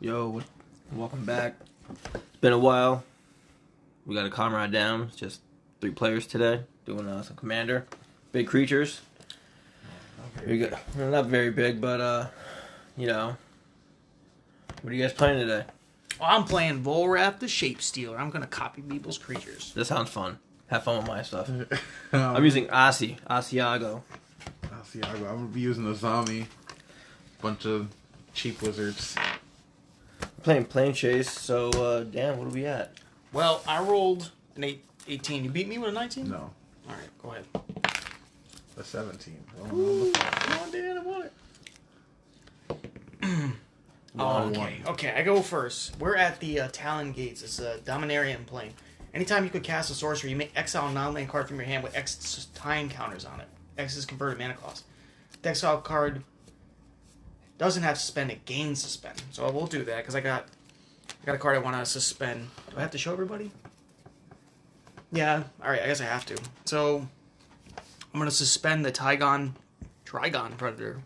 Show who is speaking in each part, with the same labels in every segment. Speaker 1: Yo, what- welcome back. It's been a while. We got a comrade down. It's just three players today doing uh, some commander. Big creatures. We got they're not very big, but uh, you know. What are you guys playing today?
Speaker 2: Well, I'm playing Volrath the Shapestealer. I'm gonna copy people's creatures.
Speaker 1: This sounds fun. Have fun with my stuff.
Speaker 3: Um,
Speaker 1: I'm using Asi Asiago.
Speaker 3: I'll see, I'm gonna be using the zombie. Bunch of cheap wizards.
Speaker 1: Playing plane chase. So uh, damn, what are we at?
Speaker 2: Well, I rolled an eight, 18. You beat me with a 19?
Speaker 3: No,
Speaker 2: All right, go ahead.
Speaker 3: the 17. Well, well,
Speaker 2: Come on, Dan, I want it.
Speaker 3: well,
Speaker 2: okay.
Speaker 3: one.
Speaker 2: okay, I go first. We're at the uh, Talon Gates. It's a Dominarian plane. Anytime you could cast a sorcery, you may exile a non-land card from your hand with X time counters on it. X is converted mana cost. The exile card doesn't have suspend; it gains suspend. So I will do that because I got I got a card I want to suspend. Do I have to show everybody? Yeah. All right. I guess I have to. So I'm gonna suspend the Tygon Trigon Predator.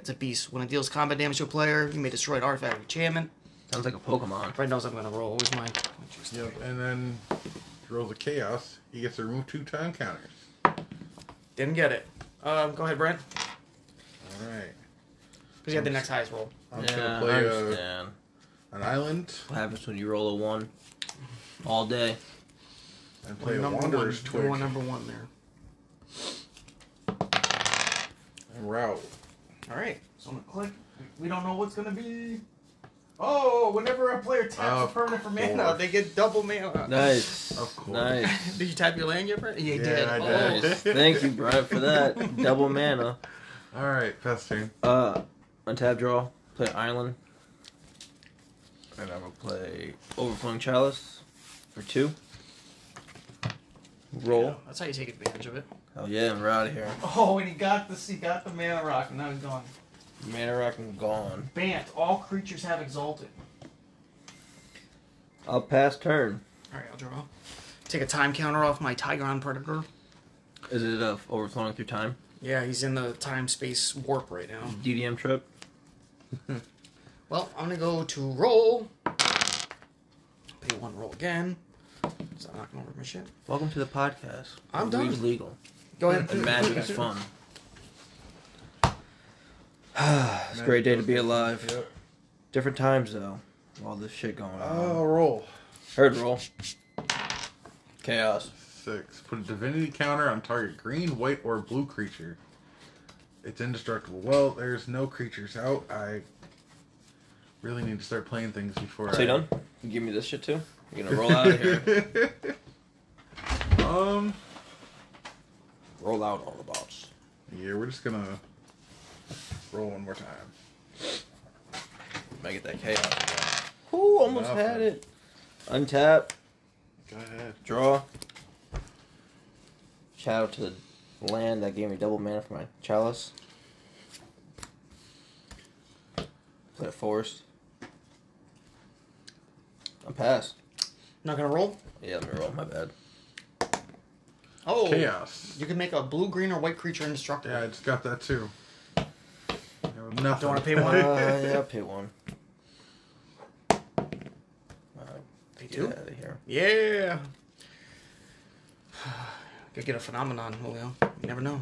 Speaker 2: It's a beast. When it deals combat damage to a player, you may destroy an artifact or enchantment.
Speaker 1: Sounds like a Pokemon.
Speaker 2: Fred knows I'm gonna roll. Where's my?
Speaker 3: Yep, and then rolls a chaos. He gets to remove two time counters.
Speaker 2: Didn't get it. Um, go ahead, Brent,
Speaker 3: All right.
Speaker 2: because you had the next highest roll.
Speaker 3: I'm just
Speaker 1: yeah,
Speaker 3: gonna
Speaker 1: I
Speaker 3: play uh,
Speaker 1: understand.
Speaker 3: an island
Speaker 1: What happens when you roll a one all day?
Speaker 3: and play a wanderer's twig
Speaker 2: One number one there.
Speaker 3: and route.
Speaker 2: All right. So I'm gonna click. We don't know what's gonna be. Oh, whenever a player taps
Speaker 3: Of
Speaker 2: a permanent for mana,
Speaker 3: course.
Speaker 2: they get double mana.
Speaker 1: Nice.
Speaker 3: Of course.
Speaker 1: Nice.
Speaker 2: Did you tap your land yet, Brent? Yeah, you
Speaker 3: Yeah,
Speaker 2: did.
Speaker 3: I
Speaker 2: oh.
Speaker 3: did.
Speaker 1: nice. Thank you, Brent, for that. Double mana.
Speaker 3: All right, Fester.
Speaker 1: Uh, untap draw. Play Island. And I'm going to play Overflowing Chalice for two. Roll.
Speaker 2: That's how you take advantage of it.
Speaker 1: Oh, yeah, and we're out of here.
Speaker 2: Oh, and he got the he got the mana rock, and now he's gone.
Speaker 1: Mana Rock and gone.
Speaker 2: Bant, all creatures have exalted.
Speaker 1: I'll pass turn.
Speaker 2: All right, I'll draw. Take a time counter off my Tygon Predator.
Speaker 1: Is it uh, overflowing through time?
Speaker 2: Yeah, he's in the time space warp right now.
Speaker 1: DDM trip?
Speaker 2: Well, I'm gonna go to roll. Pay one roll again. So I'm not gonna work my shit.
Speaker 1: Welcome to the podcast.
Speaker 2: I'm
Speaker 1: Where weed's
Speaker 2: done.
Speaker 1: legal.
Speaker 2: Go ahead.
Speaker 1: And magic is fun. it's a great day to be alive.
Speaker 3: Yep.
Speaker 1: Different times though. All this shit going on.
Speaker 3: Oh, roll.
Speaker 1: Heard roll. Chaos.
Speaker 3: Six. Put a divinity counter on target green, white, or blue creature. It's indestructible. Well, there's no creatures out. I really need to start playing things before
Speaker 1: So
Speaker 3: I.
Speaker 1: you done? You give me this shit too? You're gonna roll out of here.
Speaker 3: um.
Speaker 1: roll out all the bots.
Speaker 3: Yeah, we're just gonna roll one more time.
Speaker 1: Make it that chaos. Ooh, almost
Speaker 3: Nothing.
Speaker 1: had it. Untap,
Speaker 3: Go ahead.
Speaker 1: draw. Shout out to the land that gave me double mana for my chalice. Play a forest. I pass.
Speaker 2: Not gonna roll.
Speaker 1: Yeah, let me roll. My bad.
Speaker 2: Oh,
Speaker 3: Chaos.
Speaker 2: you can make a blue, green, or white creature indestructible.
Speaker 3: Yeah, I just got that too. Yeah, with Nothing.
Speaker 2: Don't wanna pay
Speaker 1: Uh,
Speaker 2: one?
Speaker 1: yeah, I'll pay one. Alright,
Speaker 2: Pay
Speaker 1: get
Speaker 2: two.
Speaker 1: out of here.
Speaker 2: Yeah. Could get a phenomenon, Julio. You never know.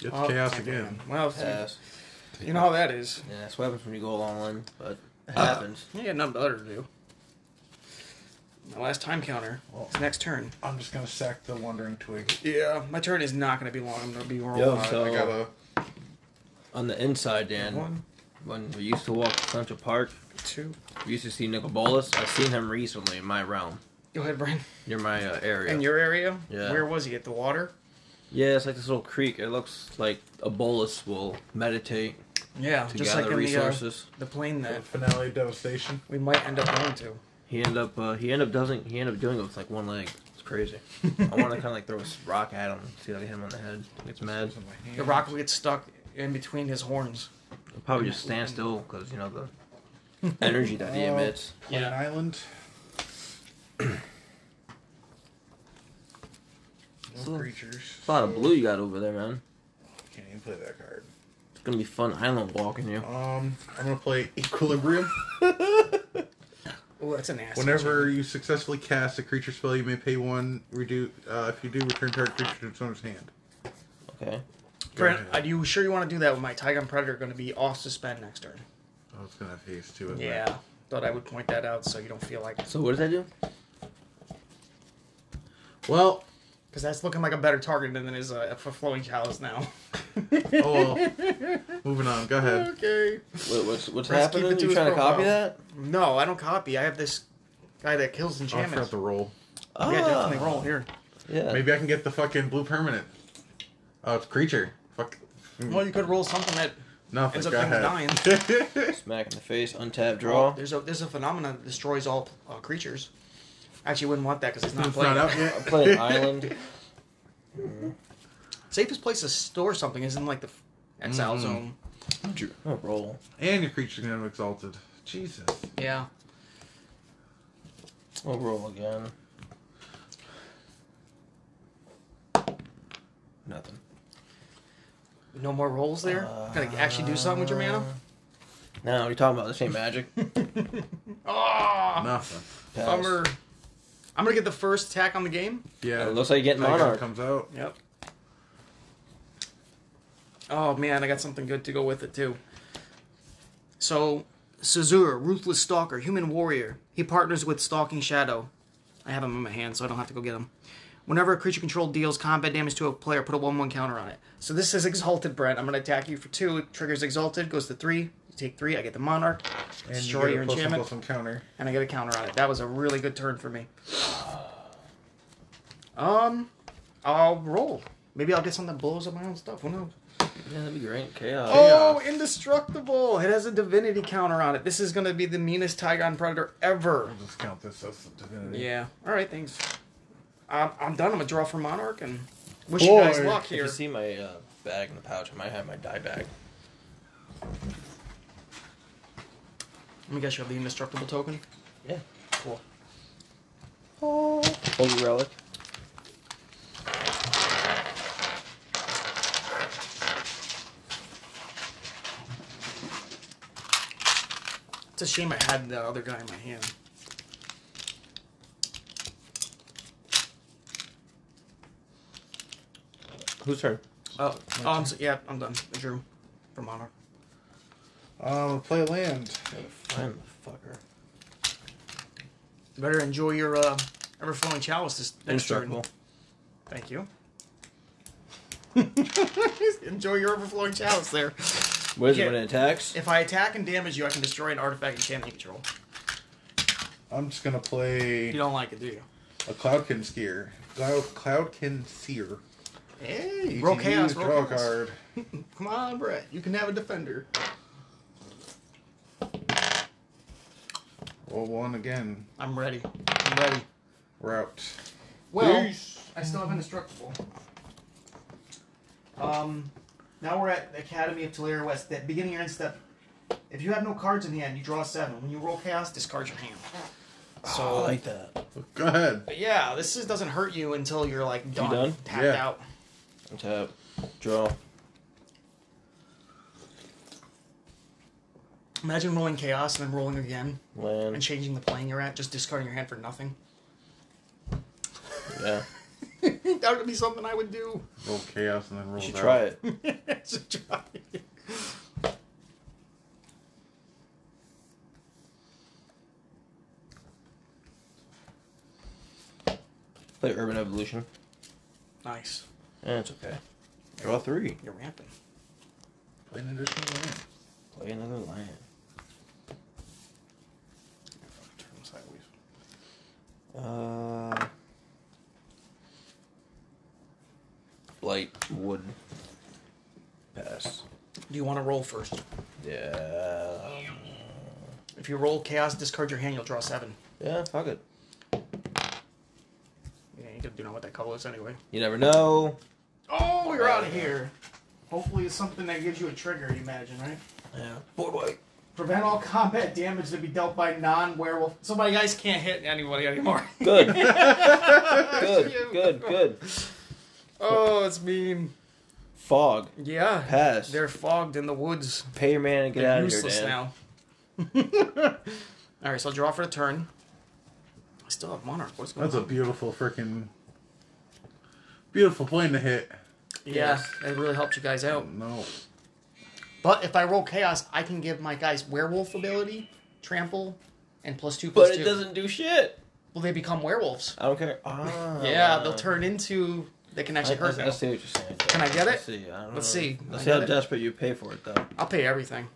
Speaker 3: it's
Speaker 2: Oh,
Speaker 3: chaos
Speaker 2: can't be
Speaker 3: again.
Speaker 2: done. Well,
Speaker 1: Pass.
Speaker 2: you know how that is.
Speaker 1: Yeah, that's what happens when you go along one, but it happens.
Speaker 2: You got nothing better to do. My last time counter. It's next turn.
Speaker 3: I'm just gonna sack the wandering twig.
Speaker 2: Yeah, my turn is not going to be long. I'm going to be rolling.
Speaker 1: Yo,
Speaker 2: a lot.
Speaker 1: so-
Speaker 3: I got a
Speaker 1: On the inside, Dan,
Speaker 2: One,
Speaker 1: when we used to walk to Central Park,
Speaker 2: two.
Speaker 1: we used to see Nicobolus. I've seen him recently in my realm,
Speaker 2: Go ahead, Brian.
Speaker 1: near my uh, area.
Speaker 2: In your area?
Speaker 1: Yeah.
Speaker 2: Where was he? At the water?
Speaker 1: yeah, it's like this little creek. It looks like a bolus will meditate
Speaker 2: Yeah,
Speaker 1: to
Speaker 2: just like
Speaker 1: gather
Speaker 2: in the, uh,
Speaker 1: resources.
Speaker 2: the plane that
Speaker 3: finale devastation.
Speaker 2: we might end up going to.
Speaker 1: He end up uh, he end up doesn't he end up doing it with like one leg. It's crazy. I want to kind of like throw a rock at him, see if I hit him on the head. He Gets mad.
Speaker 2: The rock will get stuck in between his horns.
Speaker 1: He'll probably just stand still because you know the energy that he emits.
Speaker 3: Plane
Speaker 2: Yeah.
Speaker 3: Island.
Speaker 1: It's a
Speaker 3: no
Speaker 1: little-
Speaker 3: creatures.
Speaker 1: It's a lot of blue you got over there, man.
Speaker 3: Can't even play that card.
Speaker 1: It's gonna be fun island walking you.
Speaker 3: Um, I'm gonna play Equilibrium.
Speaker 2: Oh, that's a nasty.
Speaker 3: Whenever you successfully cast a creature spell, you may pay one. Redo uh, if you do return target creature to its owner's hand.
Speaker 1: Okay.
Speaker 2: Brent, are you sure you want to do that with my Tigon Predator going to be off suspend next turn?
Speaker 3: Oh, it's gonna have haste to it.
Speaker 2: Yeah, thought I would point that out so you don't feel like
Speaker 1: So what does that do?
Speaker 3: Well,
Speaker 2: because that's looking like a better target than his uh, for flowing chalice now.
Speaker 3: oh well. Moving on. Go ahead.
Speaker 2: okay.
Speaker 1: What, what's what's
Speaker 2: Let's keep
Speaker 1: happening?
Speaker 2: it to
Speaker 1: You
Speaker 2: his
Speaker 1: trying to copy
Speaker 2: profile.
Speaker 1: that?
Speaker 2: No, I don't copy. I have this guy that kills
Speaker 3: Oh, I forgot
Speaker 2: enchantments.
Speaker 3: the Ah. roll.
Speaker 1: Oh,
Speaker 2: yeah, definitely roll here.
Speaker 1: Yeah.
Speaker 3: Maybe I can get the fucking blue permanent. Oh, it's creature. Fuck.
Speaker 2: Well, you could roll something that
Speaker 3: Nothing.
Speaker 2: ends up
Speaker 3: Go
Speaker 2: things
Speaker 3: ahead.
Speaker 2: dying.
Speaker 1: Smack in the face, untap, draw.
Speaker 2: There's a there's a phenomenon that destroys all uh, creatures. Actually, wouldn't want that because it's not
Speaker 3: It's
Speaker 2: playing.
Speaker 3: not out
Speaker 1: I
Speaker 3: yet.
Speaker 1: play an island.
Speaker 2: Safest place to store something is in like the f- exile
Speaker 3: Mm.
Speaker 2: zone.
Speaker 1: Dr- oh, roll.
Speaker 3: And your creature's gonna have exalted. Jesus.
Speaker 2: Yeah.
Speaker 1: We'll roll again. Nothing.
Speaker 2: No more rolls there.
Speaker 3: Uh,
Speaker 2: Gotta actually do something with your mana.
Speaker 1: No, you're talking about the same magic.
Speaker 2: Oh,
Speaker 3: Nothing.
Speaker 1: Pass.
Speaker 2: bummer. I'm gonna get the first attack on the game.
Speaker 3: Yeah.
Speaker 1: It looks like you're getting
Speaker 3: Tiger
Speaker 1: Monarch.
Speaker 3: comes out.
Speaker 2: Yep. Oh man, I got something good to go with it too. So, Sazur, ruthless stalker, human warrior. He partners with Stalking Shadow. I have him in my hand, so I don't have to go get him. Whenever a creature controlled deals combat damage to a player, put a 1 1 counter on it. So this is Exalted, Brent. I'm going to attack you for 2. It triggers Exalted, goes to 3. You take 3, I get the Monarch,
Speaker 3: And
Speaker 2: Destroy
Speaker 3: you
Speaker 2: your
Speaker 3: get a plus one,
Speaker 2: enchantment.
Speaker 3: plus one counter.
Speaker 2: and I get a counter on it. That was a really good turn for me. Um, I'll roll. Maybe I'll get something that blows up my own stuff. Who knows?
Speaker 1: Yeah, that'd be great. Chaos.
Speaker 2: Oh, indestructible! It has a divinity counter on it. This is going to be the meanest Tygon Predator ever.
Speaker 3: We'll just count this as a divinity.
Speaker 2: Yeah. All right, thanks. I'm, I'm done. I'm going to draw for Monarch and wish
Speaker 3: Boy,
Speaker 2: you guys luck
Speaker 1: If
Speaker 2: here.
Speaker 1: you see my uh, bag in the pouch, I might have my dye bag.
Speaker 2: Let me guess you have the indestructible token?
Speaker 1: Yeah.
Speaker 2: Cool. Oh.
Speaker 1: Holy relic.
Speaker 2: It's a shame I had the other guy in my hand.
Speaker 1: Who's turn?
Speaker 2: Oh, oh I'm, so- yeah, I'm done. I drew for Monarch.
Speaker 3: Um, play a land.
Speaker 1: Find the fucker.
Speaker 2: You better enjoy your uh, ever flowing chalice this next turn.
Speaker 1: Indestructible.
Speaker 2: Thank you. enjoy your overflowing chalice there.
Speaker 1: What is it
Speaker 2: Yeah.
Speaker 1: when it attacks?
Speaker 2: If I attack and damage you, I can destroy an artifact enchantment you control.
Speaker 3: I'm just gonna play
Speaker 2: You don't like it, do you?
Speaker 3: a Cloudkin Skier. Cloud Cloudkin Seer.
Speaker 2: Hey,
Speaker 3: You
Speaker 2: roll
Speaker 3: can
Speaker 2: chaos,
Speaker 3: use,
Speaker 2: roll
Speaker 3: draw a
Speaker 2: chaos.
Speaker 3: card.
Speaker 2: Come on, Brett. You can have a defender.
Speaker 3: Roll one again.
Speaker 2: I'm ready. I'm ready.
Speaker 3: We're out.
Speaker 2: Well, I still have indestructible. Um, now we're at Academy of Tulare West. That beginning your end step. If you have no cards in hand, you draw seven. When you roll chaos, discard your hand. So
Speaker 1: I like that.
Speaker 3: Go ahead.
Speaker 2: But yeah, this is, doesn't hurt you until you're like done,
Speaker 1: done?
Speaker 2: tapped
Speaker 3: Yeah.
Speaker 2: out.
Speaker 1: Tap. Draw.
Speaker 2: Imagine rolling chaos and then rolling again and
Speaker 1: Land.
Speaker 2: changing the plane you're at, just discarding your hand for nothing.
Speaker 1: Yeah.
Speaker 2: that would be something I would do.
Speaker 3: Roll chaos and then roll.
Speaker 1: You should
Speaker 3: out.
Speaker 1: try it.
Speaker 2: Just try it.
Speaker 1: Play Urban Evolution.
Speaker 2: Nice.
Speaker 1: Yeah, Eh, it's okay. Draw three.
Speaker 2: You're ramping.
Speaker 3: Play an additional land.
Speaker 1: Play another land.
Speaker 2: Turn sideways.
Speaker 1: Uh. Blight wood. Pass.
Speaker 2: Do you want to roll first?
Speaker 1: Yeah.
Speaker 2: If you roll chaos, discard your hand, you'll draw seven.
Speaker 1: Yeah. Fuck it.
Speaker 2: Yeah, you don't know what that color is anyway.
Speaker 1: You never know.
Speaker 2: Oh, you're out of here. Hopefully, it's something that gives you a trigger. You imagine, right?
Speaker 1: Yeah. Board white.
Speaker 2: Prevent all combat damage to be dealt by non-werewolf. So my guys can't hit anybody anymore.
Speaker 1: Good. good. Good. Good.
Speaker 2: Oh, it's mean.
Speaker 1: Fog.
Speaker 2: Yeah.
Speaker 1: Pass.
Speaker 2: They're fogged in the woods.
Speaker 1: Pay your man and get
Speaker 2: They're
Speaker 1: out of here,
Speaker 2: useless
Speaker 1: Dan.
Speaker 2: now. All right, so I'll draw for the turn. I still have Monarch. What's going
Speaker 3: That's a
Speaker 2: on?
Speaker 3: beautiful freaking beautiful plane to hit.
Speaker 2: yeah, that really helped you guys out.
Speaker 3: No.
Speaker 2: But if I roll Chaos, I can give my guys Werewolf ability, Trample, and plus two plus
Speaker 1: But it
Speaker 2: two.
Speaker 1: doesn't do shit.
Speaker 2: Well, they become werewolves.
Speaker 1: I don't care. Ah,
Speaker 2: yeah, they'll turn into. They can
Speaker 1: I,
Speaker 2: actually hurt
Speaker 1: I, I
Speaker 2: now.
Speaker 1: see what you're saying.
Speaker 2: Can I get
Speaker 1: Let's
Speaker 2: it?
Speaker 1: see. I don't
Speaker 2: Let's
Speaker 1: know.
Speaker 2: see.
Speaker 1: Let's
Speaker 2: I
Speaker 1: see how
Speaker 2: got it.
Speaker 1: desperate you pay for it, though.
Speaker 2: I'll pay everything.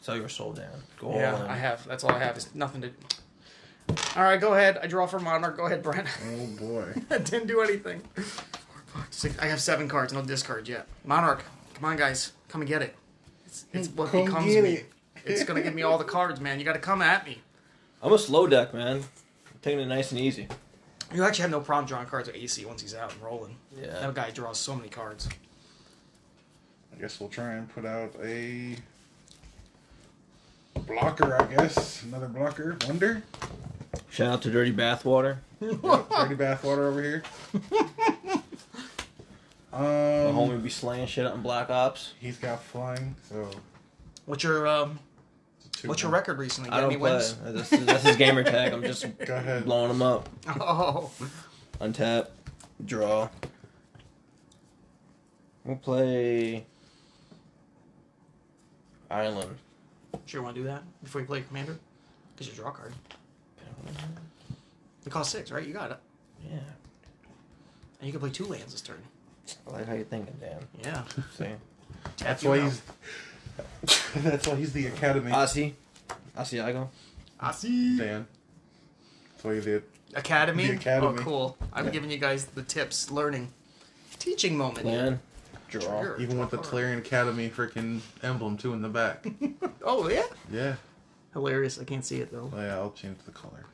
Speaker 1: Sell your soul down. Go all
Speaker 2: Yeah,
Speaker 1: in.
Speaker 2: I have. That's all I have. Is nothing to. All right, go ahead. I draw for Monarch. Go ahead, Brent.
Speaker 3: Oh boy.
Speaker 2: That didn't do anything. Six, I have seven cards, no discards yet. Monarch, come on, guys, come and get it. It's, it's what
Speaker 3: Come
Speaker 2: becomes
Speaker 3: get
Speaker 2: me.
Speaker 3: it.
Speaker 2: It's gonna give me all the cards, man. You gotta come at me.
Speaker 1: I'm a slow deck, man. I'm taking it nice and easy.
Speaker 2: You actually have no problem drawing cards with AC once he's out and rolling.
Speaker 1: Yeah.
Speaker 2: That guy draws so many cards.
Speaker 3: I guess we'll try and put out a blocker, I guess. Another blocker. Wonder.
Speaker 1: Shout out to Dirty Bathwater.
Speaker 3: Yep, Dirty bathwater over here.
Speaker 1: My
Speaker 2: Mm.
Speaker 3: Um,
Speaker 1: homie be slaying shit out in Black Ops.
Speaker 3: he's got flying, so
Speaker 2: What's your um,
Speaker 3: it's a two
Speaker 2: what's your
Speaker 3: one.
Speaker 2: record recently?
Speaker 1: I
Speaker 2: Got any
Speaker 1: don't play.
Speaker 2: wins?
Speaker 1: That's, that's his gamer tag. I'm just
Speaker 3: Go ahead.
Speaker 1: blowing him up.
Speaker 2: Oh,
Speaker 1: Untap. Draw. We'll play Island.
Speaker 2: sure you want to do that before you play Commander? Cause you draw a card. It costs six, right? You got it,
Speaker 1: Yeah.
Speaker 2: and you can play two lands this turn.
Speaker 1: I like how you're thinking, Dan.
Speaker 2: Yeah,
Speaker 1: See?
Speaker 2: Tap
Speaker 3: That's
Speaker 2: you
Speaker 3: why
Speaker 2: out.
Speaker 3: he's. That's why he's the academy
Speaker 1: Aussie. Asiago.
Speaker 2: I see.
Speaker 3: Dan. That's why he's the
Speaker 2: Academy?
Speaker 3: The Academy.
Speaker 2: Oh, cool. I'm
Speaker 3: Yeah.
Speaker 2: giving you guys the tips, learning, teaching moment.
Speaker 1: Land. Draw.
Speaker 2: Trigger.
Speaker 3: even with the Clarion Academy freaking emblem too in the back.
Speaker 2: Oh yeah,
Speaker 3: yeah.
Speaker 2: hilarious. I can't see it though.
Speaker 3: Oh, yeah, I'll change the color.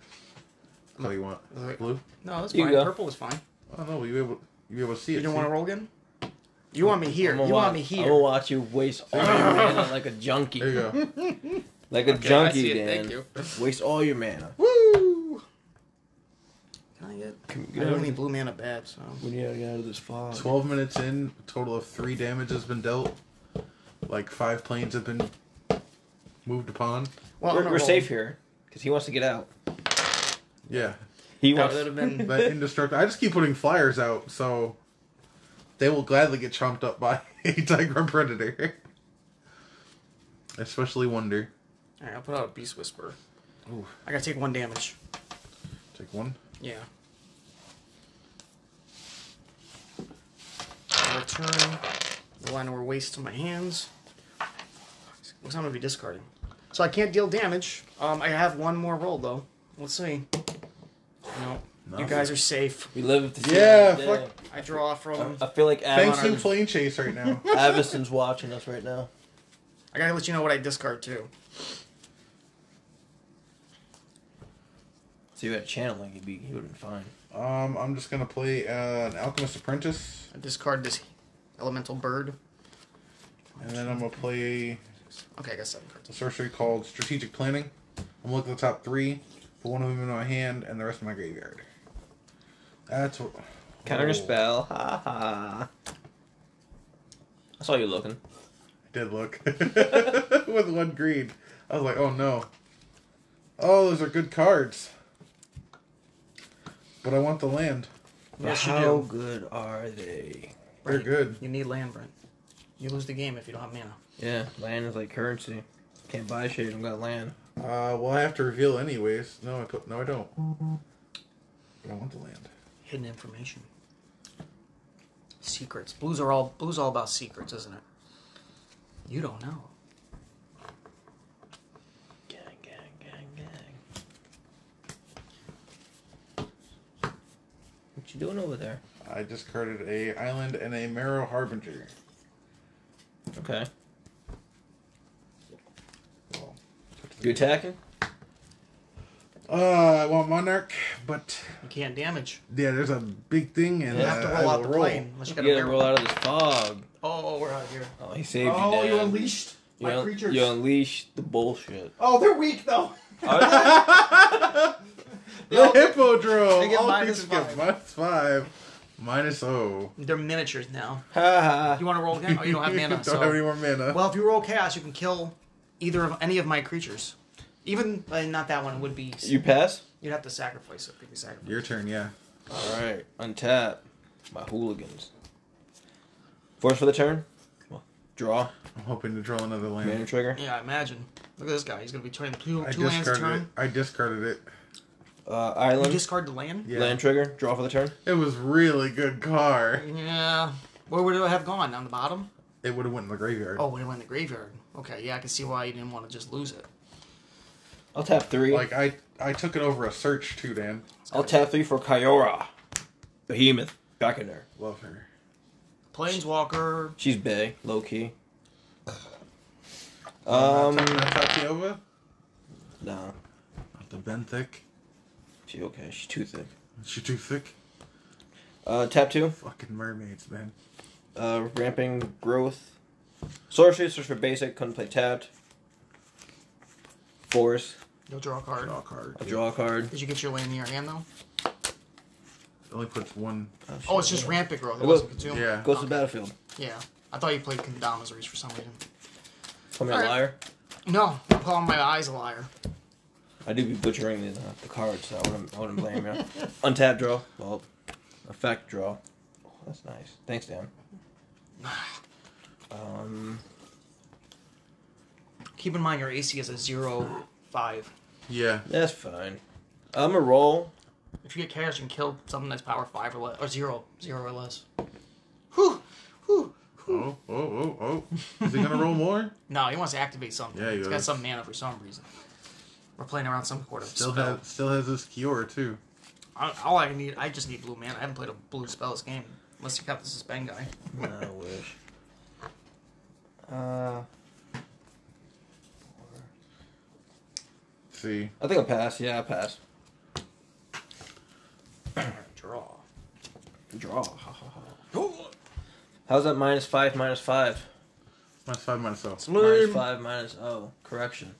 Speaker 3: Color you want?
Speaker 2: Alright.
Speaker 3: Blue?
Speaker 2: No, that's
Speaker 1: You
Speaker 2: fine.
Speaker 1: go.
Speaker 2: Purple is fine.
Speaker 3: Oh no, you able you be able to see it?
Speaker 2: You don't
Speaker 3: see?
Speaker 2: want to roll again? You want me here?
Speaker 1: I'm
Speaker 2: You
Speaker 1: gonna watch-
Speaker 2: want me
Speaker 1: I'm gonna
Speaker 2: here?
Speaker 1: watch you waste all your mana like a junkie.
Speaker 3: There you go.
Speaker 1: Like a
Speaker 2: Okay, I see
Speaker 1: junkie,
Speaker 2: it.
Speaker 1: Dan.
Speaker 2: Thank
Speaker 1: Waste all your mana.
Speaker 2: Woo! Can I get?
Speaker 1: Can we
Speaker 2: I
Speaker 1: get
Speaker 2: don't
Speaker 1: out
Speaker 2: need
Speaker 1: of-
Speaker 2: blue mana bad, so
Speaker 1: we need to get out of this fog.
Speaker 3: Twelve minutes in, a total of three damage has been dealt. Like five planes have been moved upon.
Speaker 2: well,
Speaker 1: We're, we're safe here because he wants to get out.
Speaker 3: Yeah.
Speaker 1: He
Speaker 2: That
Speaker 1: wants.
Speaker 2: would have been.
Speaker 3: That indestructible I just keep putting flyers out, so they will gladly get chomped up by a Tiger Predator. Especially Wonder.
Speaker 2: All right, I'll put out a beast whisper.
Speaker 3: Ooh.
Speaker 2: I gotta take one damage.
Speaker 3: Take one.
Speaker 2: Yeah. I Return. The line or waste to my hands. What's I'm gonna be discarding? So I can't deal damage. Um, I have one more roll though. Let's see. No, you
Speaker 3: Nothing.
Speaker 2: guys are safe.
Speaker 1: we live to see.
Speaker 3: Yeah,
Speaker 1: another
Speaker 3: fuck.
Speaker 1: day.
Speaker 2: I draw from.
Speaker 1: I feel like
Speaker 3: Thanks to
Speaker 1: Avison,
Speaker 3: Plane Chase right now.
Speaker 1: Avison's watching us right now.
Speaker 2: I gotta let you know what I discard too.
Speaker 1: So you had channeling, he'd be, he would have been fine.
Speaker 3: Um, I'm just gonna play uh, an Alchemist Apprentice,
Speaker 2: I discard this elemental bird.
Speaker 3: and then I'm gonna play
Speaker 2: Okay, I got seven cards.
Speaker 3: a sorcery called Strategic Planning. I'm gonna look at the top three, put one of them in my hand, and the rest in my graveyard. That's what.
Speaker 1: Counter
Speaker 3: Oh,
Speaker 1: spell. Ha ha. I saw you looking.
Speaker 3: I did look with one green. I was like, oh no. Oh, those are good cards. But I want the land.
Speaker 2: Yes, you
Speaker 1: how
Speaker 2: do.
Speaker 1: good are they?
Speaker 3: They're
Speaker 2: Brent,
Speaker 3: good.
Speaker 2: You need land, Brent. You lose the game if you don't have mana.
Speaker 1: Yeah, land is like currency. Can't buy shit. You don't got land.
Speaker 3: Uh, well, I have to reveal anyways. No, I put no, I don't. But I want the land.
Speaker 2: hidden information. Secrets. Blues are all blues all about secrets, isn't it? You don't know.
Speaker 1: Gang, gang, gang, gang. What you doing over there?
Speaker 3: I discarded a island and a marrow harbinger.
Speaker 1: Okay.
Speaker 3: Well,
Speaker 1: You attacking?
Speaker 3: Uh, I want monarch, but
Speaker 2: You can't damage.
Speaker 3: yeah, there's a big thing, and
Speaker 2: You have to
Speaker 3: uh,
Speaker 2: roll
Speaker 3: I
Speaker 2: out
Speaker 3: will
Speaker 2: the
Speaker 3: roll.
Speaker 2: plane unless you got
Speaker 1: You
Speaker 2: a
Speaker 1: gotta
Speaker 2: barrel.
Speaker 1: roll out of this fog.
Speaker 2: Oh, we're out here.
Speaker 1: Oh, he saved you, Dan.
Speaker 2: unleashed
Speaker 1: You un- you unleashed the bullshit.
Speaker 2: Oh, they're weak though.
Speaker 3: The hippodrome.
Speaker 2: They get
Speaker 3: All
Speaker 2: minus
Speaker 3: creatures get
Speaker 2: five.
Speaker 3: minus five, minus oh.
Speaker 2: They're miniatures now.
Speaker 1: Ha
Speaker 2: Oh, You want to roll again? Oh, you don't have mana.
Speaker 3: don't
Speaker 2: so.
Speaker 3: have any more mana.
Speaker 2: Well, if you roll chaos, you can kill either of any of my creatures. Even uh, not that one would be.
Speaker 1: You pass?
Speaker 2: You'd have to sacrifice it. Could be sacrificed.
Speaker 3: Your turn, yeah.
Speaker 1: Alright. Untap. My hooligans. Force for the turn. Well, Draw.
Speaker 3: I'm hoping to draw another
Speaker 1: Commander
Speaker 3: land.
Speaker 1: trigger.
Speaker 2: Yeah, I imagine. Look at this guy. He's gonna be turning two,
Speaker 3: I
Speaker 2: two lands a
Speaker 3: discarded it.
Speaker 2: turn.
Speaker 3: I discarded it.
Speaker 1: Uh,
Speaker 2: You
Speaker 1: island.
Speaker 2: discard the land.
Speaker 3: Yeah.
Speaker 1: Land trigger. Draw for the turn.
Speaker 3: It was really good car.
Speaker 2: Yeah. Where would it have gone? On the bottom?
Speaker 3: It would have went in the graveyard.
Speaker 2: Oh, it went in the graveyard. Okay, yeah, I can see why you didn't want to just lose it.
Speaker 1: I'll tap three.
Speaker 3: Like I, I took it over a search too, Dan.
Speaker 1: I'll tap three for Kyora. Behemoth. Back in there.
Speaker 3: Love her.
Speaker 2: Planeswalker.
Speaker 1: She's Bay, low key.
Speaker 3: Um,
Speaker 1: Um,
Speaker 3: Tatiova,
Speaker 1: nah,
Speaker 3: not the Ben thick.
Speaker 1: she okay. She's too thick.
Speaker 3: She too thick.
Speaker 1: Uh, tap two.
Speaker 3: Fucking mermaids, man.
Speaker 1: Uh, ramping growth. Sorcery, search for basic. Couldn't play tapped. Force.
Speaker 2: You'll draw a card.
Speaker 3: Draw card.
Speaker 1: I'll draw a card.
Speaker 2: Did you get your land in your hand though?
Speaker 3: It only puts one.
Speaker 2: Oh, it's just rampant growth. It
Speaker 1: It
Speaker 2: wasn't
Speaker 1: was-
Speaker 2: consumed.
Speaker 3: Yeah.
Speaker 1: Goes to the battlefield.
Speaker 2: Yeah. I thought you played Kingdoma's Reach for some reason.
Speaker 1: Call me a
Speaker 2: Alright.
Speaker 1: liar.
Speaker 2: No, I'm calling my eyes a liar.
Speaker 1: I do be butchering the, uh, the cards, so I wouldn't, I wouldn't blame you. Untap draw. Well, effect draw. Oh, that's nice. Thanks, Dan. Um,
Speaker 2: Keep in mind your AC is a zero five.
Speaker 3: Yeah.
Speaker 1: that's fine. I'm a roll.
Speaker 2: If you get chaos, you can kill something that's power five or less, or zero, zero or less. Whew, whew.
Speaker 3: Oh, oh, oh, oh. Is he gonna roll more?
Speaker 2: No, he wants to activate something.
Speaker 3: Yeah, he
Speaker 2: He's got
Speaker 3: does.
Speaker 2: some mana for some reason. We're playing around some sort of
Speaker 3: Still
Speaker 2: spell.
Speaker 3: has, still has his Kiora too.
Speaker 2: I- All I need, I just need blue mana. I haven't played a blue spell this game, unless you count the suspend guy.
Speaker 1: I wish. Uh,
Speaker 3: See,
Speaker 1: I think I'll pass. Yeah, I'll pass.
Speaker 2: Draw.
Speaker 1: Draw. How's that minus five, minus five?
Speaker 3: minus five myself.
Speaker 1: Minus five, minus oh. Correction.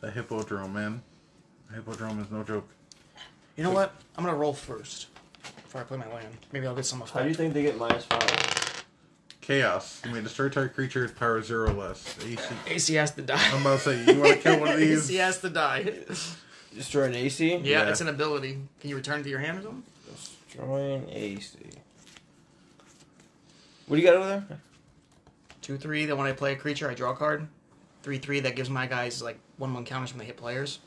Speaker 3: The hippodrome, man. The hippodrome is no joke.
Speaker 2: You know what? I'm gonna roll first before I play my land. Maybe I'll get some effect.
Speaker 1: think they get minus five?
Speaker 3: Chaos. You may destroy target creature with power zero or less. AC.
Speaker 2: AC has to die.
Speaker 3: I'm about to say, you want to kill one of these?
Speaker 2: AC has to die.
Speaker 1: Destroy an AC?
Speaker 2: Yeah,
Speaker 3: Yeah.
Speaker 2: it's an ability. Can you return it to your hand or something?
Speaker 1: Destroy an AC. What do you got over there?
Speaker 2: Two three. Then when I play a creature, I draw a card. Three three. That gives my guys like one one counters when they hit players.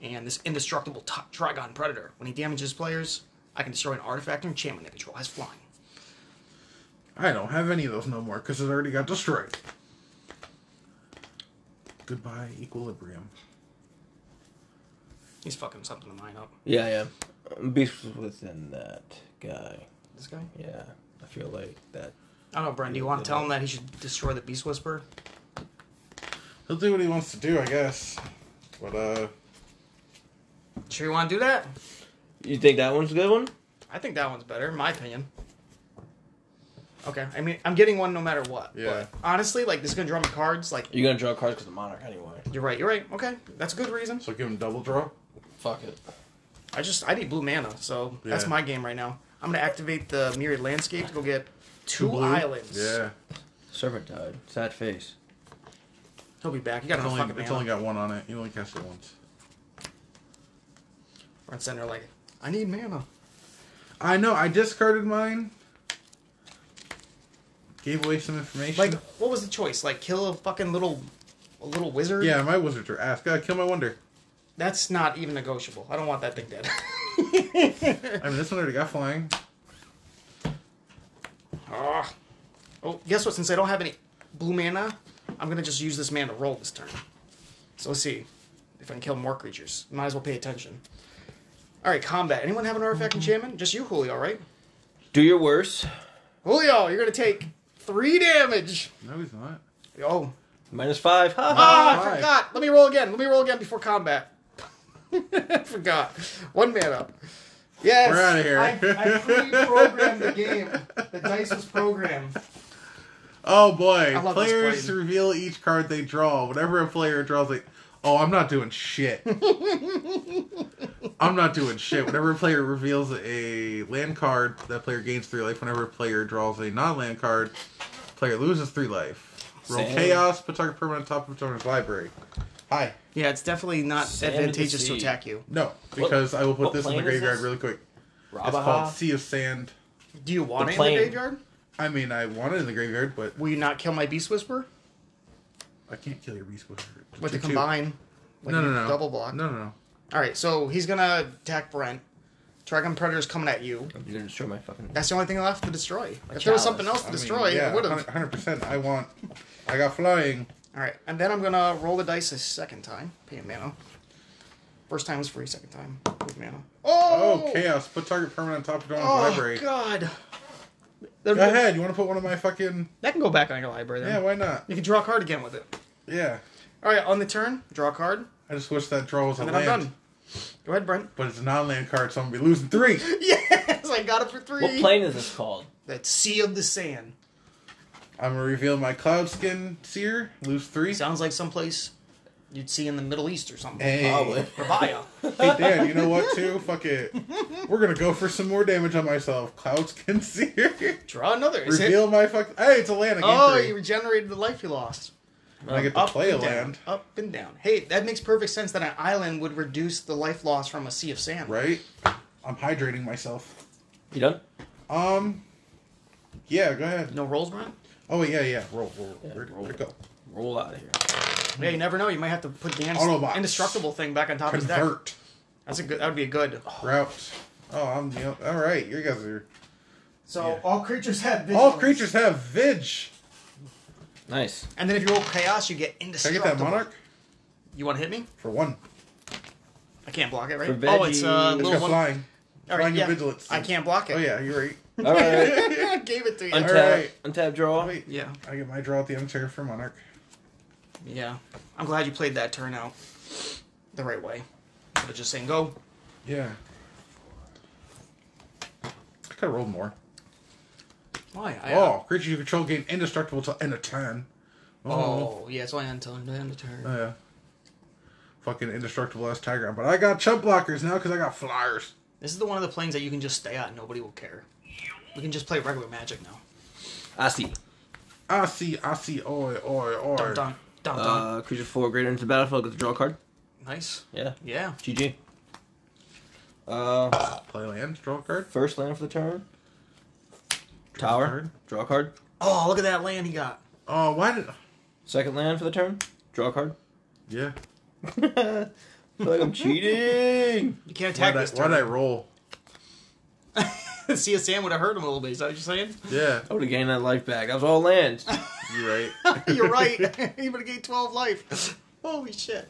Speaker 2: And this indestructible t- Trigon Predator. When he damages players, I can destroy an artifact or enchantment I control. Has flying.
Speaker 3: I don't have any of those no more because it already got destroyed. Goodbye, equilibrium.
Speaker 2: He's fucking something of mine up.
Speaker 1: Yeah, yeah. Um, Beast was within that guy.
Speaker 2: This guy.
Speaker 1: Yeah, I feel like that.
Speaker 2: I don't know, Brent. Do you want to tell him that he should destroy the Beast Whisperer?
Speaker 3: He'll do what he wants to do, I guess. But uh,
Speaker 2: Sure, you want to do that?
Speaker 1: You think that one's a good one?
Speaker 2: I think that one's better, in my opinion. Okay, I mean, I'm getting one no matter what.
Speaker 3: Yeah.
Speaker 2: But honestly, like, this is gonna draw me cards. Like,
Speaker 1: You're gonna draw cards because of Monarch anyway.
Speaker 2: you're right, you're right. Okay, that's a good reason.
Speaker 3: so give him double draw.
Speaker 1: Fuck it.
Speaker 2: I just, I need blue mana, so that's
Speaker 3: Yeah.
Speaker 2: my game right now. I'm gonna activate the Myriad Landscape to go get two,
Speaker 3: blue?
Speaker 2: islands.
Speaker 3: Yeah,
Speaker 1: Servant died. Sad face.
Speaker 2: He'll be back. You got
Speaker 3: it's
Speaker 2: enough
Speaker 3: only,
Speaker 2: fucking
Speaker 3: it's
Speaker 2: mana.
Speaker 3: only got one on it. You only cast it once.
Speaker 2: Front center, like, I need mana.
Speaker 3: I know. I discarded mine. Gave away some information.
Speaker 2: Like, what was the choice? Like, kill a fucking little, a little wizard?
Speaker 3: yeah, my wizards are ass. Gotta kill my wonder.
Speaker 2: That's not even negotiable. I don't want that thing dead.
Speaker 3: I mean, this one already got flying.
Speaker 2: Ah. Oh, guess what? Since I don't have any blue mana, I'm gonna just use this mana to roll this turn. So let's see if I can kill more creatures. Might as well pay attention. All right, combat. Anyone have an artifact enchantment? Just you, Julio, right?
Speaker 1: Do your worst.
Speaker 2: Julio, you're gonna take three damage.
Speaker 3: No, he's not.
Speaker 2: Oh,
Speaker 1: Minus five. Ha ha.
Speaker 2: ah, I
Speaker 3: Five.
Speaker 2: forgot. Let me roll again. Let me roll again before combat. I forgot. One man up. Yes.
Speaker 3: We're outta here.
Speaker 2: I, I pre-programmed the game. The dice was programmed.
Speaker 3: Oh boy!
Speaker 2: I love this
Speaker 3: Players
Speaker 2: plane.
Speaker 3: reveal each card they draw. Whatever a player draws, they. Oh, I'm not doing shit. I'm not doing shit. Whenever a player reveals a land card, that player gains three life. Whenever a player draws a non-land card, player loses three life. Roll
Speaker 1: Same.
Speaker 3: chaos. Put target permanent on top of its owner's library. Hi.
Speaker 2: Yeah, it's definitely not
Speaker 1: Sand of the
Speaker 2: advantageous to
Speaker 1: sea.
Speaker 2: attack you.
Speaker 3: No, because I will put
Speaker 1: what
Speaker 3: this in the
Speaker 1: plane is
Speaker 3: graveyard
Speaker 1: this?
Speaker 3: really quick. It's called
Speaker 1: Rabaha.
Speaker 3: Sea of Sand.
Speaker 2: Do you want
Speaker 1: The
Speaker 2: it in
Speaker 1: plane.
Speaker 2: the graveyard?
Speaker 3: I mean, I want it in the graveyard, but
Speaker 2: Will you not kill my Beast Whisperer?
Speaker 3: I can't kill your beast with
Speaker 2: With the combine. Like
Speaker 3: No, no,
Speaker 2: you
Speaker 3: no.
Speaker 2: Double block.
Speaker 3: No, no, no.
Speaker 2: All right, so he's gonna attack Brent. Dragon Predator's coming at you.
Speaker 1: You're gonna destroy my fucking.
Speaker 2: That's the only thing left to destroy. if there was
Speaker 1: chalice.
Speaker 2: something else to
Speaker 3: I mean,
Speaker 2: destroy,
Speaker 3: yeah,
Speaker 2: it would have.
Speaker 3: Hundred percent. I want. I got flying.
Speaker 2: All right, and then I'm gonna roll the dice a second time. Pay a mana. First time was free. Second time, with mana. Oh,
Speaker 3: Oh, chaos! Put target permanent on top of your own
Speaker 2: Oh
Speaker 3: library.
Speaker 2: God.
Speaker 3: Go ahead. You want to put one of my fucking?
Speaker 2: That can go back on your library. Then.
Speaker 3: Yeah, why not?
Speaker 2: You can draw a card again with it.
Speaker 3: Yeah.
Speaker 2: All right, on the turn, draw a card,
Speaker 3: I just wish that draw was a
Speaker 2: and then
Speaker 3: land,
Speaker 2: I'm done. Go ahead, Brent.
Speaker 3: but it's a non-land card, so I'm gonna be losing three.
Speaker 2: Yes, I got it for three.
Speaker 1: What plane is this called?
Speaker 2: That Sea of the Sand.
Speaker 3: I'm gonna reveal my cloud skin seer, lose three.
Speaker 2: Sounds like someplace you'd see in the Middle East or something.
Speaker 3: Hey.
Speaker 1: Probably.
Speaker 2: Rabaya.
Speaker 3: hey Dan, you know what? Too fuck it. We're gonna go for some more damage on myself. Cloud skin seer,
Speaker 2: Draw another. Is it-
Speaker 3: reveal my fuck. Hey, it's a land. I gained
Speaker 2: Oh,
Speaker 3: three.
Speaker 2: you regenerated the life you lost.
Speaker 3: And I get to
Speaker 2: Up
Speaker 3: play a
Speaker 2: and down,
Speaker 3: land,
Speaker 2: Up and down. Hey, that makes perfect sense that an island would reduce the life loss from a sea of sand.
Speaker 3: right? I'm hydrating myself.
Speaker 1: You done?
Speaker 3: Um, yeah, go ahead.
Speaker 2: No rolls, Brian?
Speaker 3: Oh yeah, yeah. Roll, roll. Where'd,
Speaker 1: roll.
Speaker 3: where'd it go?
Speaker 1: Roll out of here.
Speaker 2: Yeah, you never know. You might have to put the ins-
Speaker 3: Mm-hmm. Autobots.
Speaker 2: indestructible thing back on top of his deck.
Speaker 3: Convert
Speaker 2: That's a good. That would be a good.
Speaker 3: route. Oh, I'm the. All right, you guys are.
Speaker 2: So
Speaker 3: Yeah.
Speaker 2: all creatures have
Speaker 3: All
Speaker 2: vigilance.
Speaker 3: creatures have Vig.
Speaker 1: Nice.
Speaker 2: And then if you roll chaos, you get
Speaker 3: Can I
Speaker 2: indestructible.
Speaker 3: get that monarch
Speaker 2: You want to hit me?
Speaker 3: for one?
Speaker 2: I can't block it, right?
Speaker 1: For
Speaker 2: oh, it's uh,
Speaker 1: veggies.
Speaker 3: It's
Speaker 2: little
Speaker 3: got
Speaker 2: one.
Speaker 3: flying.
Speaker 2: All
Speaker 3: flying
Speaker 2: right,
Speaker 3: and
Speaker 2: yeah.
Speaker 3: vigilance.
Speaker 2: I can't block it.
Speaker 3: Oh yeah, you're right.
Speaker 1: All right.
Speaker 2: I gave it to you.
Speaker 1: Untap.
Speaker 3: right.
Speaker 1: Untap. Draw.
Speaker 3: Wait.
Speaker 2: yeah,
Speaker 3: I get my draw at the end turn for monarch.
Speaker 2: yeah. I'm glad you played that turn out the right way. Instead of just saying go.
Speaker 3: Yeah. I could have rolled more.
Speaker 2: Why? I,
Speaker 3: Oh, creature you control gain indestructible till end of turn.
Speaker 1: Mm-hmm.
Speaker 2: Oh, yeah, it's only until the end of turn.
Speaker 3: Oh, yeah. Fucking indestructible ass tiger. But I got chump blockers now because I got flyers.
Speaker 2: This is the one of the planes that you can just stay at and nobody will care. We can just play regular magic now.
Speaker 1: I see.
Speaker 3: I see, I see, oi, oi, oi.
Speaker 2: Dun dun. Dun dun.
Speaker 1: Uh, creature four greater into the battlefield gets to draw a card.
Speaker 2: nice.
Speaker 1: Yeah.
Speaker 2: Yeah.
Speaker 1: GG. Uh,
Speaker 3: Play land, draw a card.
Speaker 1: first land for the turn. Tower.
Speaker 3: card.
Speaker 1: Draw a card.
Speaker 2: Oh, look at that land he got.
Speaker 3: Oh, why did.
Speaker 1: Second land for the turn. Draw a card.
Speaker 3: Yeah.
Speaker 1: I feel like I'm cheating.
Speaker 2: You can't
Speaker 3: Why
Speaker 2: attack
Speaker 3: did, I,
Speaker 2: this
Speaker 3: why
Speaker 2: turn.
Speaker 3: did I roll?
Speaker 2: See a Sam would have hurt him a little bit. Is that what you're saying?
Speaker 3: Yeah,
Speaker 1: I would have gained that life back. That was all land.
Speaker 3: you're right.
Speaker 2: you're right. he would have gained 12 life. Holy shit.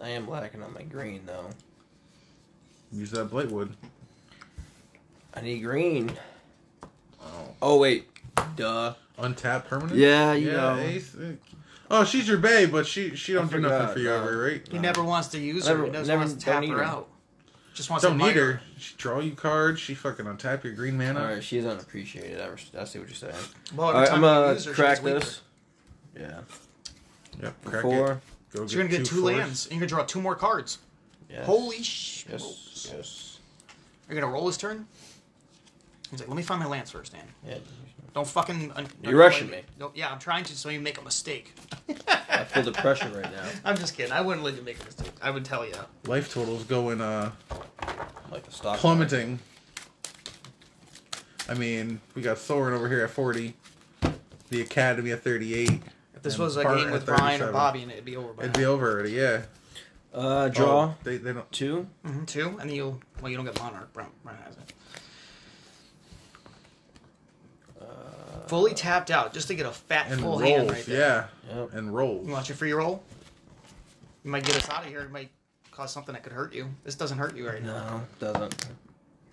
Speaker 1: I am lacking on my green though.
Speaker 3: Use that Blatewood.
Speaker 1: I need green.
Speaker 3: Oh.
Speaker 1: Oh wait. Duh.
Speaker 3: Untap permanent?
Speaker 1: Yeah, you
Speaker 3: Yeah.
Speaker 1: know.
Speaker 3: ace, eh. Oh, she's your babe, but she she don't
Speaker 1: I
Speaker 3: do nothing
Speaker 1: forgot,
Speaker 3: for you
Speaker 1: no.
Speaker 3: ever, right?
Speaker 2: He never wants to use her.
Speaker 1: Never-
Speaker 2: He just
Speaker 1: never-
Speaker 2: wants to
Speaker 1: don't
Speaker 2: tap
Speaker 1: need
Speaker 2: her
Speaker 1: her.
Speaker 2: out. Just wants
Speaker 3: Don't
Speaker 2: to
Speaker 3: need
Speaker 2: admire
Speaker 3: her. She draw you cards. She fucking untap your green mana.
Speaker 1: All right, she's unappreciated. I, res- I see what you're saying.
Speaker 2: Well,
Speaker 1: All
Speaker 2: every
Speaker 1: right, I'm
Speaker 2: time you
Speaker 1: gonna
Speaker 2: use her, she
Speaker 1: crack
Speaker 2: gets weaker.
Speaker 1: this. Yeah.
Speaker 3: Yep. Crack
Speaker 1: Four.
Speaker 3: it. Go
Speaker 2: So you're gonna get two,
Speaker 3: fours.
Speaker 2: lands, and you can draw two more cards.
Speaker 1: Yes.
Speaker 2: Holy sh!
Speaker 1: Yes. Yes.
Speaker 2: You're gonna roll his turn. He's like, let me find my lance first, Dan.
Speaker 1: Yeah.
Speaker 2: Don't fucking. Un-
Speaker 1: You're
Speaker 2: un-
Speaker 1: rushing me.
Speaker 2: No, yeah, I'm trying to, so you make a mistake.
Speaker 1: I feel the pressure right now.
Speaker 2: I'm just kidding. I wouldn't let you make a mistake. I would tell you.
Speaker 3: Life totals going uh
Speaker 1: Like the stock.
Speaker 3: plummeting. I mean, we got Soren over here at 40, the Academy at 38.
Speaker 2: If this
Speaker 3: And
Speaker 2: was a
Speaker 3: Bart
Speaker 2: game
Speaker 3: at
Speaker 2: with Brian or
Speaker 3: 37.
Speaker 2: Bobby, and it'd be over. By
Speaker 3: It'd
Speaker 2: now.
Speaker 3: be over already, yeah.
Speaker 1: Uh, draw
Speaker 3: Oh, they, they don't.
Speaker 1: two.
Speaker 2: Mhm, two, and then you'll. Well, you don't get monarch. Brian, Brian has it. Fully tapped out, just to get a fat
Speaker 3: Uh, And
Speaker 2: full
Speaker 3: rolls,
Speaker 2: hand right there.
Speaker 3: yeah.
Speaker 1: Yep.
Speaker 3: And
Speaker 2: You
Speaker 3: rolls.
Speaker 2: want your free roll? You might get us out of here. It might cause something that could hurt you. This doesn't hurt you right
Speaker 1: No, doesn't.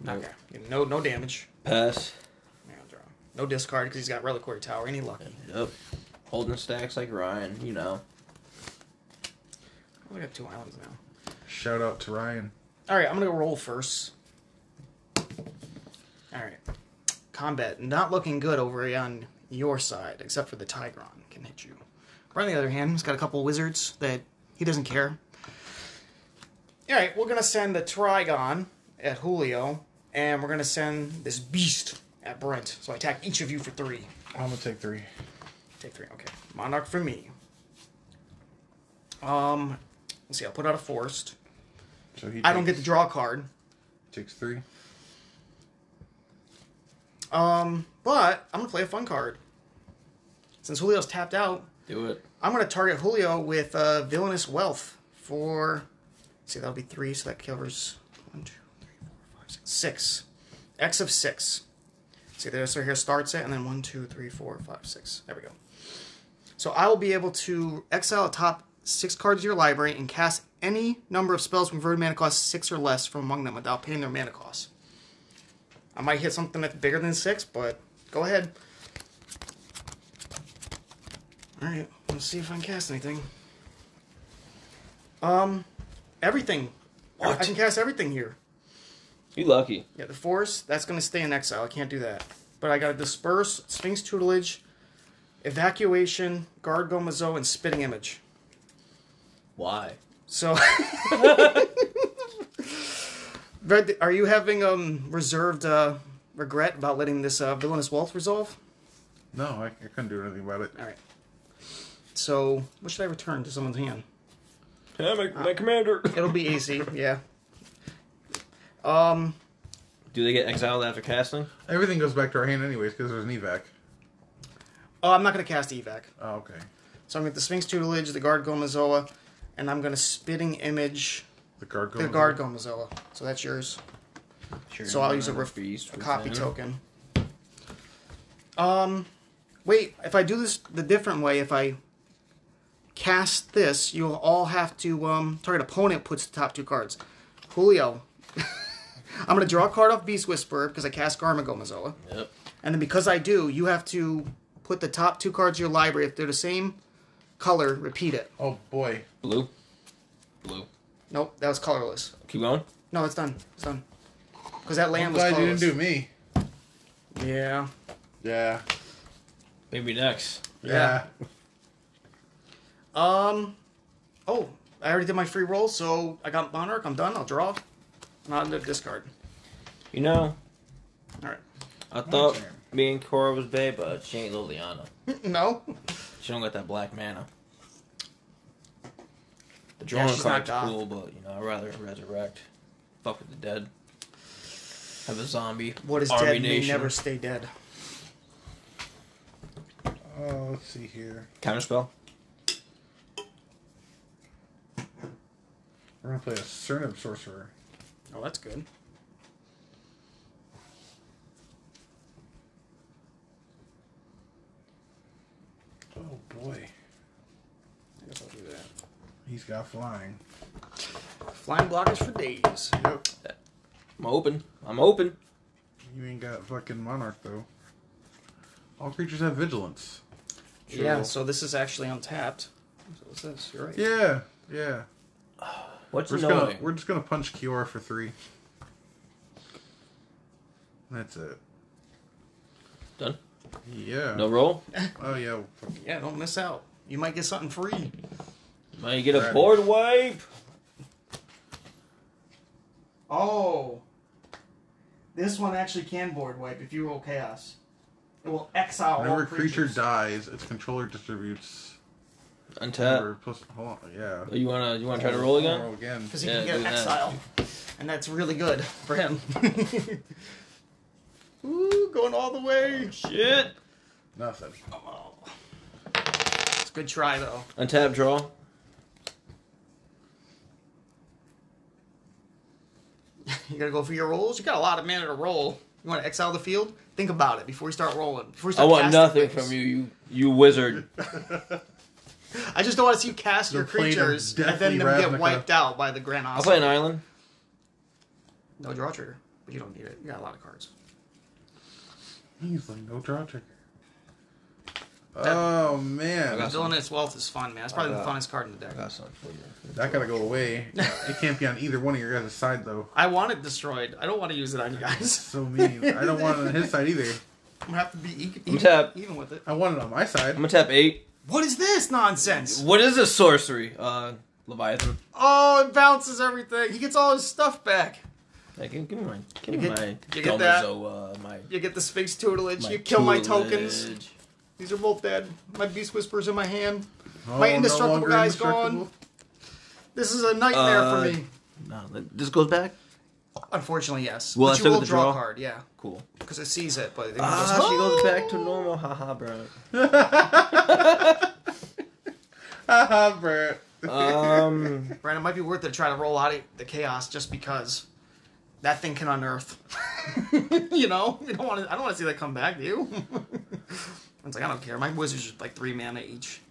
Speaker 2: now.
Speaker 1: No.
Speaker 2: Okay. No, no damage.
Speaker 1: Pass.
Speaker 2: Yeah, I'll draw. No discard because he's got Reliquary Tower. Any lucky?
Speaker 1: Yep. Holding stacks like Ryan, you know.
Speaker 2: We got two islands now.
Speaker 3: Shout out to Ryan.
Speaker 2: All right, I'm gonna roll first. All right, combat not looking good over on your side, except for the Tigron can hit you. But on the other hand, he's got a couple wizards that he doesn't care. All right, we're gonna send the Trigon at Julio, and we're gonna send this beast at Brent. So I attack each of you for three.
Speaker 3: I'm going to take three.
Speaker 2: Take three. Okay. Monarch for me. Um, let's see. I'll put out a forced.
Speaker 3: So he.
Speaker 2: I don't get
Speaker 3: takes-
Speaker 2: to draw a card.
Speaker 3: Takes three.
Speaker 2: Um, but I'm gonna play a fun card. Since Julio's tapped out,
Speaker 1: Do it.
Speaker 2: I'm gonna target Julio with uh, villainous wealth for. let's see, that'll be three, so that covers one, two, three, four, five, six, six. X of six. See, there, so here starts it, and then one, two, three, four, five, six. There we go. So I will be able to exile the top six cards of your library and cast any number of spells converted mana cost six or less from among them without paying their mana cost. I might hit something that's bigger than six, but go ahead. All right, let's see if I can cast anything. Um, everything. I- I
Speaker 1: What?
Speaker 2: can cast everything here.
Speaker 1: You lucky.
Speaker 2: Yeah, the force, that's going to stay in exile. I can't do that. But I got to disperse, Sphinx tutelage, evacuation, guard gomazo, and spitting image.
Speaker 1: Why?
Speaker 2: So, Red, are you having um reserved uh, regret about letting this uh, villainous wealth resolve?
Speaker 3: No, I, I couldn't do anything about it.
Speaker 2: All right. So, what should I return to someone's hand?
Speaker 1: my commander.
Speaker 2: It'll be AC, yeah. Um,
Speaker 1: Do they get exiled after casting?
Speaker 3: Everything goes back to our hand anyways because there's an evac.
Speaker 2: oh, I'm not gonna cast evac.
Speaker 3: Oh, okay.
Speaker 2: So I'm gonna get the Sphinx tutelage, the guard gomazoa, and I'm gonna spitting image
Speaker 3: The guard goes.
Speaker 2: the guard gomazoa. So that's yours.
Speaker 1: Sure.
Speaker 2: So I'll use a, ref-
Speaker 1: refused
Speaker 2: a copy token. Um, wait. If I do this the different way, if I cast this, you'll all have to um target opponent puts the top two cards. Julio, I'm gonna draw a card off Beast Whisperer because I cast Garma Gomazoa,
Speaker 1: Yep.
Speaker 2: and then because I do, you have to put the top two cards of your library if they're the same color. Repeat it.
Speaker 3: Oh boy.
Speaker 1: Blue. Blue.
Speaker 2: Nope, that was colorless.
Speaker 1: Keep going.
Speaker 2: No, it's done. It's done. Because that
Speaker 3: I'm
Speaker 2: land was
Speaker 3: glad you
Speaker 2: colorless.
Speaker 3: didn't do me.
Speaker 2: yeah.
Speaker 3: Yeah.
Speaker 1: Maybe next.
Speaker 3: Yeah.
Speaker 2: Um. Oh, I already did my free roll, so I got Monarch. I'm done. I'll draw. Not the discard.
Speaker 1: You know,
Speaker 2: All
Speaker 1: I thought
Speaker 3: turn.
Speaker 1: me and Cora was bae, but she ain't Liliana.
Speaker 2: right. no.
Speaker 1: She don't got that black mana. The drawing
Speaker 2: she's not
Speaker 1: card's
Speaker 2: goth.
Speaker 1: cool, but you know, I'd rather resurrect. Fuck with the dead. Have a zombie.
Speaker 2: What is
Speaker 1: army
Speaker 2: dead may
Speaker 1: nation.
Speaker 2: never stay dead.
Speaker 3: Oh, let's see here.
Speaker 1: counterspell?
Speaker 3: We're gonna play a Cernib sorcerer.
Speaker 2: Oh, that's good.
Speaker 3: Oh boy.
Speaker 2: I guess I'll do that.
Speaker 3: He's got flying.
Speaker 2: Flying blockers for days.
Speaker 3: Yep.
Speaker 1: I'm open. I'm open.
Speaker 3: You ain't got fucking monarch though. All creatures have vigilance.
Speaker 2: Yeah. So this is actually untapped. So what's this? You're right.
Speaker 3: Yeah. Yeah.
Speaker 1: What's
Speaker 3: We're just
Speaker 1: annoying?
Speaker 3: gonna we're just gonna punch Kiora for three. That's it.
Speaker 1: Done.
Speaker 3: Yeah.
Speaker 1: No roll.
Speaker 3: Oh yeah.
Speaker 2: Yeah. Don't miss out. You might get something free.
Speaker 1: Now you get a
Speaker 3: Right.
Speaker 1: board wipe.
Speaker 2: Oh. This one actually can board wipe if you roll chaos. It will exile
Speaker 3: Whenever a creature dies, its controller distributes.
Speaker 1: Untap.
Speaker 3: or plus, hold on, yeah.
Speaker 1: Oh, Uh, You wanna you wanna try to roll again?
Speaker 3: Roll again.
Speaker 2: because he
Speaker 1: Yeah,
Speaker 2: can get
Speaker 1: do that.
Speaker 2: exile, and that's really good for him. Ooh, going all the way.
Speaker 1: Oh, Shit.
Speaker 3: Nothing.
Speaker 2: Oh. It's a good try though.
Speaker 1: Untap draw.
Speaker 2: You gotta go for your rolls. You got a lot of mana to roll. You want to exile the field? Think about it before you start rolling. Before you
Speaker 1: I
Speaker 2: start
Speaker 1: want
Speaker 2: casting
Speaker 1: nothing
Speaker 2: things.
Speaker 1: from you, you you wizard.
Speaker 2: I just don't want to see you cast
Speaker 3: The
Speaker 2: your
Speaker 3: plane of
Speaker 2: creatures and then
Speaker 3: deathly
Speaker 2: them get
Speaker 3: Ravnica.
Speaker 2: wiped out by the Grand
Speaker 1: I'll play an
Speaker 2: Osprey.
Speaker 1: island.
Speaker 2: No draw trigger, but you don't need it. You got a lot of cards.
Speaker 3: He's like no draw trigger. Oh man,
Speaker 1: got-
Speaker 2: Villainous Wealth is fun, man. It's probably the
Speaker 1: got-
Speaker 2: funnest card in the deck.
Speaker 1: something for you.
Speaker 3: that gotta go away. it can't be on either one of your guys' side though.
Speaker 2: I want it destroyed. I don't want to use it on you guys.
Speaker 3: So mean. I don't want it on his side either.
Speaker 2: I'm gonna have to be e-
Speaker 1: I'm
Speaker 2: even,
Speaker 1: tapped.
Speaker 2: even with it.
Speaker 3: I want it on my side.
Speaker 1: I'm gonna tap eight.
Speaker 2: What is this nonsense?
Speaker 1: What is this sorcery? Uh Leviathan.
Speaker 2: Oh, it bounces everything. He gets all his stuff back.
Speaker 1: Hey, give, give me my give
Speaker 2: You
Speaker 1: me
Speaker 2: get-
Speaker 1: my
Speaker 2: you get that?
Speaker 1: Gomazo, uh, my,
Speaker 2: You get the Sphinx tutelage.
Speaker 1: my
Speaker 2: you kill my tokens.
Speaker 1: tutelage.
Speaker 2: These are both dead. My Beast Whisper's in my hand.
Speaker 3: Oh,
Speaker 2: My indestructible
Speaker 3: longer
Speaker 2: guy's gone.
Speaker 3: indestructible.
Speaker 2: This is a nightmare
Speaker 1: Uh,
Speaker 2: for me.
Speaker 1: No, that- this goes back.
Speaker 2: Unfortunately, yes.
Speaker 1: Well, I
Speaker 2: but you
Speaker 1: took
Speaker 2: will
Speaker 1: the
Speaker 2: draw,
Speaker 1: draw.
Speaker 2: a card, yeah,
Speaker 1: Cool.
Speaker 2: because it sees it. But it was
Speaker 1: Ah,
Speaker 2: just,
Speaker 1: she goes back to normal. Haha, bro.
Speaker 3: Haha, bro.
Speaker 1: Um,
Speaker 2: Brandon, it might be worth it to try to roll out of the chaos just because that thing can unearth. you know, you don't want to. I don't want to see that come back to you. it's like I don't care. My wizards are like three mana each.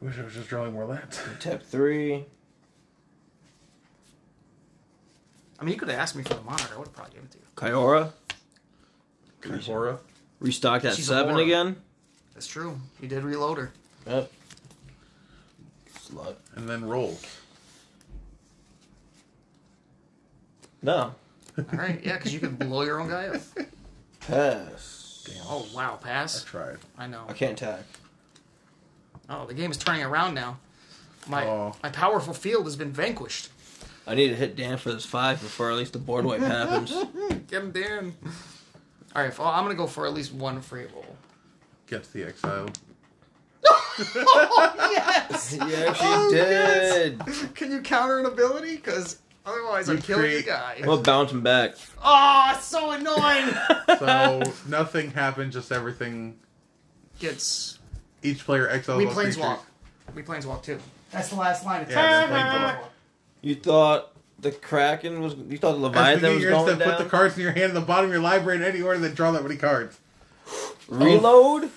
Speaker 3: Wish I was just drawing more lands.
Speaker 1: tap three.
Speaker 2: I mean, you could have asked me for the monitor. I would have probably given it to you.
Speaker 1: Kyora
Speaker 3: Kagura.
Speaker 1: restocked at
Speaker 2: She's a
Speaker 1: seven
Speaker 2: whore.
Speaker 1: again.
Speaker 2: That's true. You did reload her.
Speaker 1: Yep. Slut.
Speaker 3: And then rolls.
Speaker 1: No.
Speaker 2: All right, yeah, because you could blow your own guy up.
Speaker 1: Pass.
Speaker 2: Oh wow,
Speaker 3: I
Speaker 2: pass.
Speaker 3: tried.
Speaker 2: I know.
Speaker 1: I can't tag.
Speaker 2: Oh, the game is turning around now. My
Speaker 3: Oh.
Speaker 2: my powerful field has been vanquished.
Speaker 1: I need to hit Dan for this five before at least the board wipe happens.
Speaker 2: Get him, Dan. All right, well, I'm gonna go for at least one free roll.
Speaker 3: Gets the exile.
Speaker 2: yes.
Speaker 1: you actually
Speaker 2: Oh,
Speaker 1: did.
Speaker 2: Can you counter an ability? Because otherwise,
Speaker 3: You
Speaker 2: I'm killing the
Speaker 3: create-
Speaker 2: guy.
Speaker 1: I'm gonna bounce him back.
Speaker 2: Oh, it's so annoying.
Speaker 3: So nothing happened, just everything.
Speaker 2: Gets
Speaker 3: Each player exiles
Speaker 2: we
Speaker 3: all
Speaker 2: planeswalk.
Speaker 3: creatures.
Speaker 2: We planeswalk too. That's the last line.
Speaker 3: Yeah, then planeswalk.
Speaker 1: You thought the Kraken was. You thought the Leviathan
Speaker 3: As we get
Speaker 1: was
Speaker 3: yours to
Speaker 1: going down.
Speaker 3: put the cards in your hand in the bottom of your library in any order, then draw that many cards.
Speaker 1: Reload.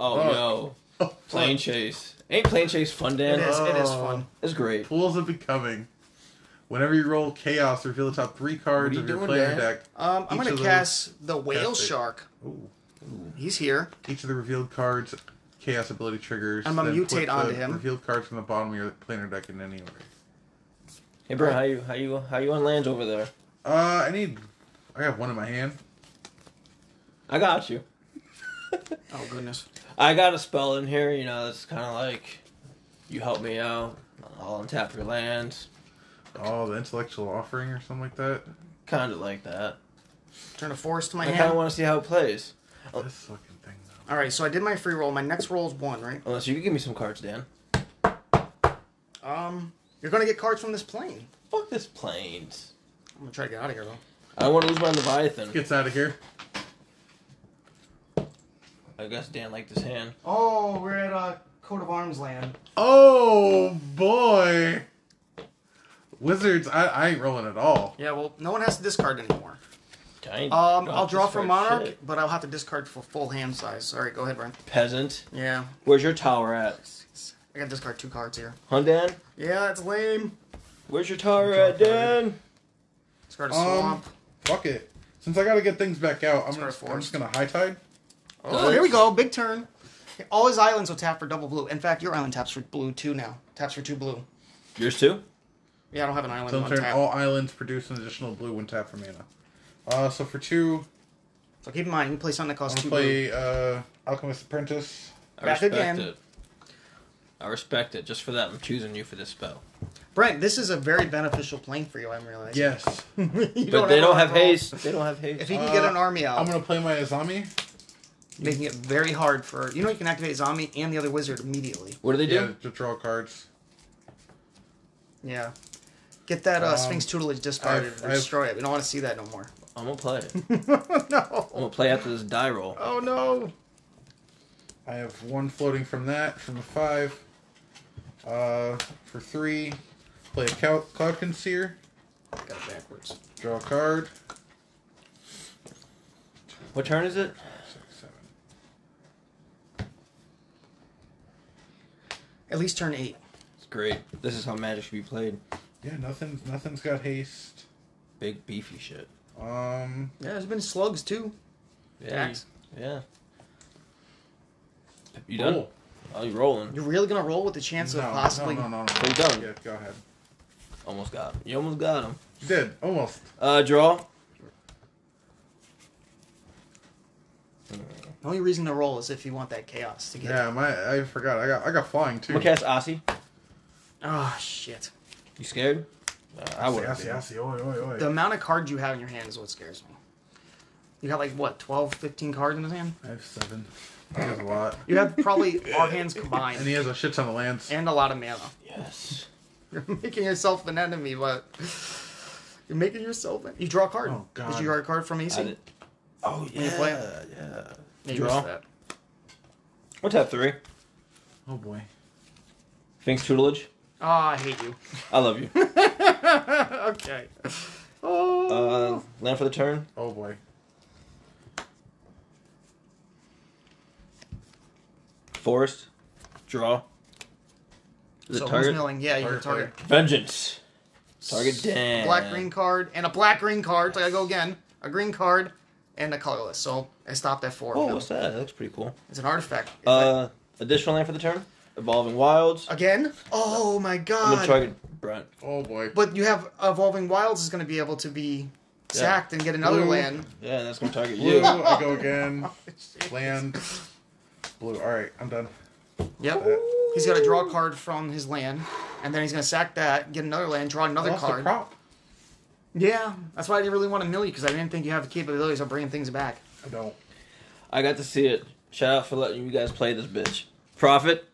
Speaker 1: Oh,
Speaker 3: Fuck.
Speaker 1: no.
Speaker 3: Oh,
Speaker 1: Plane chase. Ain't plane chase fun, Dan?
Speaker 2: it is. It is
Speaker 3: Oh.
Speaker 2: fun.
Speaker 1: It's great.
Speaker 3: Pools of Becoming. Whenever you roll Chaos, reveal the top three cards
Speaker 1: you
Speaker 3: of your
Speaker 1: doing,
Speaker 3: player
Speaker 1: Dad?
Speaker 3: deck.
Speaker 2: Um, I'm
Speaker 3: Each
Speaker 2: gonna
Speaker 3: of those-
Speaker 2: cast the whale
Speaker 3: cast it.
Speaker 2: shark.
Speaker 3: Ooh.
Speaker 2: He's here.
Speaker 3: Each of the revealed cards, Chaos ability triggers.
Speaker 2: I'm gonna
Speaker 3: then
Speaker 2: mutate
Speaker 3: put the
Speaker 2: onto him.
Speaker 3: Revealed cards from the bottom of your planar deck in any order.
Speaker 1: Hey, bro, how you how you how you on lands over there?
Speaker 3: Uh, I need. I have one in my hand.
Speaker 1: I got you.
Speaker 2: Oh goodness.
Speaker 1: I got a spell in here, you know, that's kind of like you help me out, I'll untap your lands.
Speaker 3: Oh, the intellectual offering or something like that.
Speaker 1: Kind of like that.
Speaker 2: Turn a forest to my
Speaker 1: I kind
Speaker 2: hand.
Speaker 1: of want to see how it plays. Oh.
Speaker 3: This fucking thing. Though.
Speaker 2: All right, so I did my free roll. My next roll is one, right?
Speaker 1: Unless you can give me some cards, Dan.
Speaker 2: Um, you're gonna get cards from this plane.
Speaker 1: Fuck this planes.
Speaker 2: I'm gonna try to get out of here though.
Speaker 1: I don't want to lose my Leviathan.
Speaker 3: Gets out of here.
Speaker 1: I guess Dan liked his hand.
Speaker 2: Oh, we're at uh, coat of arms land.
Speaker 3: Oh boy. Wizards, I, I ain't rolling at all.
Speaker 2: Yeah, well, no one has to discard anymore.
Speaker 1: I ain't
Speaker 2: Um,
Speaker 1: dropped
Speaker 2: I'll draw
Speaker 1: this
Speaker 2: from
Speaker 1: for
Speaker 2: monarch,
Speaker 1: shit.
Speaker 2: but I'll have to discard for full hand size. Sorry, go ahead, Brian.
Speaker 1: Peasant,
Speaker 2: Yeah,
Speaker 1: where's your tower at?
Speaker 2: I gotta discard two cards here.
Speaker 1: Huh, Dan?
Speaker 2: Yeah, it's lame.
Speaker 1: Where's your tower
Speaker 3: Draw
Speaker 1: at, Dan?
Speaker 2: Discard a
Speaker 3: Um,
Speaker 2: swamp.
Speaker 3: Fuck it. Since I gotta get things back out, I'm,
Speaker 2: Start
Speaker 3: just, I'm
Speaker 2: forest.
Speaker 3: just gonna high tide.
Speaker 2: Oh, here we go. Big turn. All his islands will tap for double blue. In fact, your island taps for blue too now. Taps for two blue.
Speaker 1: Yours too?
Speaker 2: Yeah, I don't have an island
Speaker 3: So
Speaker 2: on
Speaker 3: turn,
Speaker 2: tap.
Speaker 3: all islands produce an additional blue when tapped for mana. Uh, so for two,
Speaker 2: So keep in mind, you play something that
Speaker 3: I'm
Speaker 2: costs
Speaker 3: gonna
Speaker 2: two blue.
Speaker 3: play uh, Alchemist Apprentice.
Speaker 1: I
Speaker 2: Back
Speaker 1: respect
Speaker 2: again.
Speaker 1: it. I respect it. Just for that, I'm choosing you for this spell.
Speaker 2: Brent, this is a very beneficial plane for you. I'm realizing.
Speaker 3: Yes.
Speaker 2: You
Speaker 1: But
Speaker 2: don't
Speaker 1: they don't
Speaker 2: to
Speaker 1: have
Speaker 2: roll.
Speaker 1: haste. They don't have
Speaker 2: If
Speaker 1: haste.
Speaker 2: he can get
Speaker 3: Uh,
Speaker 2: an army out,
Speaker 3: I'm gonna play my Azami.
Speaker 2: making it very hard for you know you can activate zombie and the other wizard immediately.
Speaker 1: What do they do?
Speaker 3: Yeah, to draw cards.
Speaker 2: Yeah. Get that uh,
Speaker 3: Um,
Speaker 2: Sphinx tutelage discarded
Speaker 3: I've-
Speaker 2: or
Speaker 3: I've-
Speaker 2: destroy it. We don't want to see that no more.
Speaker 1: I'm gonna play it. I'm
Speaker 2: Oh, no.
Speaker 1: gonna play after this die roll.
Speaker 2: Oh no.
Speaker 3: I have one floating from that, from the five. Uh, for three, play a Cloud, Cloud Conceer,
Speaker 2: Got it backwards.
Speaker 3: draw a card.
Speaker 1: What turn is it?
Speaker 3: Six, seven.
Speaker 2: At least turn eight.
Speaker 1: It's great. This is how Magic should be played.
Speaker 3: Yeah, nothing, nothing's got haste.
Speaker 1: Big beefy shit.
Speaker 3: Um,
Speaker 2: Yeah, there's been slugs too.
Speaker 1: Yeah.
Speaker 2: Dax.
Speaker 1: You, yeah. You done?
Speaker 3: roll.
Speaker 1: Oh, you rolling?
Speaker 2: You're really gonna roll with the chance
Speaker 3: No,
Speaker 2: of possibly.
Speaker 3: No, no, no, no.
Speaker 1: We're done.
Speaker 3: Yeah, go ahead.
Speaker 1: Almost got him. You almost got him.
Speaker 3: You did almost.
Speaker 1: Uh, draw.
Speaker 2: The only reason to roll is if you want that chaos to get.
Speaker 3: Yeah, my I forgot. I got I got flying too.
Speaker 1: I'm gonna cast Aussie.
Speaker 2: Oh shit.
Speaker 1: You scared? Uh, I would.
Speaker 3: Yassi,
Speaker 1: not
Speaker 3: yassi, oi, oi, oi.
Speaker 2: The amount of cards you have in your hand is what scares me. You got like what, 12, 15 cards in his hand?
Speaker 3: I have seven. He has a lot,
Speaker 2: You have probably all hands combined
Speaker 3: and he has a shit ton of lands.
Speaker 2: and a lot of mana.
Speaker 1: Yes.
Speaker 2: You're making yourself an enemy, but you're making yourself. An... You draw a card.
Speaker 3: Oh, God.
Speaker 2: Did you draw a card from
Speaker 1: I
Speaker 2: AC?
Speaker 1: did- Oh
Speaker 2: you play
Speaker 1: yeah, yeah.
Speaker 2: Yeah, you
Speaker 1: Draw.
Speaker 2: missed that.
Speaker 1: What's that three?
Speaker 3: Oh boy.
Speaker 1: Fink's tutelage.
Speaker 2: Ah, I hate you.
Speaker 1: I love you.
Speaker 2: okay.
Speaker 1: Uh,
Speaker 2: Oh.
Speaker 1: land for the turn.
Speaker 3: Oh boy.
Speaker 1: Forest. Draw. Is
Speaker 2: so
Speaker 1: it
Speaker 2: who's
Speaker 1: target?
Speaker 2: milling? Yeah, you can
Speaker 3: Target
Speaker 2: target.
Speaker 1: Vengeance. Target Dan.
Speaker 2: Black green card and a black green card. So I gotta go again. A green card and a colorless. So I stopped at four.
Speaker 1: Oh,
Speaker 2: No.
Speaker 1: what's that? That looks pretty cool.
Speaker 2: It's an artifact. It's
Speaker 1: Uh, additional land for the turn. Evolving Wilds.
Speaker 2: like- again? Oh my
Speaker 1: I'm gonna
Speaker 2: god.
Speaker 1: target Brent.
Speaker 3: Oh boy.
Speaker 2: But you have evolving wilds is going to be able to be
Speaker 1: Yeah.
Speaker 2: sacked and get another
Speaker 3: Blue.
Speaker 2: land.
Speaker 1: Yeah, and that's gonna target
Speaker 3: Blue,
Speaker 1: you.
Speaker 3: I go again. Land. Blue. Alright, I'm done.
Speaker 2: Yep. He's going to draw a card from his land, and then he's going to sack that, get another land, draw another
Speaker 3: Lost a
Speaker 2: card.
Speaker 3: prop.
Speaker 2: Yeah, that's why I didn't really want to mill you because I didn't think you have the capabilities of bringing things back.
Speaker 3: I don't.
Speaker 1: I got to see it. Shout out for letting you guys play this bitch. Profit.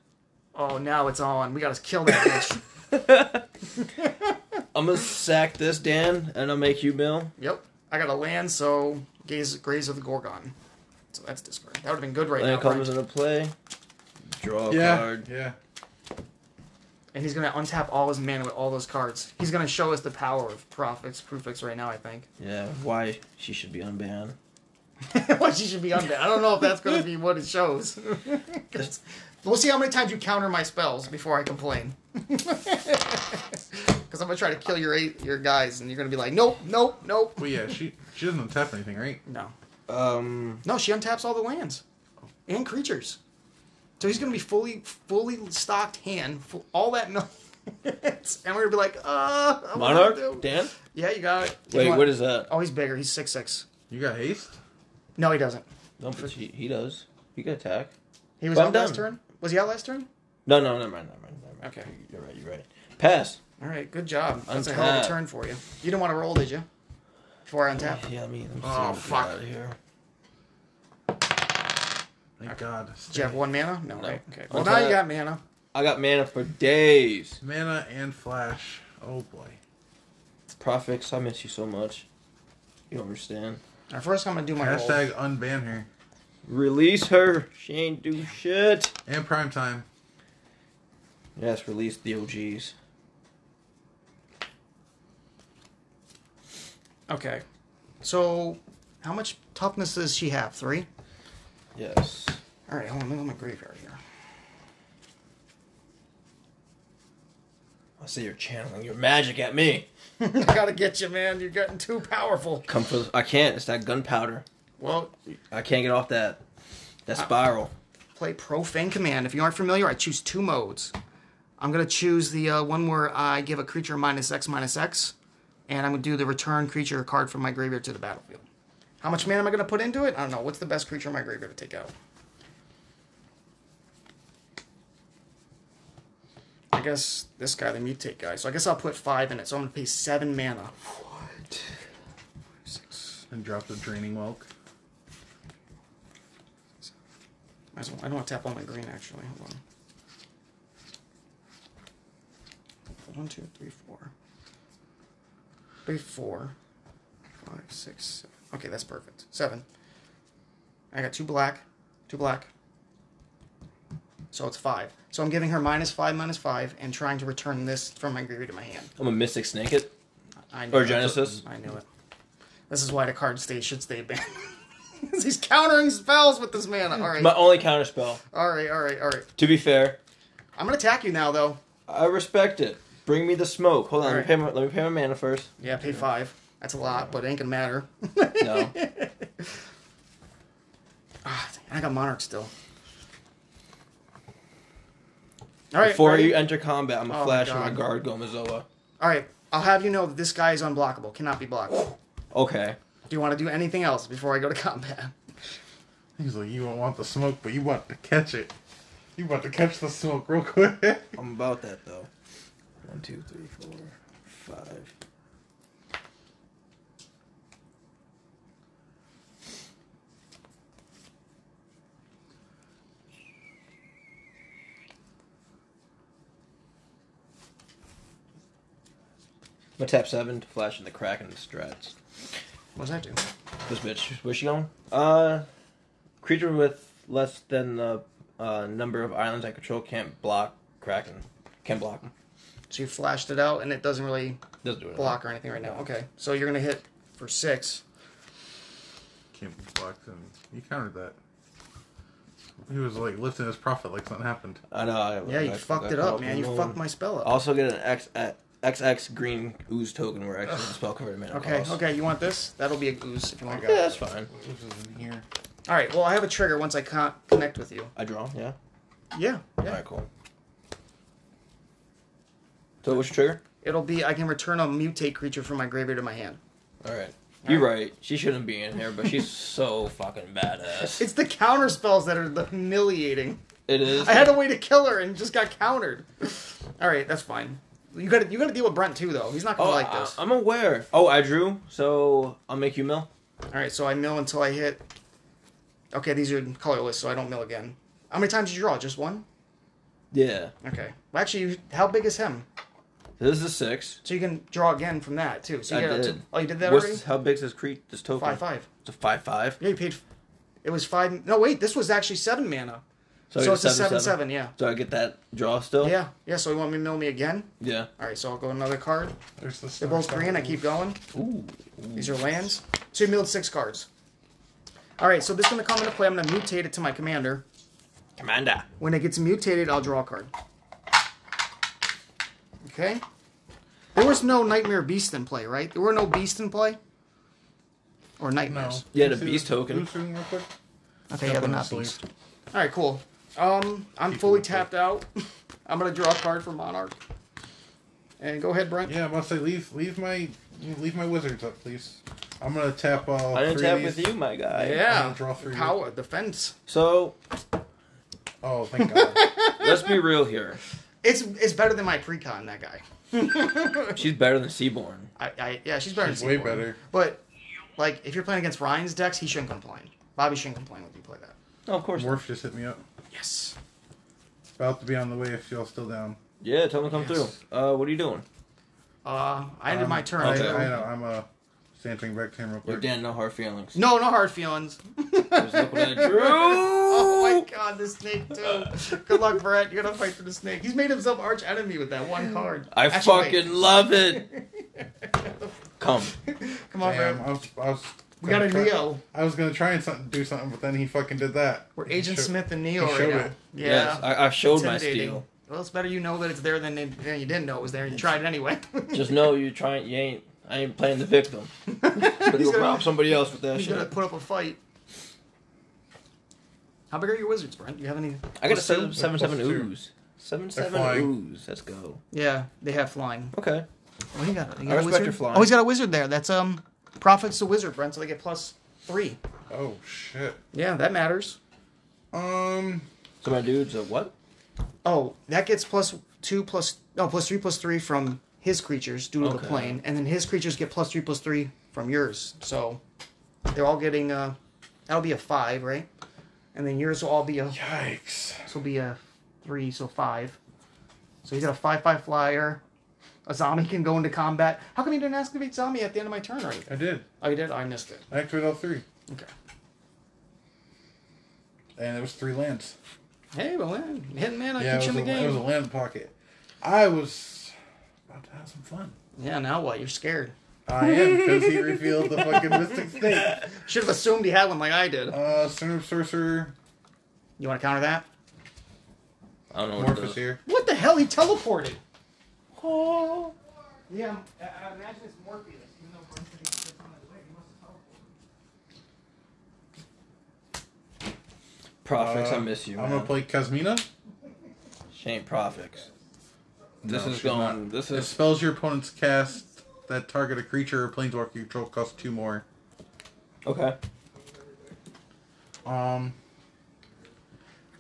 Speaker 2: Oh, now it's on. We got to kill that bitch.
Speaker 1: I'm gonna sack this Dan, and I'll make you Bill.
Speaker 2: Yep. I got a land, so Gaze, Graze of the Gorgon. So that's discard. That would have been good right
Speaker 1: Land
Speaker 2: now.
Speaker 1: comes
Speaker 2: right?
Speaker 1: into play. Draw a
Speaker 3: Yeah.
Speaker 1: card.
Speaker 3: Yeah.
Speaker 2: And he's going to untap all his mana with all those cards. He's going to show us the power of Prophet's Prefix right now, I think.
Speaker 1: Yeah. Why she should be unbanned.
Speaker 2: what she should be under. I don't know if that's going to be what it shows. 'Cause- we'll see how many times you counter my spells before I complain. Because I'm going to try to kill your eight, your guys, and you're going to be like, nope, nope, nope.
Speaker 3: Well yeah, she she doesn't tap anything, right?
Speaker 2: No.
Speaker 1: Um.
Speaker 2: No, she untaps all the lands and creatures. So he's going to be fully, fully stocked hand, full, all that. No- and we're going to be like, uh. what do I do?
Speaker 1: Monarch. Dan.
Speaker 2: Yeah, you got it.
Speaker 1: Wait,
Speaker 2: You want-
Speaker 1: what is that?
Speaker 2: Oh, he's bigger. He's six six.
Speaker 3: You got haste?
Speaker 2: No, he doesn't.
Speaker 1: No, but he, he does. He can attack.
Speaker 2: He was
Speaker 1: But I'm
Speaker 2: out last
Speaker 1: done.
Speaker 2: turn? Was he out last turn?
Speaker 1: No, no, never mind, never mind, never mind.
Speaker 2: Okay.
Speaker 1: You're right, you're right. Pass.
Speaker 2: All right, good job. That's a hell of
Speaker 1: Untap.
Speaker 2: a turn for you. You didn't want to roll, did you? Before I untap.
Speaker 1: Yeah, let me, let me
Speaker 2: Oh,
Speaker 1: see
Speaker 2: fuck.
Speaker 1: out of here.
Speaker 3: Thank God.
Speaker 2: Did you have one mana? No,
Speaker 1: No.
Speaker 2: right? Okay. Well,
Speaker 1: Untap.
Speaker 2: now you got mana.
Speaker 1: I got mana for days.
Speaker 3: Mana and flash. Oh boy.
Speaker 1: Profix, I miss you so much. You don't understand.
Speaker 2: All right, first I'm gonna do my roll.
Speaker 3: Hashtag unban her.
Speaker 1: Release her. She ain't do shit.
Speaker 3: And prime time.
Speaker 1: Yes, release the OGs.
Speaker 2: Okay. So, how much toughness does she have? Three.
Speaker 1: Yes.
Speaker 2: All right, hold on. Let me go to my graveyard here.
Speaker 1: I see you're channeling your magic at me.
Speaker 2: I gotta get you, man. You're getting too powerful.
Speaker 1: Come for I can't. It's that gunpowder.
Speaker 2: Well,
Speaker 1: I can't get off that that spiral.
Speaker 2: play Profane Command. If you aren't familiar, I choose two modes. I'm gonna choose the uh, one where I give a creature minus X minus X, and I'm gonna do the return creature card from my graveyard to the battlefield. How much mana am I gonna put into it? I don't know. What's the best creature in my graveyard to take out? I guess this guy, the mutate guy. So I guess I'll put five in it. So I'm gonna pay seven mana.
Speaker 1: What?
Speaker 2: Six.
Speaker 3: And drop the draining milk.
Speaker 2: Might as well- I don't want to tap all my green actually. Hold on. One, two, three, four. Three, four, five, six, seven. Okay, that's perfect. Seven. I got two black, two black. So it's five. So I'm giving her minus five, minus five, and trying to return this from my graveyard to my hand.
Speaker 1: I'm a mystic snake it.
Speaker 2: I knew
Speaker 1: Or
Speaker 2: it.
Speaker 1: Genesis.
Speaker 2: I knew it. This is why the card stays should stay banned. 'Cause He's countering spells with this mana. All right.
Speaker 1: My only counter spell.
Speaker 2: all right. All right. All right.
Speaker 1: To be fair,
Speaker 2: I'm gonna attack you now, though.
Speaker 1: I respect it. Bring me the smoke. Hold on, let, me
Speaker 2: Alright.
Speaker 1: pay my, let me pay my mana first.
Speaker 2: Yeah, pay five. That's a lot, but it ain't gonna matter.
Speaker 1: No.
Speaker 2: Ah, dang, I got Monarch still. All right.
Speaker 1: Before
Speaker 2: ready?
Speaker 1: you enter combat, I'm a
Speaker 2: Oh my
Speaker 1: flash my,
Speaker 2: God.
Speaker 1: my guard Gomazoa.
Speaker 2: All right. I'll have you know that this guy is unblockable. Cannot be blocked. Do
Speaker 1: Okay.
Speaker 2: you want to do anything else before I go to combat?
Speaker 3: He's like, you don't want the smoke, but you want to catch it. You want to catch the smoke real quick.
Speaker 1: I'm about that though. One, two, three, four, five. I'm gonna tap seven to flash in the crack and the strats.
Speaker 2: What's that do?
Speaker 1: This bitch, where's she going? Uh, creature with less than the uh, number of islands I control can't block Kraken. Can't block.
Speaker 2: So you flashed it out, and it doesn't really
Speaker 1: Doesn't do anything.
Speaker 2: block or anything right now. Okay, so you're gonna hit for six.
Speaker 3: Can't be blocked. And you countered that. He was like lifting his profit like something happened.
Speaker 1: I know. I,
Speaker 2: Yeah, you
Speaker 1: I- I
Speaker 2: fucked it
Speaker 1: called
Speaker 2: up, man. You
Speaker 1: one.
Speaker 2: fucked my spell up.
Speaker 1: Also get an X, uh, XX green ooze token where X is the spell covered mana
Speaker 2: Okay,
Speaker 1: cost.
Speaker 2: okay. You want this? That'll be a goose if you want.
Speaker 1: Yeah, that's fine.
Speaker 3: This is in here.
Speaker 2: All right. Well, I have a trigger once I con- connect with you.
Speaker 1: I draw. Yeah.
Speaker 2: Yeah,
Speaker 1: All
Speaker 2: yeah.
Speaker 1: right, cool. So what's your trigger?
Speaker 2: It'll be I can return a mutate creature from my graveyard to my hand.
Speaker 1: All right. You're right. She shouldn't be in here, but she's so fucking badass.
Speaker 2: It's the counter spells that are the humiliating.
Speaker 1: It is.
Speaker 2: I had a way to kill her and just got countered. All right, that's fine. You got to you got to deal with Brent too, though. He's not gonna
Speaker 1: Oh,
Speaker 2: like this.
Speaker 1: I, am aware. Oh, I drew, so I'll make you mill.
Speaker 2: All right, so I mill until I hit. Okay, these are colorless, so I don't mill again. How many times did you draw? Just one.
Speaker 1: Yeah.
Speaker 2: Okay. Well, actually, you- how big is him?
Speaker 1: This is a six.
Speaker 2: So you can draw again from that too. So you
Speaker 1: I
Speaker 2: get up to-
Speaker 1: did.
Speaker 2: oh, you did that
Speaker 1: What's-
Speaker 2: already.
Speaker 1: How big's this creep? This token?
Speaker 2: Five five.
Speaker 1: It's a five five.
Speaker 2: Yeah, you paid. It was five. No, wait. This was actually seven mana. So,
Speaker 1: I get
Speaker 2: it's a seven seven. Yeah.
Speaker 1: So I get that draw still.
Speaker 2: Yeah. Yeah. So you want me to mill me again?
Speaker 1: Yeah.
Speaker 2: All right. So I'll go another card.
Speaker 3: There's the.
Speaker 2: They're both green. I keep going.
Speaker 1: Ooh.
Speaker 2: These are lands. So you milled six cards. All right. So this is gonna come into play. I'm gonna mutate it to my commander.
Speaker 1: Commander.
Speaker 2: When it gets mutated, I'll draw a card. Okay. There was no Nightmare Beast in play, right? There were no Beast in play? Or
Speaker 3: No.
Speaker 2: Nightmares?
Speaker 1: Yeah, the
Speaker 3: See
Speaker 1: beast
Speaker 3: this
Speaker 1: token.
Speaker 3: blue thing real quick?
Speaker 2: Okay, yeah,
Speaker 3: Up
Speaker 2: they're
Speaker 3: on
Speaker 2: not
Speaker 3: the sleeve.
Speaker 2: Beast. Alright, cool. Um, I'm
Speaker 3: Keep
Speaker 2: fully
Speaker 3: it up.
Speaker 2: tapped out. I'm going to draw a card for Monarch. And go ahead, Brent.
Speaker 3: Yeah, I'm about to say leave leave my leave my wizards up, please. I'm gonna tap all.
Speaker 1: I didn't
Speaker 3: three
Speaker 1: tap
Speaker 3: of
Speaker 1: with
Speaker 3: these.
Speaker 1: you, my guy.
Speaker 2: Yeah.
Speaker 3: I'll draw for you.
Speaker 2: Power, defense.
Speaker 1: So
Speaker 3: Oh, thank God.
Speaker 1: let's be real here.
Speaker 2: It's it's better than my precon, that guy.
Speaker 1: She's better than Seaborn.
Speaker 2: I, I, yeah, she's better
Speaker 3: She's
Speaker 2: than
Speaker 3: way
Speaker 2: Seaborn.
Speaker 3: better.
Speaker 2: But, like, if you're playing against Ryan's decks, he shouldn't complain. Bobby shouldn't complain when you play that.
Speaker 1: Oh, of course.
Speaker 3: Morph just hit me up.
Speaker 2: Yes.
Speaker 3: About to be on the way if y'all still down.
Speaker 1: Yeah, tell him to come
Speaker 2: Yes.
Speaker 1: through. Uh, what are you doing?
Speaker 2: Uh, I ended
Speaker 3: Um,
Speaker 2: my turn.
Speaker 3: I,
Speaker 1: Okay.
Speaker 3: I know. I'm uh, stamping back to him real
Speaker 1: Yo,
Speaker 3: quick.
Speaker 1: Dan, no hard feelings.
Speaker 2: No, no hard feelings.
Speaker 1: Just look what I drew.
Speaker 2: oh my god, the snake too. Good luck, Brett. You're gonna fight for the snake. He's made himself arch enemy with that one card.
Speaker 1: I
Speaker 2: Actually,
Speaker 1: fucking love it. Come.
Speaker 2: wait. come on,
Speaker 3: Damn,
Speaker 2: Brett.
Speaker 3: I was, I was
Speaker 2: We got a
Speaker 3: gonna try-
Speaker 2: Neo.
Speaker 3: I was gonna try and something, do something, but then he fucking did that.
Speaker 2: We're Agent
Speaker 3: Sure.
Speaker 2: Smith and Neo
Speaker 3: he
Speaker 2: right
Speaker 3: showed
Speaker 2: now.
Speaker 3: it.
Speaker 2: Yeah.
Speaker 1: Yes, I, I showed my
Speaker 2: intimidating.
Speaker 1: steal.
Speaker 2: Well, it's better you know that it's there than, it, than you didn't know it was there and you tried it anyway.
Speaker 1: Just know you trying. You ain't. I ain't playing the victim. But
Speaker 2: He's
Speaker 1: you'll
Speaker 2: gonna-
Speaker 1: rob somebody else with that
Speaker 2: He's gonna
Speaker 1: shit.
Speaker 2: put up a fight. How big are your wizards, Brent? Do you have any?
Speaker 1: I got a seven seven,
Speaker 3: Plus
Speaker 1: seven
Speaker 3: two.
Speaker 1: ooze. Seven seven
Speaker 3: flying.
Speaker 1: ooze. Let's go.
Speaker 2: Yeah, they have flying.
Speaker 1: Okay.
Speaker 2: Well, he got, he
Speaker 1: I
Speaker 2: got a
Speaker 1: respect
Speaker 2: wizard.
Speaker 1: your flying.
Speaker 2: Oh, he's got a wizard there. That's um, profits the wizard, Brent. So they get plus three.
Speaker 3: Oh shit.
Speaker 2: Yeah, that matters.
Speaker 3: Um,
Speaker 1: So my dude's a what?
Speaker 2: Oh, that gets plus two plus no plus three plus three from his creatures due to the
Speaker 1: Okay.
Speaker 2: plane, and then his creatures get plus three plus three from yours. So they're all getting uh, that'll be a five, right? And then yours will all be a
Speaker 3: yikes.
Speaker 2: this will be a three, so five. So he's got a five five flyer. A zombie can go into combat. How come you didn't activate zombie at the end of my turn or anything?
Speaker 3: I did.
Speaker 2: Oh, you did. I missed it.
Speaker 3: I activated all three,
Speaker 2: Okay.
Speaker 3: and it was three lands.
Speaker 2: Hey, well, man, hit man, I
Speaker 3: yeah, it
Speaker 2: keep
Speaker 3: was,
Speaker 2: you in the
Speaker 3: a,
Speaker 2: game.
Speaker 3: it was a land pocket. I was about to have some fun.
Speaker 2: Yeah, now what? You're scared.
Speaker 3: I am because he revealed the fucking mystic snake.
Speaker 2: Should have assumed he had one like I did.
Speaker 3: Uh, Center of Sorcerer,
Speaker 2: You want to counter that?
Speaker 1: I don't know what it
Speaker 3: Morpheus
Speaker 1: does.
Speaker 3: here.
Speaker 2: What the hell? He teleported. Oh. Yeah, I, I imagine it's Morpheus. Even though Brent said he was just on his way, he must have teleported.
Speaker 1: Profix,
Speaker 3: Uh,
Speaker 1: I miss you.
Speaker 3: I'm gonna
Speaker 1: man.
Speaker 3: play Casmina.
Speaker 1: She ain't Profix. This
Speaker 3: No,
Speaker 1: is
Speaker 3: she's
Speaker 1: going.
Speaker 3: not.
Speaker 1: This
Speaker 3: It
Speaker 1: is.
Speaker 3: spells your opponent's cast that target a creature or planeswalker you control costs two more.
Speaker 1: Okay.
Speaker 3: Um,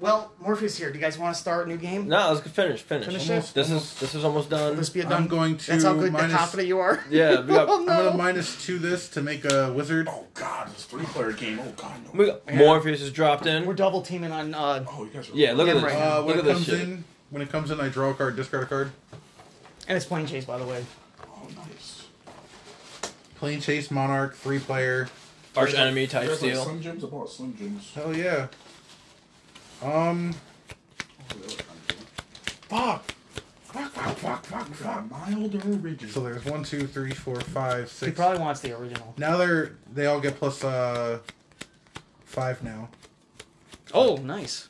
Speaker 2: Well, Morpheus here. Do you guys want to start a new game?
Speaker 1: No, let's finish. Finish.
Speaker 2: Finish
Speaker 3: it?
Speaker 1: This is this is almost done.
Speaker 2: Will this be a
Speaker 3: I'm
Speaker 2: done?
Speaker 3: going to
Speaker 2: That's how good
Speaker 3: minus-
Speaker 2: the confident you are.
Speaker 1: Yeah, we got-
Speaker 2: oh,
Speaker 1: I'm
Speaker 2: no.
Speaker 3: I'm gonna minus two this to make a wizard.
Speaker 4: Oh god, it's a three player game. Oh god, no.
Speaker 1: we got, Morpheus has dropped in.
Speaker 2: We're double teaming on. Uh,
Speaker 4: Oh, you guys are.
Speaker 1: yeah, look at
Speaker 2: Yeah,
Speaker 1: this.
Speaker 2: right now.
Speaker 3: Uh,
Speaker 1: look
Speaker 3: when
Speaker 1: at
Speaker 3: it
Speaker 1: this
Speaker 3: comes
Speaker 1: shit.
Speaker 3: in, when it comes in, I draw a card, discard a card.
Speaker 2: and it's plane chase, by the way.
Speaker 4: Oh, Nice.
Speaker 3: Plane Chase Monarch, three player.
Speaker 1: Arch enemy type
Speaker 4: There's like
Speaker 1: steal.
Speaker 4: Slim Jims. I bought Slim Jims.
Speaker 3: Hell yeah. Um. Fuck. Fuck, fuck, fuck, fuck, fuck.
Speaker 4: Mild or rigid?
Speaker 3: So there's one, two, three, four, five,
Speaker 2: He
Speaker 3: six.
Speaker 2: probably wants the original.
Speaker 3: Now they're they all get plus uh five now.
Speaker 2: Oh, nice.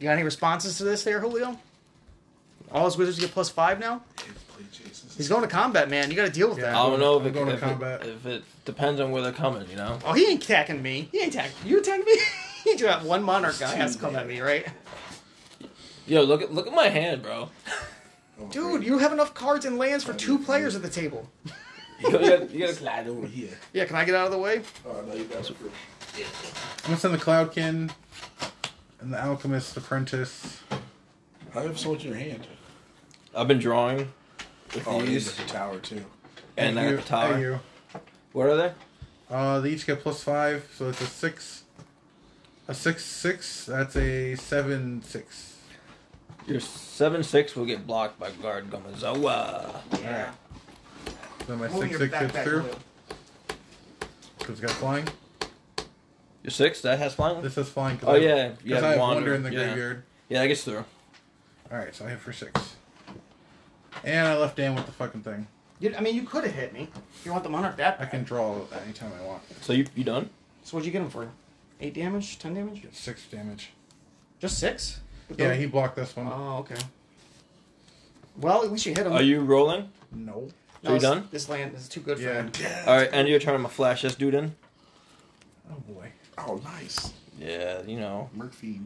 Speaker 2: You got any responses to this there, Julio? All his wizards get plus five now? He's going to combat, man. You got to deal with
Speaker 3: Yeah.
Speaker 2: that.
Speaker 1: I don't know if
Speaker 3: I'm
Speaker 1: it,
Speaker 3: going to
Speaker 1: if,
Speaker 3: combat.
Speaker 1: It, if it depends on where they're coming, you know.
Speaker 2: Oh, he ain't attacking me. He ain't attacking You attacking me? you got one monarch guy has to come at me, right?
Speaker 1: Yo, look at look at my hand, bro.
Speaker 4: Oh,
Speaker 2: Dude, you have enough cards and lands for two players at the table.
Speaker 1: You gotta, you gotta,
Speaker 4: slide over here.
Speaker 2: Yeah, can I get out of the way?
Speaker 4: Oh, no, you got it.
Speaker 3: I'm gonna send the Cloudkin and the Alchemist Apprentice.
Speaker 4: I have so much in your hand.
Speaker 1: I've been drawing with
Speaker 4: Oh, it
Speaker 1: these
Speaker 4: is the tower too.
Speaker 1: and
Speaker 3: At
Speaker 1: that
Speaker 3: at
Speaker 1: guitar.
Speaker 3: you.
Speaker 1: What are they?
Speaker 3: Uh, they each get plus five, so it's a six. A six six. That's a seven six.
Speaker 1: Your seven six will get blocked by guard Gomazawa.
Speaker 2: Yeah.
Speaker 3: Then my
Speaker 2: Move
Speaker 3: six
Speaker 2: your
Speaker 3: six gets
Speaker 2: backpack,
Speaker 3: through
Speaker 2: Julio.
Speaker 3: because it's got flying.
Speaker 1: Your six that has flying.
Speaker 3: This is flying. 'cause
Speaker 1: Oh
Speaker 3: I-
Speaker 1: yeah, you
Speaker 3: Because I have Wander in the
Speaker 1: yeah.
Speaker 3: graveyard.
Speaker 1: Yeah, that gets through.
Speaker 3: Alright, so I hit for six. And I left Dan with the fucking thing.
Speaker 2: You, I mean, you could have hit me. You want the monarch that?
Speaker 3: I can draw anytime I want.
Speaker 1: So you you done?
Speaker 2: So what'd you get him for? Eight damage? Ten damage?
Speaker 3: It's six damage.
Speaker 2: Just six?
Speaker 3: Yeah, he blocked this one.
Speaker 2: Oh, okay. Well, at least you hit him.
Speaker 1: Are you rolling?
Speaker 3: no.
Speaker 1: Are you
Speaker 2: this-
Speaker 1: done?
Speaker 2: This land is too good for
Speaker 3: Yeah.
Speaker 2: him.
Speaker 1: All right, end of your turn. I'm gonna flash this dude in.
Speaker 3: Oh boy.
Speaker 4: Oh, nice.
Speaker 1: Yeah, you know.
Speaker 4: Murphy.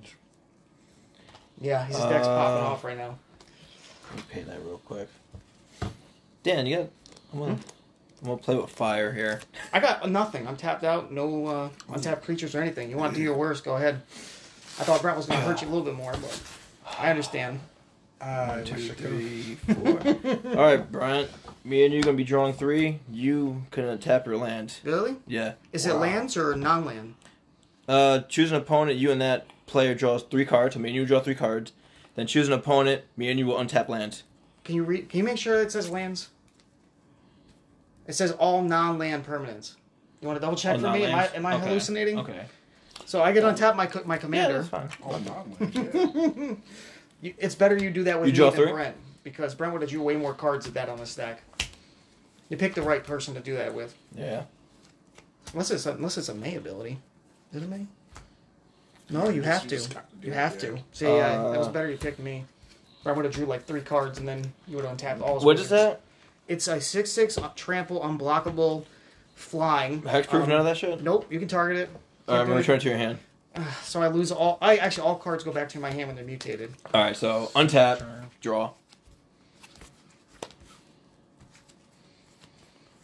Speaker 2: Yeah, his deck's popping
Speaker 1: Uh,
Speaker 2: off right now.
Speaker 1: Let me pay that real quick. Dan, you got. I'm gonna, I'm gonna play with fire here.
Speaker 2: I got nothing. I'm tapped out. No uh, untapped creatures or anything. You want to do your worst? Go ahead. I thought Brent was going to hurt you a little bit more, but I understand.
Speaker 3: I
Speaker 1: One, two,
Speaker 3: wish I could've-
Speaker 1: three, four. All right, Brent. Me and you gonna be drawing three. You can tap your land.
Speaker 2: Really?
Speaker 1: Yeah.
Speaker 2: Is it lands or non-land?
Speaker 1: Uh, choose an opponent. You and that player draws three cards. Me and you draw three cards. Then choose an opponent. Me and you will untap land.
Speaker 2: Can you read? Can you make sure it says lands? It says all non-land permanents. You want to double check
Speaker 1: Oh,
Speaker 2: for me? Am I,
Speaker 1: non-lands?
Speaker 2: am I
Speaker 1: Okay.
Speaker 2: hallucinating?
Speaker 1: Okay. Um,
Speaker 2: So I get on top my co- my
Speaker 1: Yeah,
Speaker 2: commander.
Speaker 1: that's fine.
Speaker 4: Oh, non-land. Yeah.
Speaker 2: You- it's better you do that with
Speaker 1: You
Speaker 2: me
Speaker 1: draw
Speaker 2: than
Speaker 1: three?
Speaker 2: Brent because Brent would have drew way more cards at that on the stack. You pick the right person to do that with,
Speaker 1: Yeah.
Speaker 2: unless it's a, unless it's a May ability. Is it a May? No, you have to. You have to. See, uh, that was
Speaker 1: Uh,
Speaker 2: better. You picked me. Brent would have drew like three cards, and then you would have untapped all. his
Speaker 1: What is
Speaker 2: wizards.
Speaker 1: that?
Speaker 2: It's a six-six trample, unblockable, flying.
Speaker 1: Hexproof?
Speaker 2: Um,
Speaker 1: none of that shit.
Speaker 2: Nope, you can target it.
Speaker 1: All right, I'm
Speaker 2: do
Speaker 1: gonna
Speaker 2: it.
Speaker 1: return it to your hand.
Speaker 2: So I lose all. I actually all cards go back to my hand when they're mutated.
Speaker 1: All right, so untap, draw.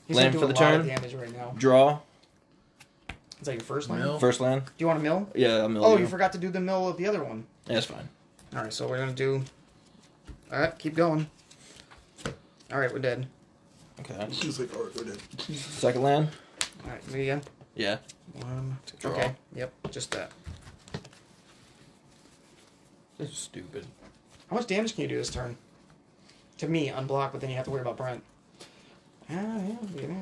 Speaker 2: He's not
Speaker 1: Land
Speaker 2: doing
Speaker 1: for
Speaker 2: a
Speaker 1: the
Speaker 2: lot of
Speaker 1: turn?
Speaker 2: damage right now.
Speaker 1: Draw.
Speaker 2: Is that your first land?
Speaker 3: Mill.
Speaker 1: First land.
Speaker 2: Do you want a mill?
Speaker 1: Yeah, I'm
Speaker 2: Oh, you forgot to do the mill of the other one.
Speaker 1: That's fine.
Speaker 2: All right, so we're gonna do. All right, keep going. All right, we're dead.
Speaker 1: Okay.
Speaker 4: She's like, oh, all right, go ahead.
Speaker 1: Second land.
Speaker 2: All right, me again.
Speaker 1: Yeah.
Speaker 2: One, two.
Speaker 1: Draw.
Speaker 2: Okay. Yep, just that.
Speaker 1: This is stupid.
Speaker 2: How much damage can you do this turn? To me, unblock, but then you have to worry about Brent. Ah, yeah, yeah.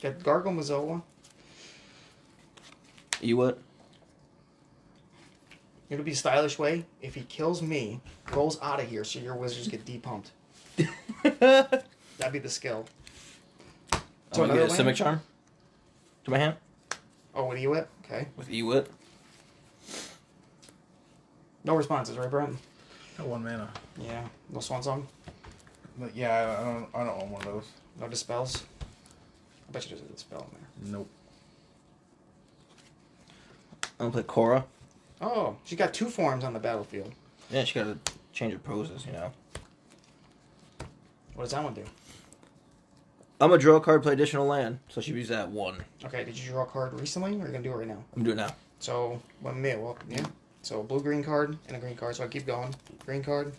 Speaker 2: Got Gargle Mazola.
Speaker 1: You what?
Speaker 2: It'll be stylish way if he kills me, rolls out of here, so your wizards get depumped. That'd be the skill. So
Speaker 1: I'm gonna get a
Speaker 2: another
Speaker 1: Simic
Speaker 2: land?
Speaker 1: Charm to my hand
Speaker 2: Oh, what do you whip? Okay.
Speaker 1: with Ewit.
Speaker 2: No responses, right, Brent?
Speaker 3: Got one mana.
Speaker 2: Yeah. No swan song.
Speaker 3: But yeah, I don't I don't want one of those.
Speaker 2: No dispels. I bet you there's a dispel in there.
Speaker 3: Nope.
Speaker 1: I'm gonna play Cora.
Speaker 2: Oh, she got two forms on the battlefield.
Speaker 1: Yeah, she gotta change her poses, you know.
Speaker 2: What does that one do?
Speaker 1: I'm gonna draw a card, play additional land, so she use that one.
Speaker 2: Okay, did you draw a card recently, or are you gonna do it right now?
Speaker 1: I'm doing now.
Speaker 2: So one mid, well, yeah. So blue green card and a green card. So I keep going. Green card,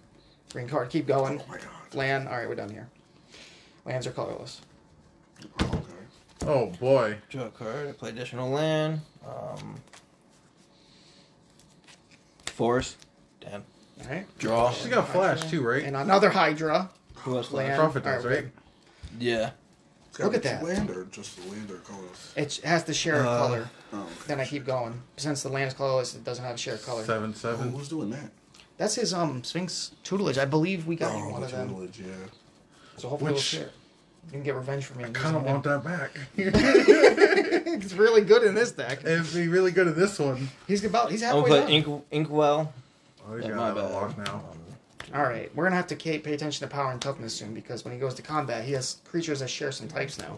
Speaker 2: green card. Keep going.
Speaker 4: Oh my god.
Speaker 2: Land. All right, we're done here. Lands are colorless.
Speaker 4: Oh, okay.
Speaker 3: Oh boy.
Speaker 1: Draw a card, play additional land. Um, forest. Damn.
Speaker 2: All right.
Speaker 1: Draw.
Speaker 3: She's got flash too, right?
Speaker 2: And another Hydra.
Speaker 1: Who else?
Speaker 2: Land.
Speaker 3: Prophet does,
Speaker 2: All
Speaker 3: right?
Speaker 1: Yeah.
Speaker 4: It's gotta
Speaker 2: Look at
Speaker 4: be
Speaker 2: that.
Speaker 4: Land or just the lander colors?
Speaker 2: It has to share a
Speaker 1: Uh,
Speaker 2: color.
Speaker 4: Oh,
Speaker 2: Then
Speaker 4: okay.
Speaker 2: I keep going. Since the land is colorless, it doesn't have a shared color.
Speaker 3: Seven
Speaker 4: Oh,
Speaker 3: seven.
Speaker 4: who's doing that?
Speaker 2: That's his um Sphinx tutelage. I believe we got
Speaker 4: Oh,
Speaker 2: one of
Speaker 4: the
Speaker 2: them.
Speaker 4: tutelage, yeah.
Speaker 2: So hopefully we'll
Speaker 3: Which-
Speaker 2: share. You can get revenge for me.
Speaker 3: I kind of want that back.
Speaker 2: He's really good in this deck.
Speaker 3: It'd be really good at this one.
Speaker 2: He's about. He's
Speaker 1: I'm
Speaker 2: halfway
Speaker 1: gonna put
Speaker 2: done.
Speaker 1: ink inkwell.
Speaker 3: Oh, he's
Speaker 1: Yeah,
Speaker 3: got
Speaker 1: my
Speaker 3: that
Speaker 1: bad. Um,
Speaker 3: lock now.
Speaker 2: All right, we're gonna have to ca- pay attention to power and toughness soon because when he goes to combat, he has creatures that share some types now.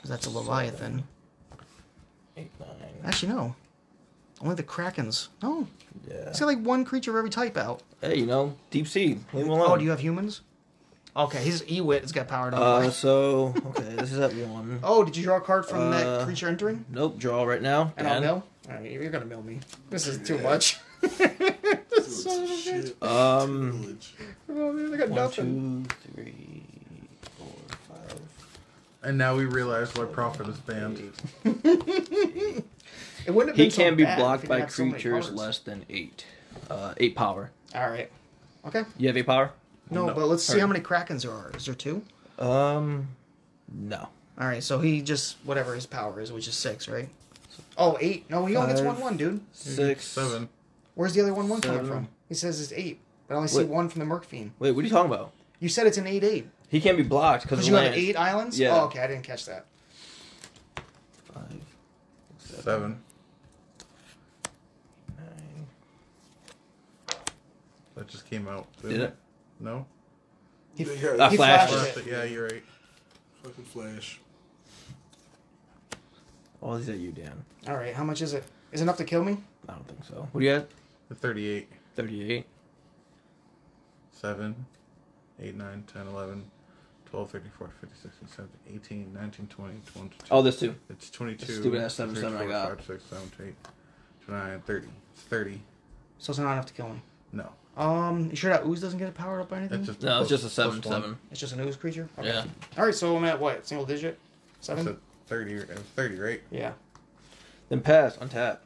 Speaker 2: 'Cause that's a Leviathan.
Speaker 1: Eight nine.
Speaker 2: Actually, no. Only the Krakens. No,
Speaker 1: Yeah.
Speaker 2: he's got like one creature of every type out.
Speaker 1: Hey, you know, deep sea. Leave him alone.
Speaker 2: Oh, do you have humans? Okay, his Ewit has got power.
Speaker 1: uh,
Speaker 2: Uh,
Speaker 1: so okay, this is at one.
Speaker 2: oh, did you draw a card from that
Speaker 1: uh,
Speaker 2: creature entering?
Speaker 1: Nope, draw right now.
Speaker 2: And I'll
Speaker 1: Dan.
Speaker 2: mill. All right, you're gonna mill me. This is too
Speaker 4: Yeah.
Speaker 2: much.
Speaker 4: Dude,
Speaker 2: Son of a
Speaker 4: shit.
Speaker 1: Um,
Speaker 4: Tutelage.
Speaker 2: Oh, man, I got
Speaker 1: One,
Speaker 2: nothing.
Speaker 1: two, three, four, five,
Speaker 3: And now we realize why Prophet is banned.
Speaker 1: eight.
Speaker 2: It wouldn't have
Speaker 1: He
Speaker 2: been so
Speaker 1: can be
Speaker 2: bad if
Speaker 1: blocked
Speaker 2: he
Speaker 1: by
Speaker 2: didn't have so many
Speaker 1: creatures
Speaker 2: cards.
Speaker 1: less than eight. Uh, eight power.
Speaker 2: All right. Okay.
Speaker 1: You have eight power?
Speaker 2: No,
Speaker 3: No.
Speaker 2: but let's see
Speaker 1: Sorry.
Speaker 2: how many Krakens there are. Is there two?
Speaker 1: Um, no.
Speaker 2: All right, so he just whatever his power is, which is six, right? Oh, eight. No, he only gets
Speaker 1: Five.
Speaker 2: one one, dude.
Speaker 1: Six,
Speaker 3: Seven.
Speaker 2: Where's the other one one coming
Speaker 1: Seven.
Speaker 2: from? He says it's eight. But I only see
Speaker 1: Wait.
Speaker 2: one from the Merc Fiend.
Speaker 1: Wait, what are you talking about?
Speaker 2: You said it's an eight eight
Speaker 1: He can't be blocked because
Speaker 2: because
Speaker 1: of
Speaker 2: you have
Speaker 1: land.
Speaker 2: eight islands.
Speaker 1: Yeah.
Speaker 2: Oh, okay, I didn't catch that.
Speaker 1: Five, seven,
Speaker 3: Seven.
Speaker 1: nine.
Speaker 3: That just came out.
Speaker 1: Did it?
Speaker 3: No.
Speaker 2: He-
Speaker 4: Yeah,
Speaker 1: I
Speaker 4: he
Speaker 1: flashed
Speaker 4: flashed
Speaker 2: it.
Speaker 4: it.
Speaker 3: Yeah, you're right.
Speaker 4: Fucking flash.
Speaker 1: All these at you, Dan.
Speaker 2: All right, how much is it? Is it enough to kill me?
Speaker 1: I don't think so. What do you got?
Speaker 3: The Thirty-eight.
Speaker 1: 38.
Speaker 3: Seven. Eight, nine, 10, 11, 12, 13, 14, 15, 16, 17, 18, 19, 20, 22.
Speaker 1: Oh, this too.
Speaker 3: It's 22.
Speaker 1: This stupid ass seven
Speaker 3: three,
Speaker 1: seven I
Speaker 3: four,
Speaker 1: got.
Speaker 3: five, six, seven, eight, nine, 30. It's 30.
Speaker 2: So it's not enough to kill me.
Speaker 3: No.
Speaker 2: Um, you sure that ooze doesn't get powered up by anything?
Speaker 3: That's just
Speaker 1: No, it's
Speaker 3: plus-
Speaker 1: just a 7
Speaker 3: plus one.
Speaker 1: 7.
Speaker 2: It's just an ooze creature. Okay.
Speaker 1: Yeah.
Speaker 2: All right, so I'm at what single digit? Seven.
Speaker 3: It's a 30, or- it was 30, right?
Speaker 2: yeah.
Speaker 1: Then pass, untap.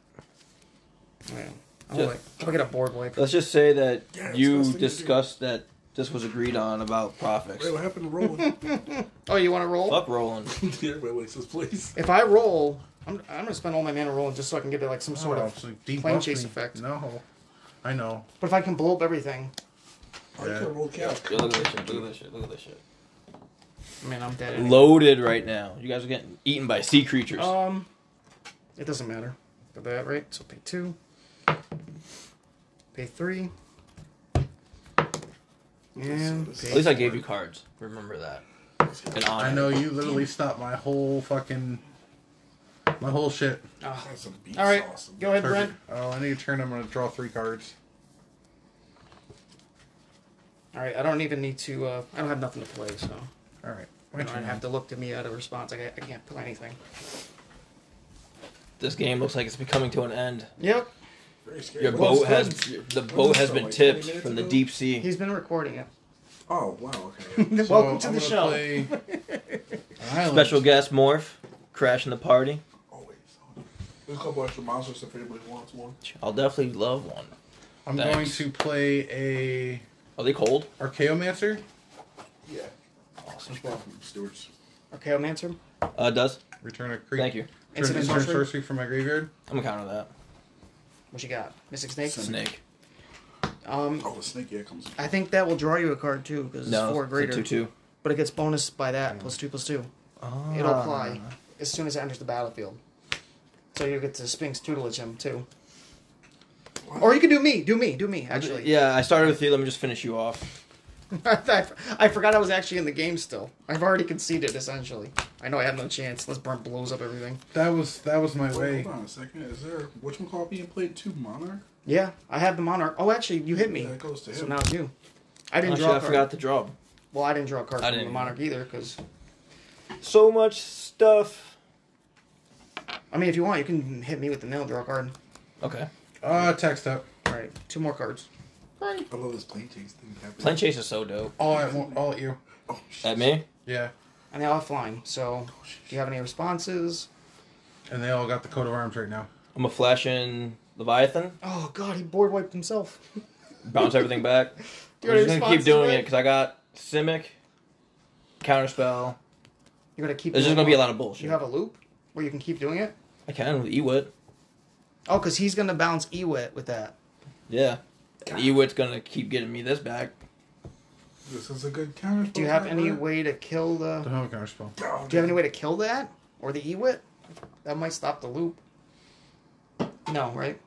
Speaker 2: All right. I'll,
Speaker 1: Just-
Speaker 2: like, I'll get a board wipe.
Speaker 1: Let's just say that
Speaker 4: Yeah, that's the
Speaker 1: you
Speaker 4: best thing to do.
Speaker 1: discussed that this was agreed on about profits.
Speaker 4: Wait, what happened to rolling?
Speaker 2: Oh, you want to roll?
Speaker 1: Fuck rolling.
Speaker 4: Everybody likes this place.
Speaker 2: If I roll, I'm, I'm gonna spend all my mana rolling just so I can get like some sort
Speaker 3: Oh,
Speaker 2: of.
Speaker 3: so debuff
Speaker 2: plane chase
Speaker 3: me.
Speaker 2: effect.
Speaker 3: No. I know.
Speaker 2: But if I can blow up everything,
Speaker 4: I
Speaker 3: Yeah.
Speaker 4: can roll cow.
Speaker 1: Yo, look at this shit. Look at this shit. Look at this shit.
Speaker 2: I mean I'm dead. anyway.
Speaker 1: Loaded right now. You guys are getting eaten by sea creatures.
Speaker 4: Oh.
Speaker 2: Um, it doesn't matter. Got that right? So pay two, pay three, and
Speaker 4: At
Speaker 1: At least
Speaker 2: pay.
Speaker 1: I gave you cards. Remember that. And honor.
Speaker 3: I know you literally stopped my whole fucking. My whole shit.
Speaker 2: Ah.
Speaker 4: That's some beef
Speaker 2: All right,
Speaker 4: sauce.
Speaker 2: go ahead, Brent.
Speaker 3: Perfect. Oh, I need a turn. I'm going to draw three cards.
Speaker 2: All right, I don't even need to. Uh, I don't have nothing to play, so
Speaker 3: All right.
Speaker 2: I don't have to look to me at a response. I, I can't play anything.
Speaker 1: This game looks like it's becoming to an end.
Speaker 2: Yep,
Speaker 4: Very scary.
Speaker 1: Your
Speaker 4: Well,
Speaker 1: boat has the boat
Speaker 4: this
Speaker 1: has
Speaker 4: from,
Speaker 1: been
Speaker 4: like, 20
Speaker 1: tipped
Speaker 4: minutes
Speaker 1: from the
Speaker 4: ago?
Speaker 1: deep sea.
Speaker 2: he's been recording it.
Speaker 4: Oh, wow, okay. yeah.
Speaker 3: So,
Speaker 2: Welcome to
Speaker 3: I'm
Speaker 2: the
Speaker 3: gonna
Speaker 2: show.
Speaker 3: play an island.
Speaker 1: Special guest Morph crashing the party.
Speaker 4: Always. Oh, There's a couple extra monsters if anybody wants one.
Speaker 1: I'll definitely love one.
Speaker 3: I'm
Speaker 1: Thanks.
Speaker 3: going to play a
Speaker 1: Are they cold?
Speaker 3: Archaeomancer.
Speaker 4: Yeah.
Speaker 1: Awesome.
Speaker 4: Just bought from Stewart's.
Speaker 2: Okay, I'll answer.
Speaker 1: Uh, it does.
Speaker 3: Return a creature.
Speaker 1: Thank you.
Speaker 3: Return
Speaker 2: Incident
Speaker 3: instant sorcery.
Speaker 2: sorcery?
Speaker 3: from my graveyard.
Speaker 1: I'm gonna counter that.
Speaker 2: What you got? Mystic Snake.
Speaker 1: Snake.
Speaker 2: Um,
Speaker 4: Oh, the snake, yeah, comes.
Speaker 2: I think that will draw you a card too because it's
Speaker 1: No,
Speaker 2: four
Speaker 1: it's a
Speaker 2: greater.
Speaker 1: two two.
Speaker 2: But it gets bonus by that plus two plus two.
Speaker 1: Ah.
Speaker 2: It'll apply as soon as it enters the battlefield. So you get to Sphinx tutelage him too. Or you can do me, do me, do me. Actually,
Speaker 1: Yeah, I started with you. Let me just finish you off.
Speaker 2: I, I forgot I was actually in the game still. I've already conceded essentially. I know I have no chance. Let's burn blows up everything.
Speaker 3: That was that was my
Speaker 4: Wait,
Speaker 3: way.
Speaker 4: hold on a second. Is there whatchamacallit being played too, Monarch?
Speaker 2: Yeah, I have the monarch. Oh, actually, you hit me.
Speaker 4: That goes to
Speaker 2: So
Speaker 4: him.
Speaker 2: now it's you. I didn't
Speaker 1: Actually,
Speaker 2: draw.
Speaker 1: I
Speaker 2: a card.
Speaker 1: forgot to draw.
Speaker 2: Well, I didn't draw a card
Speaker 1: I
Speaker 2: from the
Speaker 1: didn't.
Speaker 2: monarch either because
Speaker 1: So much stuff.
Speaker 2: I mean, if you want, you can hit me with the nail draw a card.
Speaker 1: Okay.
Speaker 3: Ah, text up.
Speaker 2: All right, two more cards.
Speaker 4: I love this plane chase thing happening.
Speaker 1: Plane chase is so dope.
Speaker 3: All at one- all at you.
Speaker 4: Oh, shit.
Speaker 1: At me?
Speaker 3: Yeah.
Speaker 2: And they're offline. So, do you have any responses?
Speaker 3: And they all got the coat of arms right now.
Speaker 1: I'm a flash in Leviathan.
Speaker 2: Oh God, he board wiped himself.
Speaker 1: Bounce everything back.
Speaker 2: You
Speaker 1: I'm
Speaker 2: already
Speaker 1: just gonna keep
Speaker 2: responded to
Speaker 1: doing it
Speaker 2: that?
Speaker 1: because I got Simic, Counterspell,
Speaker 2: You're gonna keep.
Speaker 1: There's just
Speaker 2: doing
Speaker 1: gonna be a
Speaker 2: what?
Speaker 1: lot of bullshit.
Speaker 2: You have a loop where you can keep doing it.
Speaker 1: I can with Ewit.
Speaker 2: Oh, because he's gonna bounce Ewit with that.
Speaker 1: Yeah. And Ewit's gonna keep getting me this back.
Speaker 4: This is a good counter.
Speaker 2: Do you have any way to kill the?
Speaker 3: Don't have a counter spell.
Speaker 4: Oh,
Speaker 2: Do you have any way to kill that or the Ewit? That might stop the loop. No, right?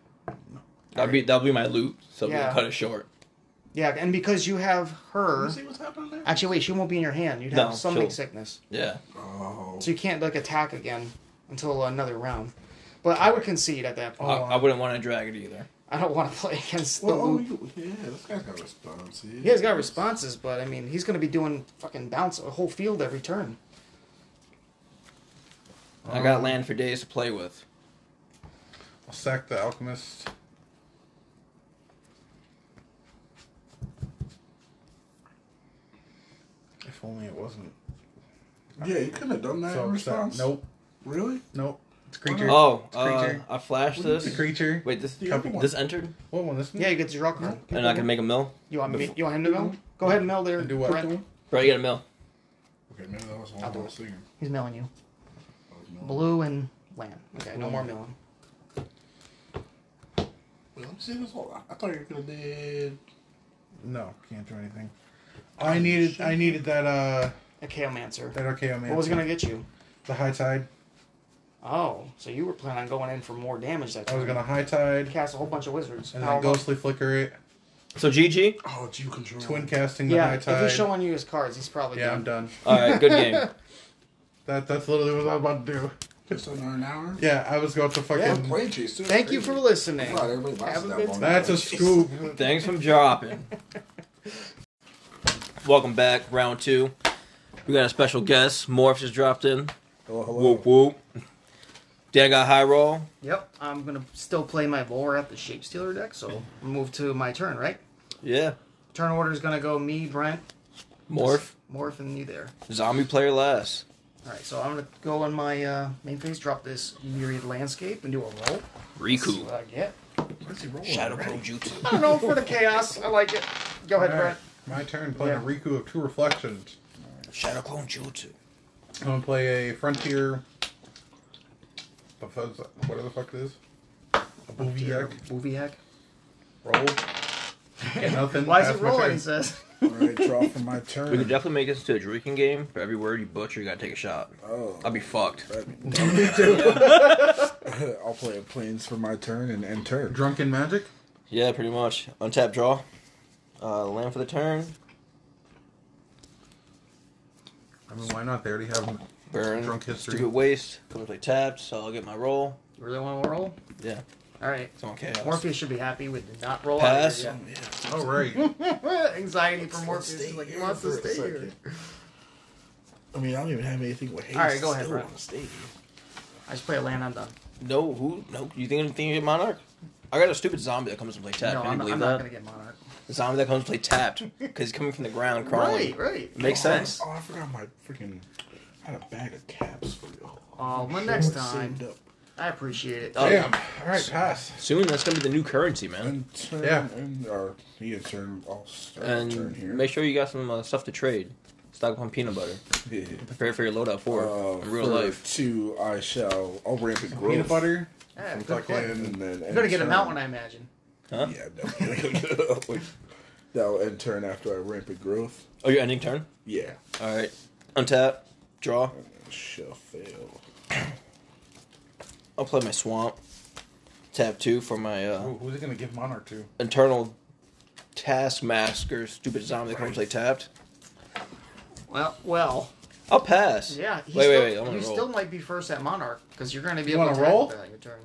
Speaker 1: That'll be that'll be my loot. So
Speaker 2: Yeah.
Speaker 1: we'll cut it short.
Speaker 2: Yeah, and because you have her,
Speaker 4: see what's happening there?
Speaker 2: actually, wait, she won't be in your hand. You'd
Speaker 1: No,
Speaker 2: have summoning
Speaker 1: she'll-
Speaker 2: sickness,
Speaker 1: Yeah.
Speaker 4: Oh.
Speaker 2: so you can't like attack again until another round. But I would concede at that point.
Speaker 1: I, I wouldn't want to drag it either.
Speaker 2: I don't want to play against the
Speaker 4: Well, oh,
Speaker 2: loop.
Speaker 4: you, yeah, this guy's got response.
Speaker 2: He has got responses, but I mean, he's going to be doing fucking bounce a whole field every turn.
Speaker 1: I
Speaker 3: Um,
Speaker 1: got land for days to play with.
Speaker 3: I'll sack the alchemist. If only it wasn't
Speaker 4: Yeah, you couldn't have done
Speaker 2: Uh,
Speaker 4: that
Speaker 3: so
Speaker 4: in
Speaker 3: upset.
Speaker 4: response.
Speaker 3: Nope,
Speaker 4: Really?
Speaker 3: nope. It's creature.
Speaker 1: Oh,
Speaker 3: it's
Speaker 1: uh,
Speaker 3: creature.
Speaker 1: I flashed
Speaker 4: What do you
Speaker 1: this.
Speaker 3: it's a creature.
Speaker 1: Wait, this
Speaker 4: The other one.
Speaker 1: this entered,
Speaker 3: What one? This one.
Speaker 2: Yeah, you get to draw a card.
Speaker 1: and I can make a mill.
Speaker 2: You want me? You want him to mill? Go ahead and mill there.
Speaker 3: And do what?
Speaker 2: Brett.
Speaker 1: Bro, you got a mill.
Speaker 4: Okay, maybe that was one
Speaker 2: I'll
Speaker 4: I
Speaker 2: do
Speaker 4: was
Speaker 2: it.
Speaker 4: thinking.
Speaker 2: He's milling you.
Speaker 4: Oh, no.
Speaker 2: Blue and land. Okay, no more milling.
Speaker 4: Wait, let me see this whole. I thought you could have did.
Speaker 3: No, can't do anything.
Speaker 2: Oh,
Speaker 3: I needed. I needed that. Uh,
Speaker 2: A Kaomancer.
Speaker 3: that RKO man.
Speaker 2: What was going to get you?
Speaker 3: the high tide?
Speaker 2: Oh, so you were planning on going in for more damage that
Speaker 3: I
Speaker 2: turn.
Speaker 3: was gonna high tide
Speaker 2: cast a whole bunch of wizards.
Speaker 3: and
Speaker 2: Power
Speaker 3: then
Speaker 2: up.
Speaker 3: ghostly flicker it.
Speaker 1: So GG.
Speaker 4: Oh, do you control?
Speaker 3: Twin casting the
Speaker 2: Yeah,
Speaker 3: high
Speaker 2: if
Speaker 3: tide.
Speaker 2: he's showing you his cards, he's probably
Speaker 3: yeah,
Speaker 2: done.
Speaker 3: I'm done.
Speaker 1: All right, good game.
Speaker 3: That that's literally what I was about to do.
Speaker 4: Just under an hour.
Speaker 3: Yeah, I was going to fucking.
Speaker 4: Play cheese too.
Speaker 2: Thank you for listening.
Speaker 4: Wow, everybody lasted
Speaker 2: Have a
Speaker 4: that
Speaker 2: good
Speaker 4: long.
Speaker 3: that's a scoop.
Speaker 1: Thanks for dropping. Welcome back, round two. We got a special guest. Morph just dropped in.
Speaker 4: Hello, hello.
Speaker 1: Whoop whoop. Dan got high roll.
Speaker 2: Yep, I'm gonna still play my Vorath the Shapestealer deck, so move to my turn, right?
Speaker 1: Yeah.
Speaker 2: Turn order is gonna go me, Brent,
Speaker 1: Morph.
Speaker 2: Morph, and you there.
Speaker 1: Zombie player last.
Speaker 2: All right, so I'm gonna go on my uh, main phase, drop this myriad landscape, and do a roll. See
Speaker 1: Riku.
Speaker 2: what I get.
Speaker 4: Where's he rolling?
Speaker 1: Shadow
Speaker 4: already?
Speaker 1: Pro Jutsu.
Speaker 2: I don't know for the chaos. I like it. Go ahead,
Speaker 3: All right,
Speaker 2: Brent.
Speaker 3: my turn playing a Riku of two reflections.
Speaker 1: Shadow Clone Jutsu.
Speaker 3: I'm gonna play a frontier. Bethesda, whatever the fuck it is. A movie
Speaker 2: Dear
Speaker 3: egg.
Speaker 2: Movie hack.
Speaker 3: Roll. Get nothing.
Speaker 2: Why is
Speaker 3: pass
Speaker 2: it
Speaker 3: my
Speaker 2: rolling?
Speaker 3: turn.
Speaker 2: He says.
Speaker 4: All right, draw for my
Speaker 1: We could
Speaker 4: turn.
Speaker 1: definitely make this into a drinking game. For every word you butcher, you gotta take a shot.
Speaker 4: Oh.
Speaker 1: I'll be fucked.
Speaker 4: I'll play a planes for my turn and end turn.
Speaker 3: Drunken magic.
Speaker 1: Yeah, pretty much. Untap draw. Uh, land for the turn.
Speaker 3: I mean, why not? They already have. 'em.
Speaker 1: Burn.
Speaker 3: Drunk history.
Speaker 1: Stupid waste. Completely tapped, so I'll get my roll.
Speaker 2: You really want to roll?
Speaker 1: Yeah.
Speaker 2: All right.
Speaker 1: It's on chaos.
Speaker 2: Morpheus should be happy with not roll
Speaker 1: Pass.
Speaker 2: out of here
Speaker 3: Oh right.
Speaker 2: yet. Anxiety for
Speaker 4: Let's
Speaker 2: Morpheus.
Speaker 4: stay
Speaker 2: He's like, he
Speaker 4: here
Speaker 2: wants to
Speaker 4: for a
Speaker 2: stay here.
Speaker 4: second. I mean, I don't even have anything with haste.
Speaker 2: All right, go ahead,
Speaker 4: Still
Speaker 2: Brett.
Speaker 4: wanna stay here.
Speaker 2: I just play a land undone.
Speaker 1: No, who? No, you think anything get monarch? I got a stupid zombie that comes and play tapped.
Speaker 2: no,
Speaker 1: Can
Speaker 2: I'm,
Speaker 1: you
Speaker 2: not-
Speaker 1: believe
Speaker 2: I'm
Speaker 1: that?
Speaker 2: not gonna get monarch.
Speaker 1: The zombie that comes and play tapped because he's coming from the ground crawling.
Speaker 2: Right, right.
Speaker 1: Makes
Speaker 4: Oh, I-
Speaker 1: sense.
Speaker 4: Oh, I forgot my freaking. I had a bag of caps for y'all.
Speaker 2: Oh, well,
Speaker 4: Shit,
Speaker 2: next
Speaker 4: I saved
Speaker 2: time.
Speaker 4: up.
Speaker 2: I appreciate it.
Speaker 1: Oh.
Speaker 3: Damn. All right, pass.
Speaker 1: Soon that's gonna be the new currency, man.
Speaker 4: And turn,
Speaker 3: Yeah.
Speaker 4: and, or he had turn. I'll start turn
Speaker 1: And
Speaker 4: here.
Speaker 1: make sure you got some uh, stuff to trade. Stock up on peanut butter.
Speaker 4: Yeah.
Speaker 1: Prepare for your loadout for it
Speaker 2: Oh,
Speaker 4: Uh,
Speaker 1: in real
Speaker 4: for
Speaker 1: life.
Speaker 4: Two, I shall. I'll ramp it growth.
Speaker 3: Peanut butter.
Speaker 2: Yeah,
Speaker 3: Some
Speaker 2: good
Speaker 3: fucking-
Speaker 2: point.
Speaker 4: And then
Speaker 2: You're gonna get him out when I imagine.
Speaker 1: Huh?
Speaker 4: Yeah, definitely. That'll end turn after I ramp it growth.
Speaker 1: Oh, your ending turn.
Speaker 4: Yeah.
Speaker 1: All right. Untap. Draw.
Speaker 4: Shall fail.
Speaker 1: I'll play my swamp. Tap two for my uh,
Speaker 3: Ooh, Oh, who's it gonna give monarch to?
Speaker 1: internal taskmaster. Stupid zombie that comes and play tapped.
Speaker 2: Well, well,
Speaker 1: I'll pass.
Speaker 2: yeah.
Speaker 1: Wait,
Speaker 2: he
Speaker 1: wait,
Speaker 2: still-
Speaker 1: wait. I'm gonna
Speaker 2: you
Speaker 1: roll.
Speaker 2: still might be first at Monarch because you're gonna be
Speaker 3: You
Speaker 2: able to
Speaker 3: wanna
Speaker 2: attack
Speaker 3: roll?
Speaker 2: with that on your turn.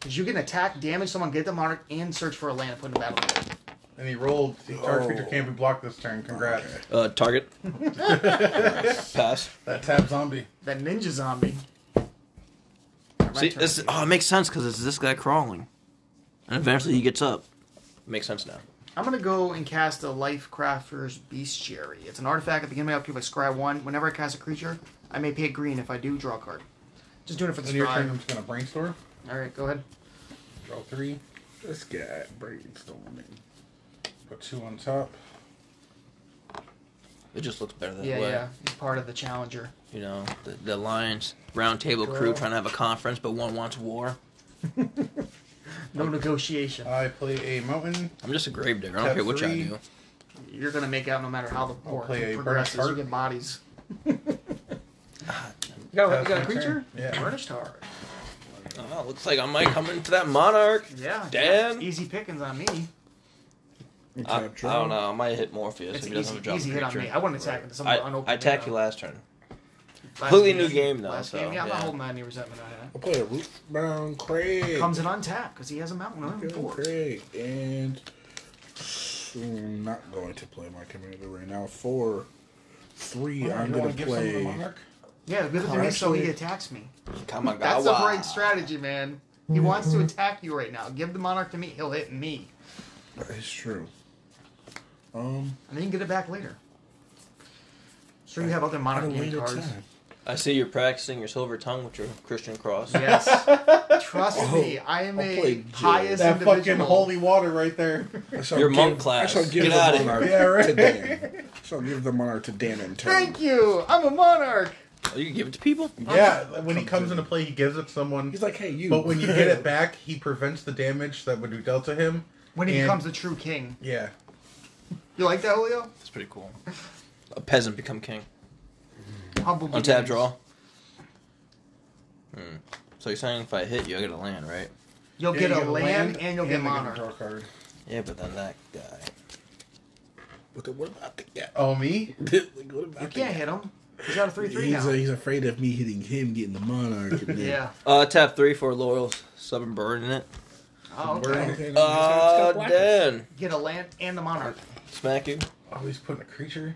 Speaker 2: Because you can attack, damage someone, get the Monarch, and search for a land and put in the battle.
Speaker 3: And he rolled. The target creature
Speaker 4: Oh.
Speaker 3: can't be blocked this turn. Congrats.
Speaker 1: Uh, target. Pass.
Speaker 3: That tab zombie.
Speaker 2: That ninja zombie. Alright, my
Speaker 1: See,
Speaker 2: turn.
Speaker 1: this oh, it makes sense because it's this guy crawling, and eventually he gets up. Makes sense now.
Speaker 2: I'm gonna go and cast a Lifecrafter's Bestiary. It's an artifact at the beginning of my upkeep. I scry one. Whenever I cast a creature, I may pay a green if I do draw a card. Just doing it for the
Speaker 3: Then your turn.
Speaker 2: scry.
Speaker 3: I'm just gonna brainstorm.
Speaker 2: All right, go ahead.
Speaker 3: Draw three.
Speaker 4: This guy brainstorming.
Speaker 3: Put two on top.
Speaker 1: It just looks better that
Speaker 2: Yeah,
Speaker 1: way.
Speaker 2: yeah. He's part of the Challenger.
Speaker 1: You know, the, the Lions round table crew
Speaker 2: Girl.
Speaker 1: trying to have a conference, but one wants war.
Speaker 2: No negotiation.
Speaker 3: I play a mountain.
Speaker 1: I'm just a gravedigger. I don't
Speaker 3: Tab
Speaker 1: care what y'all
Speaker 3: three.
Speaker 1: do.
Speaker 2: You're gonna make out no matter how the war
Speaker 3: play a
Speaker 2: progresses.
Speaker 3: Burnished
Speaker 2: You
Speaker 3: Heart.
Speaker 2: get bodies. you got, a- you got a
Speaker 3: That's my
Speaker 2: creature?
Speaker 3: turn. Yeah.
Speaker 2: Burnished heart.
Speaker 1: Oh, looks like I might come into that monarch.
Speaker 2: Yeah.
Speaker 1: Damn.
Speaker 2: Easy pickings on me.
Speaker 1: I, I don't know. I might hit Morpheus
Speaker 2: It's
Speaker 1: if he
Speaker 2: an
Speaker 1: doesn't have
Speaker 2: easy,
Speaker 1: a drop
Speaker 2: easy hit on
Speaker 1: creature.
Speaker 2: me. I wouldn't attack someone
Speaker 1: I,
Speaker 2: unopened.
Speaker 1: I attacked you
Speaker 2: last,
Speaker 1: last turn. completely
Speaker 2: game.
Speaker 1: new game, though,
Speaker 2: Last
Speaker 1: so,
Speaker 2: game, yeah, I'm
Speaker 1: yeah.
Speaker 2: not holding on any resentment on that.
Speaker 4: I'll play a root brown Craig.
Speaker 2: Comes in untapped because he has a mountain on him
Speaker 4: Feeling
Speaker 2: four.
Speaker 4: great. And I'm not going to play my commander right now. Four,
Speaker 2: Oh,
Speaker 4: three. I'm going to play.
Speaker 2: Yeah, give it to
Speaker 4: Oh,
Speaker 2: me so he
Speaker 4: actually-
Speaker 2: attacks me.
Speaker 1: Kamigawa.
Speaker 2: That's the right strategy, man. He wants to attack you right now. Give the monarch to me. He'll hit me,
Speaker 4: It's true. Um,
Speaker 2: and then you can get it back later. Sure, you have other
Speaker 4: I
Speaker 2: monarch
Speaker 4: don't
Speaker 2: game
Speaker 4: need
Speaker 2: cards.
Speaker 4: time.
Speaker 1: I see you're practicing your silver tongue with your Christian cross.
Speaker 2: Yes, trust me, I am
Speaker 4: I'll play
Speaker 2: a
Speaker 4: Jill.
Speaker 2: pious
Speaker 3: That
Speaker 2: individual.
Speaker 3: fucking holy water right there.
Speaker 4: I shall
Speaker 1: Your
Speaker 4: give-
Speaker 1: monk class.
Speaker 4: I shall give
Speaker 1: Get
Speaker 4: the
Speaker 1: out of here.
Speaker 4: monarch
Speaker 3: Yeah, right.
Speaker 4: to Dan. I shall give the monarch to Dan in turn.
Speaker 2: Thank you. I'm a monarch.
Speaker 1: Oh, you can give it to people?
Speaker 3: Yeah, when he comes into play, he gives it someone.
Speaker 4: He's like, hey, you.
Speaker 3: But when you get it back, he prevents the damage that would be dealt to him.
Speaker 2: When he
Speaker 3: And-
Speaker 2: becomes a true king,
Speaker 3: Yeah.
Speaker 2: you like that, Julio?
Speaker 1: That's pretty cool. A peasant become king.
Speaker 2: Humble.
Speaker 1: Untap
Speaker 2: beginnings.
Speaker 1: draw. Hmm. So you're saying if I hit you, I get a land, right?
Speaker 2: You'll
Speaker 3: Yeah,
Speaker 2: get
Speaker 3: you
Speaker 2: a land and you'll get
Speaker 3: they a
Speaker 2: monarch.
Speaker 3: draw card.
Speaker 1: Yeah, but then that guy.
Speaker 4: But then what about the guy?
Speaker 3: Oh, me?
Speaker 4: Like, what about
Speaker 2: You
Speaker 4: the
Speaker 2: can't
Speaker 4: guy?
Speaker 2: hit him. He's got a three three
Speaker 4: he's,
Speaker 2: now.
Speaker 4: uh, he's afraid of me hitting him, getting the monarch. and then-
Speaker 2: yeah.
Speaker 1: Uh, tap three for laurels. Sub and burn in it.
Speaker 2: Oh, okay.
Speaker 3: Burn.
Speaker 4: Okay, then
Speaker 1: Uh,
Speaker 4: it's got blackness.
Speaker 1: Dan.
Speaker 2: Get a land and the monarch.
Speaker 1: Smack you.
Speaker 3: Oh, he's putting a creature.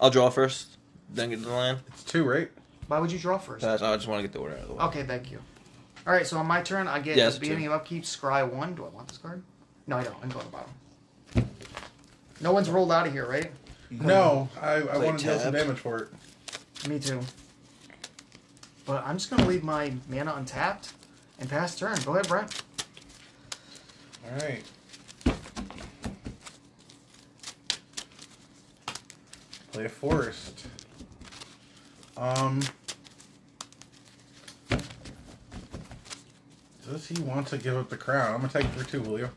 Speaker 1: I'll draw first, then get the land.
Speaker 3: It's two, right?
Speaker 2: Why would you draw first?
Speaker 1: Pass. I just want to get the order out of the way.
Speaker 2: Okay, thank you. All right, so on my turn, I get
Speaker 1: Yes,
Speaker 2: at the beginning
Speaker 1: two.
Speaker 2: of upkeep, scry one. Do I want this card? No, I don't. I'm going to the bottom. No one's rolled out of here, right?
Speaker 3: No, I, I
Speaker 1: Mm-hmm. Play
Speaker 3: want to deal some
Speaker 1: tab.
Speaker 3: damage for it.
Speaker 2: Me too. But I'm just going to leave my mana untapped and pass turn. Go ahead, Brent.
Speaker 3: All right. Play a forest. Um. Does he want to give up the crown? I'm gonna take it for two, will you?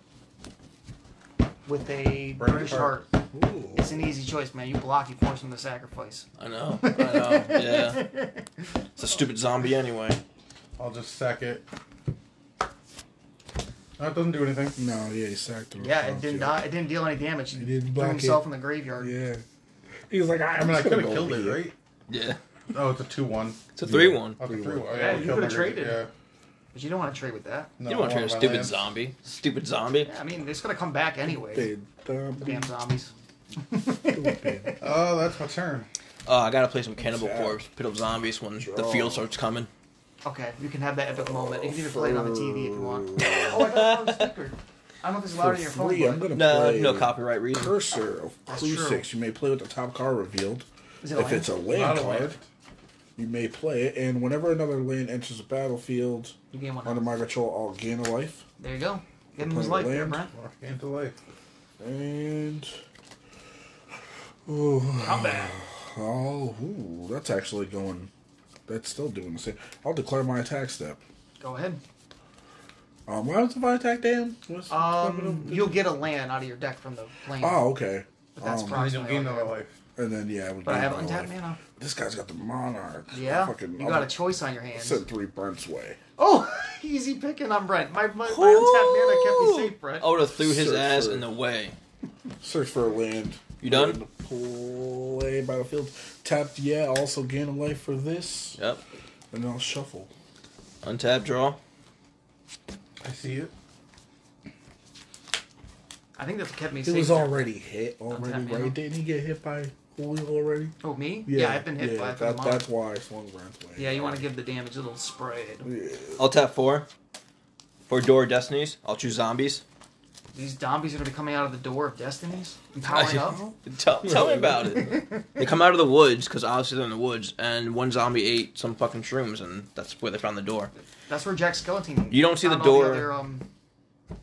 Speaker 2: With a British heart.
Speaker 3: heart.
Speaker 4: Ooh.
Speaker 2: It's an easy choice, man. You block, you force him to sacrifice.
Speaker 1: I know. I know. Oh, yeah. It's a stupid zombie anyway.
Speaker 3: I'll just sack it. No, it doesn't do anything.
Speaker 4: No, yeah, he sacked him.
Speaker 2: Yeah, it didn't die. It didn't deal any damage. He,
Speaker 4: He didn't
Speaker 2: threw
Speaker 4: block
Speaker 2: himself
Speaker 4: it.
Speaker 2: in the graveyard.
Speaker 4: Yeah. He was like, I,
Speaker 3: I mean, I could have killed it, right?
Speaker 1: Yeah.
Speaker 3: Oh, it's a two-one.
Speaker 1: It's a three-one.
Speaker 3: Oh, it's a
Speaker 4: Three-one.
Speaker 3: three-one.
Speaker 2: Yeah,
Speaker 3: I
Speaker 2: you
Speaker 3: killed
Speaker 2: coulda
Speaker 3: my creature,
Speaker 2: traded.
Speaker 3: Yeah.
Speaker 2: But you don't want to trade with that.
Speaker 3: No,
Speaker 1: You don't want to trade
Speaker 3: one
Speaker 1: a
Speaker 3: of my
Speaker 1: stupid
Speaker 3: lands.
Speaker 1: zombie. Stupid zombie.
Speaker 2: Yeah, I mean, it's going to come back anyway.
Speaker 4: They
Speaker 2: Damn zombies.
Speaker 3: Oh, that's my turn.
Speaker 1: Oh, I gotta play some Cannibal
Speaker 4: Sad.
Speaker 1: Corpse, Pit of Zombies when the
Speaker 4: Draw.
Speaker 1: field starts coming.
Speaker 2: Okay, you can have that epic moment. You can even play it on the TV if you want. oh, I got it on speaker. I don't know if it's
Speaker 4: For
Speaker 2: louder in your phone.
Speaker 4: three,
Speaker 2: but-
Speaker 4: I'm going to
Speaker 1: No,
Speaker 4: play
Speaker 1: no copyright reason.
Speaker 4: Cursor of
Speaker 2: That's
Speaker 4: Clue
Speaker 2: true.
Speaker 4: 6. You may play with the top card revealed.
Speaker 2: Is it
Speaker 4: If
Speaker 2: land?
Speaker 4: it's a
Speaker 3: Not
Speaker 4: land
Speaker 3: a
Speaker 4: card,
Speaker 3: land.
Speaker 4: you may play it. And whenever another land enters the battlefield
Speaker 2: You gain one.
Speaker 4: under my control, I'll gain a life.
Speaker 2: There you go. Give him
Speaker 4: Play
Speaker 2: his life there,
Speaker 4: land.
Speaker 2: Brent.
Speaker 3: Walk into life.
Speaker 4: And. Oh,
Speaker 2: I'm back.
Speaker 4: oh ooh, that's actually going. That's still doing the same. I'll declare my attack step.
Speaker 2: Go ahead.
Speaker 4: Um, what happens if I attack Dan? What's-
Speaker 2: Um, you'll get a land out of your deck from the plane.
Speaker 4: Oh, okay.
Speaker 2: but that's
Speaker 4: um,
Speaker 3: I
Speaker 2: probably.
Speaker 3: don't gain another life.
Speaker 4: And then yeah, I would
Speaker 2: But I
Speaker 4: gain
Speaker 2: have
Speaker 4: my
Speaker 2: untapped
Speaker 4: life.
Speaker 2: mana.
Speaker 4: This guy's got the monarch.
Speaker 2: Yeah,
Speaker 4: Fucking,
Speaker 2: you
Speaker 4: I'll
Speaker 2: got a choice on your hands.
Speaker 4: send three burns away.
Speaker 2: Oh, easy picking on Brent. My, my, my untapped mana kept me safe, Brent.
Speaker 1: I would have threw his
Speaker 4: Sir,
Speaker 1: ass
Speaker 4: sir.
Speaker 1: in the way.
Speaker 4: Search for a land.
Speaker 1: You done?
Speaker 4: Land, Play battlefield. Tapped. Yeah. Also gain a life for this,
Speaker 1: Yep.
Speaker 4: and then I'll shuffle.
Speaker 1: Untap, draw.
Speaker 3: I see it.
Speaker 2: I think that's what kept me
Speaker 4: He
Speaker 2: safe.
Speaker 4: was
Speaker 2: there.
Speaker 4: already hit already,
Speaker 2: Untap, yeah.
Speaker 4: right? Didn't he get hit by Julio already?
Speaker 2: Oh, me? Yeah, I've been hit
Speaker 4: yeah,
Speaker 2: by
Speaker 4: that,
Speaker 2: the
Speaker 4: That's why I swung burns away.
Speaker 2: Yeah, you want to give the damage a little spread.
Speaker 1: I'll tap four. For Door of Destinies, I'll choose zombies.
Speaker 2: These zombies are going to be coming out of the door of destinies and powering up.
Speaker 1: Tell, tell me about it. They come out of the woods, because obviously they're in the woods, and one zombie ate some fucking shrooms, and that's where they found the door.
Speaker 2: That's where Jack Skellington.
Speaker 1: You don't see the
Speaker 2: found all
Speaker 1: door.
Speaker 2: other, um,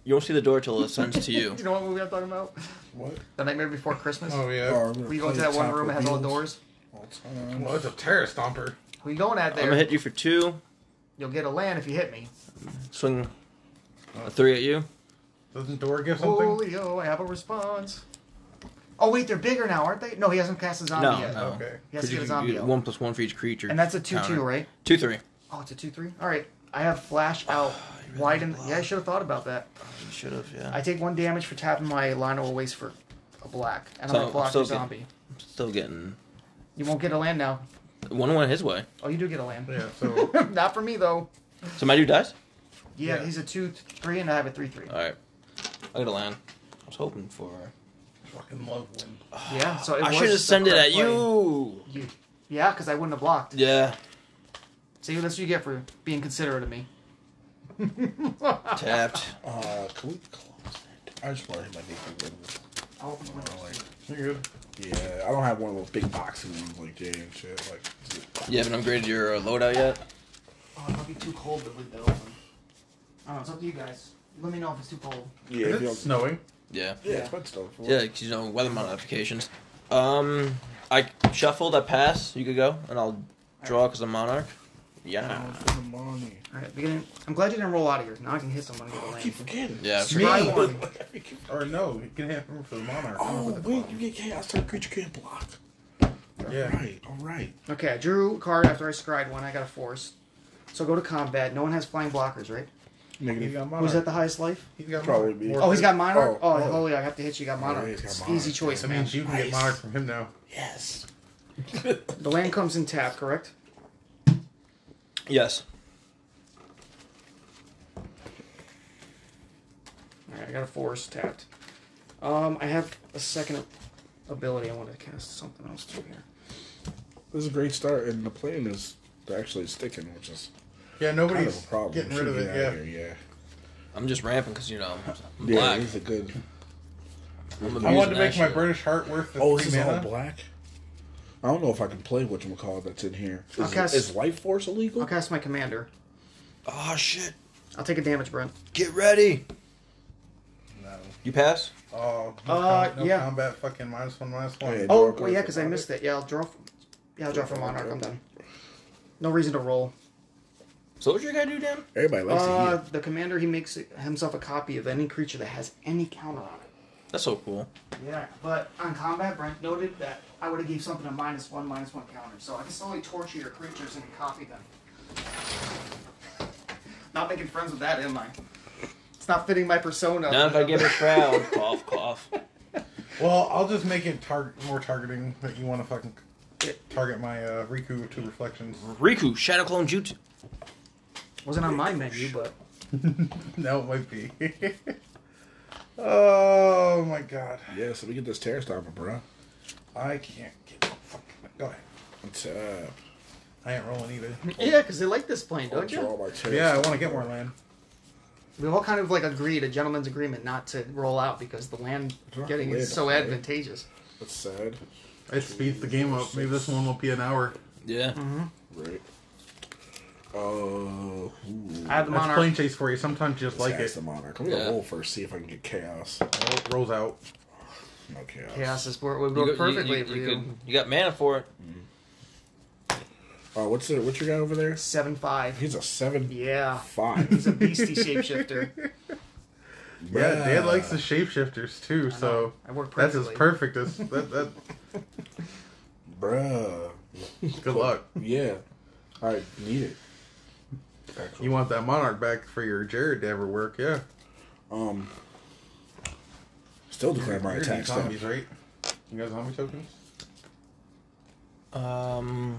Speaker 1: You won't see the door till it sends to you.
Speaker 2: Do you know what movie I'm talking about?
Speaker 4: What?
Speaker 2: The Nightmare Before Christmas.
Speaker 3: Oh yeah.
Speaker 4: Oh, I'm gonna
Speaker 2: We go into
Speaker 4: play
Speaker 2: that one room that has all the
Speaker 4: Taco
Speaker 2: doors.
Speaker 4: Bell all the time.
Speaker 3: Well, it's a terror stomper.
Speaker 2: Who you going at
Speaker 1: I'm
Speaker 2: there?
Speaker 1: gonna hit you for two.
Speaker 2: You'll get a land if you hit me.
Speaker 1: Swing a three at you.
Speaker 3: Doesn't Dora give something?
Speaker 2: Holy, oh, I have a response. Oh wait, they're bigger now, aren't they? No, he hasn't cast a zombie
Speaker 1: No,
Speaker 2: yet.
Speaker 1: no.
Speaker 3: Okay.
Speaker 2: He has to
Speaker 1: You-
Speaker 2: get a
Speaker 1: you
Speaker 2: zombie
Speaker 1: get
Speaker 2: out.
Speaker 1: one plus one for each creature.
Speaker 2: And that's a two-two,
Speaker 1: counter.
Speaker 2: right?
Speaker 1: Two three.
Speaker 2: Oh, it's a two-three. All right, I have
Speaker 1: Oh,
Speaker 2: flash out. Widen. Yeah, I should have thought about that.
Speaker 1: You should have. Yeah.
Speaker 2: I take one damage for tapping my Lionel Waste for a black, and
Speaker 1: So,
Speaker 2: I'm gonna block
Speaker 1: so
Speaker 2: the
Speaker 1: good.
Speaker 2: zombie.
Speaker 1: I'm still getting
Speaker 2: You won't get a land now.
Speaker 1: one went his way.
Speaker 2: Oh, you do get a land.
Speaker 3: Yeah. So
Speaker 2: Not for me though.
Speaker 1: So my dude dies.
Speaker 2: Yeah,
Speaker 3: Yeah.
Speaker 2: he's a two-three, and I have a three-three.
Speaker 1: All right. I got a land. I was hoping for.
Speaker 3: fucking love wind.
Speaker 2: yeah, so it
Speaker 1: I
Speaker 2: was
Speaker 1: should
Speaker 2: the
Speaker 1: have sent it
Speaker 2: correct
Speaker 1: at
Speaker 2: play.
Speaker 1: you.
Speaker 2: You. Yeah, because I wouldn't have blocked.
Speaker 1: Yeah.
Speaker 2: See, that's what you get for being considerate of me.
Speaker 1: Tapped.
Speaker 4: Uh, can we close it? I just want to hit my naked windows.
Speaker 2: I'll open the
Speaker 3: Oh,
Speaker 2: window.
Speaker 4: Like,
Speaker 3: You're good.
Speaker 4: yeah, I don't have one of those big boxy ones like Jay and shit. Like,
Speaker 1: You haven't upgraded your uh, loadout yet.
Speaker 2: Oh, it might be too cold to leave that open. I don't know. It's up to you guys. Let me know if it's too cold.
Speaker 4: yeah,
Speaker 3: Is
Speaker 4: if you
Speaker 3: it
Speaker 4: don't-
Speaker 3: snowing?
Speaker 1: Yeah.
Speaker 4: yeah, but stuff.
Speaker 1: Yeah, 'cause you know weather modifications. Um, I shuffled. I pass. You could go, and I'll draw because I'm monarch. Yeah.
Speaker 4: Oh, it's in the morning.
Speaker 2: All right, beginning. I'm glad you didn't roll out of here. Now I can hit someone and get a
Speaker 4: Oh, I
Speaker 2: lane.
Speaker 4: keep forgetting.
Speaker 1: Yeah.
Speaker 2: Me.
Speaker 1: For,
Speaker 2: Try one.
Speaker 3: Or no, it can happen for the monarch.
Speaker 4: Oh,
Speaker 3: With the
Speaker 4: wait,
Speaker 3: clock.
Speaker 4: you get chaos. That creature can't block.
Speaker 3: Yeah.
Speaker 4: Right, all right.
Speaker 2: Okay, I drew a card after I scried one. I got a force. So go to combat. No one has flying blockers, right?
Speaker 3: He's
Speaker 4: Negative.
Speaker 3: got monarch.
Speaker 2: Was that the highest life?
Speaker 3: He's got
Speaker 4: Probably
Speaker 3: monarch.
Speaker 4: be.
Speaker 2: Oh, he's got monarch.
Speaker 4: Oh,
Speaker 2: Oh,
Speaker 4: oh.
Speaker 2: holy! I have to hit you. Got monarch.
Speaker 4: he's got
Speaker 2: It's
Speaker 4: monarch.
Speaker 2: Easy choice,
Speaker 3: That
Speaker 2: man.
Speaker 3: means you can get
Speaker 4: Nice.
Speaker 3: monarch from him now.
Speaker 4: Yes.
Speaker 2: The land comes in tap, correct?
Speaker 1: yes.
Speaker 2: All right, I got a force tapped. Um, I have a second ability. I want to cast something else too here.
Speaker 4: This is a great start, and the plan is actually sticking, which is
Speaker 3: Yeah,
Speaker 4: kind of
Speaker 3: nobody's
Speaker 4: a problem.
Speaker 3: getting
Speaker 4: We
Speaker 3: rid of
Speaker 4: should
Speaker 3: it.
Speaker 4: get
Speaker 3: Yeah.
Speaker 4: out of here, yeah.
Speaker 1: I'm just ramping because you know I'm
Speaker 4: Yeah,
Speaker 1: black.
Speaker 4: it's a good.
Speaker 1: I'm
Speaker 3: I wanted
Speaker 1: abusing
Speaker 3: to
Speaker 1: that
Speaker 3: make my
Speaker 1: shit.
Speaker 3: British heart worth the
Speaker 4: Oh,
Speaker 3: three
Speaker 4: this is all
Speaker 3: mana.
Speaker 4: black. I don't know if I can play what you call that's in here. Is,
Speaker 2: I'll cast-
Speaker 4: is life force illegal?
Speaker 2: I'll cast my commander.
Speaker 1: Oh shit!
Speaker 2: I'll take a damage, Brent.
Speaker 1: Get ready.
Speaker 3: No.
Speaker 1: You pass.
Speaker 3: Oh, no,
Speaker 2: Uh,
Speaker 3: com- no
Speaker 2: yeah.
Speaker 3: combat fucking minus one, minus
Speaker 4: Oh,
Speaker 3: one.
Speaker 4: yeah.
Speaker 2: Oh,
Speaker 4: Draw a
Speaker 2: well,
Speaker 4: card
Speaker 2: yeah,
Speaker 4: for
Speaker 2: because I
Speaker 4: Monarch.
Speaker 2: missed it. Yeah, I'll draw. From, yeah, I'll draw from Monarch. I'm done. No reason to roll.
Speaker 1: So what's your guy do, Dan?
Speaker 4: Everybody likes
Speaker 2: Uh,
Speaker 4: to
Speaker 2: the commander he makes himself a copy of any creature that has any counter on it.
Speaker 1: That's so cool.
Speaker 2: Yeah, but on combat, Brent noted that I would have gave something a minus one, minus one counter, so I can slowly torture your creatures and copy them. Not making friends with that, am I? It's not fitting my persona.
Speaker 1: Now if I get a crown, cough, cough.
Speaker 3: Well, I'll just make it tar- more targeting that you want to fucking target my uh, Riku to reflections.
Speaker 1: Riku, Shadow Clone Jutsu.
Speaker 2: Wasn't on my menu, but
Speaker 3: no, it might be. oh my god.
Speaker 4: hear. Yeah, so we get this terror stopper, bro.
Speaker 3: I can't get the fuck. Go ahead.
Speaker 4: What's up?
Speaker 3: I ain't rolling either.
Speaker 2: yeah, because they like this plane, don't you?
Speaker 4: Draw my terror
Speaker 3: yeah, I
Speaker 4: stopper.
Speaker 3: want to get more land.
Speaker 2: We all kind of like agreed, a gentleman's agreement, not to roll out because the land
Speaker 4: Drop
Speaker 2: getting
Speaker 4: the
Speaker 2: is
Speaker 4: lid,
Speaker 2: so
Speaker 4: right?
Speaker 2: advantageous.
Speaker 4: That's sad.
Speaker 3: It speeds the game up. Maybe this one will be an hour.
Speaker 1: Yeah.
Speaker 4: Right. Oh. ooh.
Speaker 2: I have the
Speaker 3: That's
Speaker 2: monarch.
Speaker 3: plane chase for you. Sometimes you just
Speaker 4: Let's
Speaker 3: like
Speaker 4: cast
Speaker 3: it.
Speaker 4: the monarch. I'm gonna
Speaker 1: Yeah.
Speaker 4: roll first, see if I can get chaos.
Speaker 3: Roll- Rolls out.
Speaker 4: No chaos.
Speaker 2: Chaos is where it would work
Speaker 1: go-
Speaker 2: perfectly for
Speaker 1: you,
Speaker 2: you.
Speaker 1: could- you got mana for it.
Speaker 4: Uh, what's the, what's your guy over there?
Speaker 2: Seven five.
Speaker 4: He's a seven
Speaker 2: Yeah,
Speaker 4: five.
Speaker 2: he's a beastie shapeshifter.
Speaker 3: Yeah, Dad likes the shapeshifters too, so
Speaker 2: I work
Speaker 3: that's as
Speaker 2: perfectly.
Speaker 3: perfect as that. that
Speaker 4: Bruh.
Speaker 3: good luck.
Speaker 4: Yeah. I need it.
Speaker 3: You want that monarch back for your Jared to ever work? Yeah.
Speaker 4: Um. Still declare my
Speaker 3: You're
Speaker 4: attack
Speaker 3: gonna
Speaker 4: step.
Speaker 3: need zombies, right? You got zombie tokens?
Speaker 1: Um,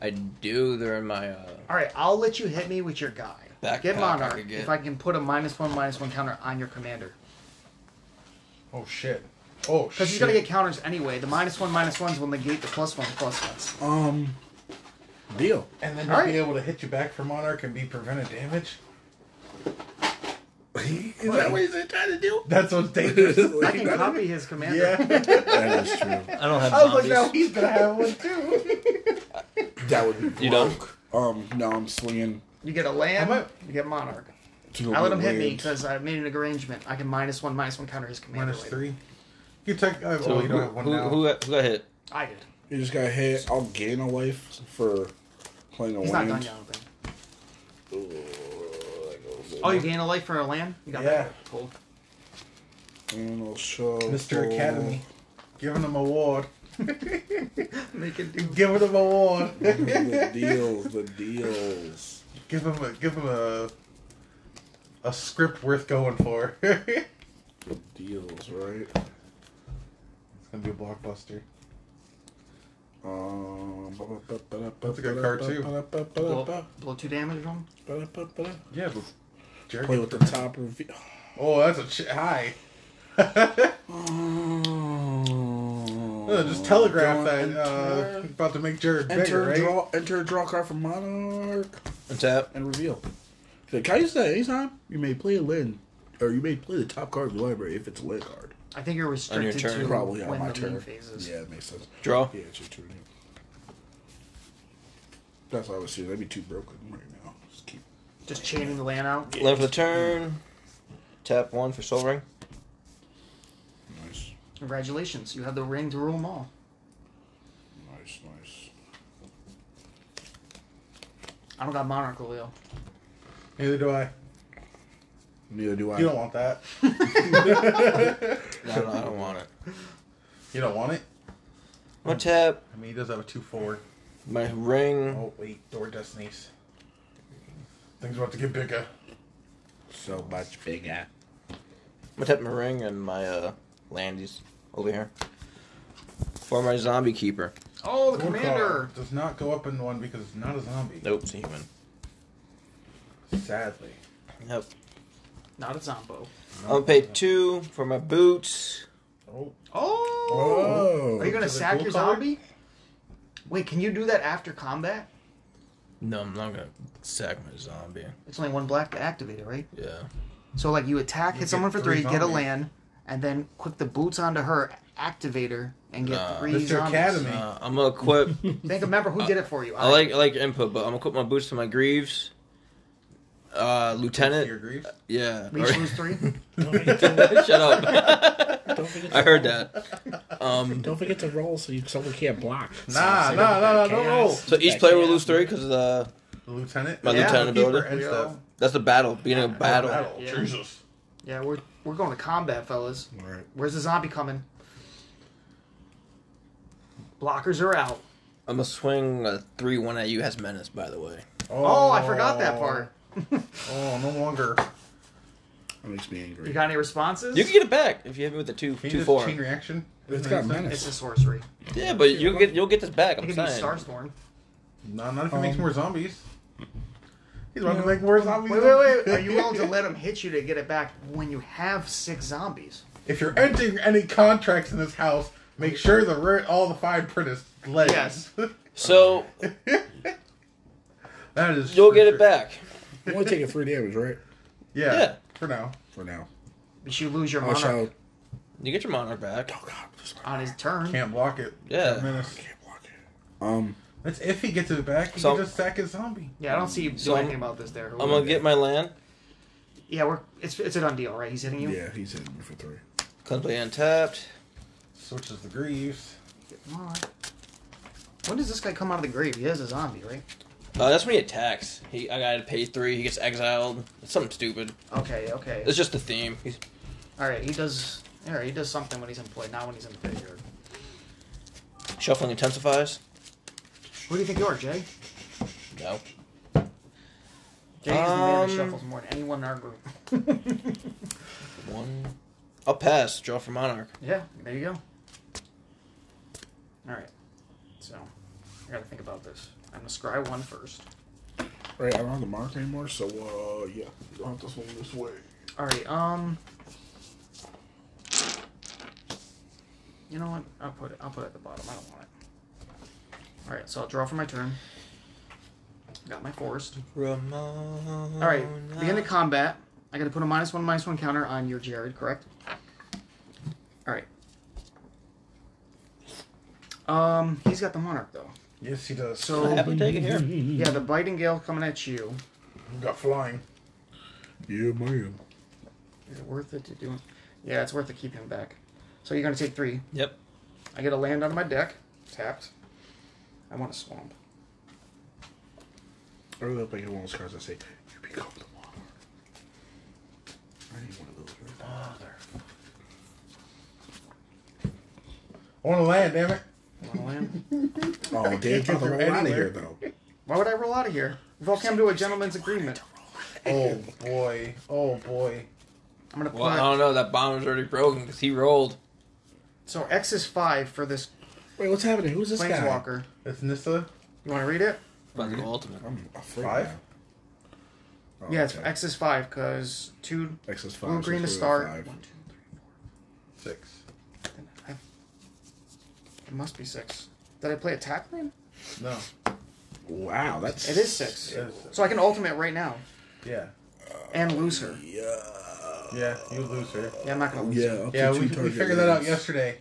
Speaker 1: I do. They're in my. Uh,
Speaker 2: All right, I'll let you hit me with your guy.
Speaker 1: Back
Speaker 2: get
Speaker 1: pack
Speaker 2: monarch
Speaker 1: I could get.
Speaker 2: if I can put a minus one minus one counter on your commander
Speaker 3: Oh shit. Oh shit.
Speaker 2: because he's gonna get counters anyway. The minus one minus ones will negate the plus one plus ones.
Speaker 3: Oh,
Speaker 4: Um. Deal.
Speaker 3: and then
Speaker 2: All
Speaker 3: he'll
Speaker 2: right.
Speaker 3: be able to hit you back for monarch and be prevented damage.
Speaker 4: is that what he's trying to do?
Speaker 3: That's what's dangerous.
Speaker 2: I can copy his commander.
Speaker 3: yeah.
Speaker 4: that is true.
Speaker 1: I don't have
Speaker 3: I was like,
Speaker 1: zombies.
Speaker 3: now he's gonna have one too.
Speaker 4: That would be
Speaker 1: You don't?
Speaker 4: broke. Um. No, I'm swinging.
Speaker 2: You get a land.
Speaker 3: How about-
Speaker 2: You get monarch.
Speaker 4: to
Speaker 2: I let him hit me
Speaker 4: weird.
Speaker 2: because I made an arrangement. I can minus one, minus one counter his commander.
Speaker 3: Minus
Speaker 2: later.
Speaker 3: three. You take. Uh,
Speaker 1: So
Speaker 3: oh,
Speaker 1: who,
Speaker 3: you don't have one
Speaker 1: who,
Speaker 3: now.
Speaker 1: who, got, who got hit?
Speaker 2: I did.
Speaker 4: You just got hit. I'll gain a life for playing a
Speaker 2: He's not done
Speaker 4: land.
Speaker 2: yet. I don't think.
Speaker 4: Ooh, that goes
Speaker 2: Oh, you
Speaker 4: in.
Speaker 2: gain a life for a land. You got
Speaker 3: Yeah.
Speaker 2: that. Cool.
Speaker 4: And I'll show
Speaker 3: Mr. Academy. Giving him a award.
Speaker 2: Make it do.
Speaker 3: Giving him a award.
Speaker 4: the deals, the deals.
Speaker 3: give him a give him a a script worth going for. it's
Speaker 4: Deals, right?
Speaker 3: gonna be a blockbuster.
Speaker 4: Um,
Speaker 3: That's a good card, too.
Speaker 2: Blow, blow two damage to him.
Speaker 3: Yeah, but Jerry-
Speaker 4: Play with the top reveal.
Speaker 3: Oh, that's a ch- high. Uh, just telegraph that. Uh,
Speaker 4: Enter,
Speaker 3: about to make Jared bigger,
Speaker 4: enter
Speaker 3: right?
Speaker 4: draw, enter, draw card from Monarch,
Speaker 1: What's that?
Speaker 4: and reveal. The can I use that anytime? You may play a land, or you may play the top card of your library if it's a land card.
Speaker 2: I think you're restricted
Speaker 1: turn.
Speaker 2: to
Speaker 4: Probably on
Speaker 2: when
Speaker 4: my
Speaker 2: the turn.
Speaker 4: turn.
Speaker 2: phases.
Speaker 4: Yeah, it makes sense.
Speaker 1: Draw.
Speaker 4: Yeah, it's your turn. That's what I was doing. That'd be too broken right now. Just keep.
Speaker 2: Just chaining the land out.
Speaker 1: Land for the turn. Tap one for Soul Ring.
Speaker 4: Nice,
Speaker 2: Congratulations, you have the ring to rule them all.
Speaker 4: nice, nice.
Speaker 2: I don't got monarch, Leo.
Speaker 3: Neither do I.
Speaker 4: Neither do I.
Speaker 3: You don't want that.
Speaker 1: No, no, I don't want it.
Speaker 3: You don't want it.
Speaker 1: I'm gonna tap
Speaker 3: I mean, he does have a two four.
Speaker 1: my ring.
Speaker 3: Oh wait, door destinies. Things about to get bigger.
Speaker 4: so much bigger.
Speaker 1: I'm gonna tap my ring and my uh, landies over here. For my zombie keeper.
Speaker 2: Oh, the
Speaker 3: One
Speaker 2: commander!
Speaker 3: card does not go up in one because it's not a zombie.
Speaker 1: Nope, it's a human.
Speaker 3: Sadly.
Speaker 1: Yep.
Speaker 2: Not a zombo.
Speaker 1: I'm gonna pay two for my boots.
Speaker 3: Oh,
Speaker 2: Oh!
Speaker 4: Oh,
Speaker 2: Are you gonna
Speaker 3: Is it
Speaker 2: sack
Speaker 3: cool
Speaker 2: your
Speaker 3: color?
Speaker 2: zombie? Wait, can you do that after combat?
Speaker 1: No, I'm not gonna sack my zombie.
Speaker 2: It's only one black to activate it, right?
Speaker 1: Yeah.
Speaker 2: So, like, you attack,
Speaker 3: You
Speaker 2: hit someone
Speaker 3: get
Speaker 2: for three,
Speaker 3: three
Speaker 2: get a
Speaker 3: zombies.
Speaker 2: land, and then click the boots onto her, activate her, and get
Speaker 1: Nah.
Speaker 2: three
Speaker 3: Mr.
Speaker 2: zombies.
Speaker 3: Academy.
Speaker 1: Uh, I'm gonna equip.
Speaker 2: Think, remember who did it for you.
Speaker 1: I like I like your input, but I'm gonna equip my boots to my greaves. Uh,
Speaker 3: your
Speaker 1: lieutenant.
Speaker 3: greaves.
Speaker 1: Yeah.
Speaker 2: We each lose three?
Speaker 1: Shut up.
Speaker 5: Don't forget to
Speaker 1: I heard
Speaker 5: roll.
Speaker 1: that. Um,
Speaker 5: Don't forget to roll so you someone can't block.
Speaker 3: Nah,
Speaker 5: So-
Speaker 3: nah, nah,
Speaker 5: that
Speaker 3: don't
Speaker 5: chaos.
Speaker 3: roll.
Speaker 1: so each
Speaker 5: That
Speaker 1: player will
Speaker 5: chaos.
Speaker 1: lose three because the
Speaker 3: The lieutenant.
Speaker 1: My lieutenant
Speaker 3: keeper
Speaker 1: ability.
Speaker 3: and
Speaker 2: Yeah.
Speaker 3: stuff.
Speaker 1: that's the battle, beginning of battle.
Speaker 3: Battle.
Speaker 2: Yeah.
Speaker 3: Jesus.
Speaker 2: Yeah, we're, we're going to combat, fellas.
Speaker 4: All right.
Speaker 2: Where's the zombie coming? Blockers are out.
Speaker 1: I'm gonna swing a three one at you has menace. By the way,
Speaker 2: Oh, I forgot that part.
Speaker 3: Oh, no longer.
Speaker 4: That makes me angry.
Speaker 2: You got any responses?
Speaker 1: you can get it back if you hit me with the two
Speaker 3: Can you
Speaker 1: two
Speaker 3: just
Speaker 1: four.
Speaker 3: chain reaction?
Speaker 4: It's got menace.
Speaker 2: It's a sorcery.
Speaker 1: Yeah, but you'll get you'll get this back. I'm
Speaker 2: It could be
Speaker 1: saying.
Speaker 2: Starstorm.
Speaker 3: No, not if it makes
Speaker 4: Um,
Speaker 3: more zombies. He's about to make more zombies.
Speaker 2: Wait, wait, wait. Are you willing to let him hit you to get it back when you have six zombies?
Speaker 3: If you're entering any contracts in this house, make sure the re- all the fine print is legs.
Speaker 2: Yes.
Speaker 1: So
Speaker 3: that is.
Speaker 1: you'll
Speaker 3: for
Speaker 1: get
Speaker 3: sure.
Speaker 1: it back.
Speaker 4: I'm only taking three damage, right?
Speaker 3: Yeah,
Speaker 1: Yeah.
Speaker 3: For now.
Speaker 4: For now.
Speaker 2: But you lose your
Speaker 4: I
Speaker 2: monarch
Speaker 4: shall.
Speaker 1: You get your monarch back.
Speaker 4: Oh God, this one,
Speaker 2: on his turn.
Speaker 3: Can't block it.
Speaker 1: Yeah.
Speaker 3: Got menace.
Speaker 4: I can't block it. Um,
Speaker 3: That's if he gets it back. He
Speaker 1: So-
Speaker 3: can just sack his zombie.
Speaker 2: Yeah, I don't see you do
Speaker 1: So I'm-
Speaker 2: anything about this there.
Speaker 1: I'm gonna get my land.
Speaker 2: Yeah, we're it's it's a done deal, right? He's hitting you.
Speaker 4: yeah, he's hitting me for three.
Speaker 1: Comes play untapped.
Speaker 3: Switches the greaves.
Speaker 2: Come on. When does this guy come out of the grave? He is a zombie, right?
Speaker 1: Uh, that's when he attacks. He I gotta pay three. He gets exiled. It's something stupid.
Speaker 2: Okay, okay.
Speaker 1: It's just the theme. He's,
Speaker 2: All right, he does. All right, he does something when he's in play, not when he's in the graveyard.
Speaker 1: shuffling intensifies.
Speaker 2: Who do you think you are, Jay?
Speaker 1: No.
Speaker 2: Jay is the man
Speaker 1: Um,
Speaker 2: that shuffles more than anyone in our group.
Speaker 1: One. I'll pass. Draw for monarch.
Speaker 2: Yeah, there you go. All right, so I gotta think about this. I'm gonna scry one first.
Speaker 4: Right, I don't have the mark anymore, so uh, yeah, you don't have to swing this way.
Speaker 2: All right, um, you know what? I'll put it. I'll put it at the bottom. I don't want it. All right, so I'll draw for my turn. Got my forest.
Speaker 1: Ramona.
Speaker 2: All right, begin the combat. I gotta put a minus one, minus one counter on your Jared, correct? All right. Um, he's got the monarch though.
Speaker 3: Yes, he does.
Speaker 2: So
Speaker 1: Happily take it here.
Speaker 2: yeah, the biting gale coming at you.
Speaker 3: got flying.
Speaker 4: Yeah, ma'am.
Speaker 2: Is it worth it to do? Yeah, it's worth it keeping him back. So you're gonna take three.
Speaker 1: Yep.
Speaker 2: I get a land on my deck, tapped. I want a swamp.
Speaker 4: I really hope I get one of those cards that say, You become the monarch. I need one of those. Right?
Speaker 3: I want to land, damn it.
Speaker 2: I want a land.
Speaker 4: Oh,
Speaker 3: get
Speaker 4: Dave, get the
Speaker 3: through
Speaker 4: hell out of
Speaker 3: anywhere.
Speaker 4: here, though.
Speaker 2: Why would I roll out of here? We've all come to a gentleman's agreement.
Speaker 3: Oh boy. Oh boy.
Speaker 2: I'm gonna
Speaker 1: Well,
Speaker 2: put
Speaker 1: I don't know. That bomb was already broken because he rolled.
Speaker 2: so X is five for this
Speaker 4: Wait, what's happening? Who's this guy?
Speaker 2: planeswalker.
Speaker 3: It's Nissa.
Speaker 2: You want to read it?
Speaker 1: About to go ultimate.
Speaker 4: I'm afraid.
Speaker 3: Five?
Speaker 4: now. Oh,
Speaker 2: yeah, it's
Speaker 4: okay.
Speaker 2: X is five because two
Speaker 4: X is five.
Speaker 2: blue
Speaker 4: so
Speaker 2: green to
Speaker 4: it's
Speaker 2: start.
Speaker 4: five.
Speaker 2: One, two, three,
Speaker 3: Six.
Speaker 2: four. Then I- It must be six. Did I play a tap land?
Speaker 3: No.
Speaker 4: Wow, that's.
Speaker 2: It is six.
Speaker 3: It is six.
Speaker 2: So I can ultimate right now
Speaker 3: Yeah.
Speaker 2: and lose her.
Speaker 4: Yeah.
Speaker 3: Yeah. You lose her.
Speaker 2: Yeah, I'm not gonna lose.
Speaker 4: Yeah,
Speaker 2: her.
Speaker 4: up to
Speaker 3: Yeah,
Speaker 4: two
Speaker 3: we, we
Speaker 4: target
Speaker 3: figured that out
Speaker 4: lands.
Speaker 3: yesterday.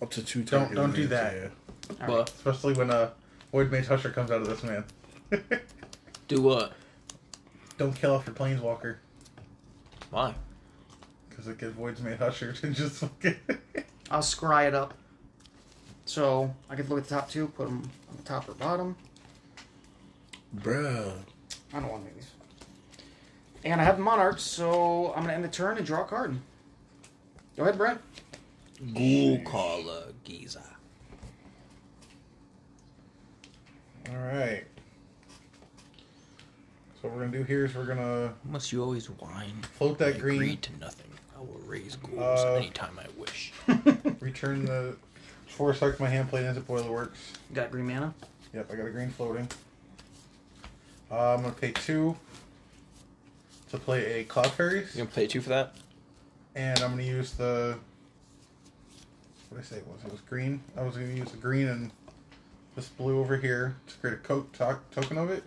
Speaker 4: Up to two
Speaker 3: Don't-
Speaker 4: target
Speaker 3: don't do
Speaker 4: lands,
Speaker 3: that.
Speaker 4: yeah.
Speaker 1: Well,
Speaker 3: Especially when uh Void Mage Husher comes out of this man.
Speaker 1: do what?
Speaker 3: Don't kill off your planeswalker.
Speaker 1: Why?
Speaker 3: Because it gives Void's Mage Husher to just fucking
Speaker 2: I'll scry it up. So I could look at the top two, put them on the top or bottom.
Speaker 4: Bruh.
Speaker 2: I don't want to make these. And I have monarchs, so I'm gonna end the turn and draw a card. Go ahead, Brent.
Speaker 1: Ghoul caller Giza.
Speaker 3: Alright. So what we're gonna do here is we're gonna
Speaker 1: Must you always whine?
Speaker 3: float that
Speaker 1: I
Speaker 3: green,
Speaker 1: Agree to nothing. I will raise ghouls
Speaker 3: Uh,
Speaker 1: anytime I wish.
Speaker 3: return the four start my hand plate into boiler works.
Speaker 2: Got green mana.
Speaker 3: Yep, I got a green floating. Uh, I'm gonna pay two to play a Cloud Fairies,
Speaker 1: You gonna pay two for that?
Speaker 3: and I'm gonna use the what did I say it was it was green. I was gonna use the green and this blue over here to create a coat to- token of it.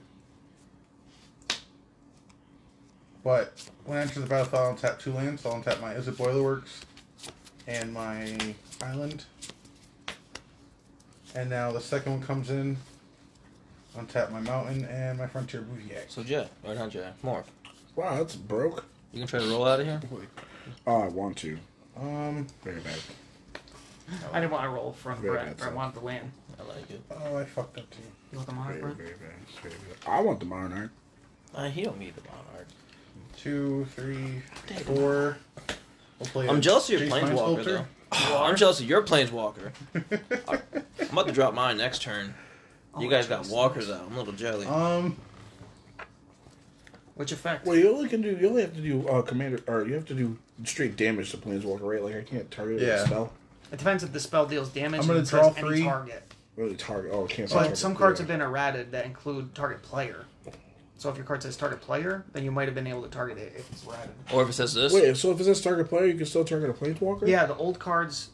Speaker 3: But when I enter the battlefield, I'll tap two lands. I'll tap my Is It Boiler Works and my island. And now the second one comes in. Untap my mountain and my frontier bouvier.
Speaker 1: So Jay, or not Jay, Morph.
Speaker 4: Wow, that's broke.
Speaker 1: You can try to roll out of here.
Speaker 4: Oh, I want to.
Speaker 3: Um,
Speaker 4: Very bad.
Speaker 2: I didn't want to roll from
Speaker 4: Very
Speaker 2: Brent.
Speaker 4: good,
Speaker 2: Brent
Speaker 4: so.
Speaker 2: wanted the land.
Speaker 1: I like it.
Speaker 3: oh, I fucked up too.
Speaker 2: You want the monarch,
Speaker 4: Very, very
Speaker 2: Brent?
Speaker 4: bad. Very bad. I want the monarch.
Speaker 1: Uh, he don't need the monarch.
Speaker 3: Two, three, four. We'll play
Speaker 1: I'm
Speaker 3: a
Speaker 1: jealous of your
Speaker 3: Jace Mind
Speaker 1: planeswalker
Speaker 3: Sculptor.
Speaker 1: though. I'm jealous of your planeswalker. I- I'm about to drop mine next turn. You
Speaker 2: Oh,
Speaker 1: guys got
Speaker 2: jeez.
Speaker 1: walker though. I'm a little jelly.
Speaker 3: Um,
Speaker 2: Which effect?
Speaker 4: Well, you only can do. You only have to do uh, commander, or you have to do straight damage to planeswalker, right? Like I can't target yeah.
Speaker 3: Yeah.
Speaker 4: a spell.
Speaker 2: It depends if the spell deals damage.
Speaker 3: I'm gonna
Speaker 2: and it
Speaker 3: draw
Speaker 2: says any
Speaker 3: three.
Speaker 2: target.
Speaker 4: Really target. Oh, I can't.
Speaker 2: But
Speaker 4: target
Speaker 2: some
Speaker 4: player.
Speaker 2: cards have been errated that include target player. So if your card says target player, then you might have been able to target it if it's errated.
Speaker 1: Or if it says this,
Speaker 4: Wait, so if it says target player, you can still target a planeswalker?
Speaker 2: Yeah, the old cards.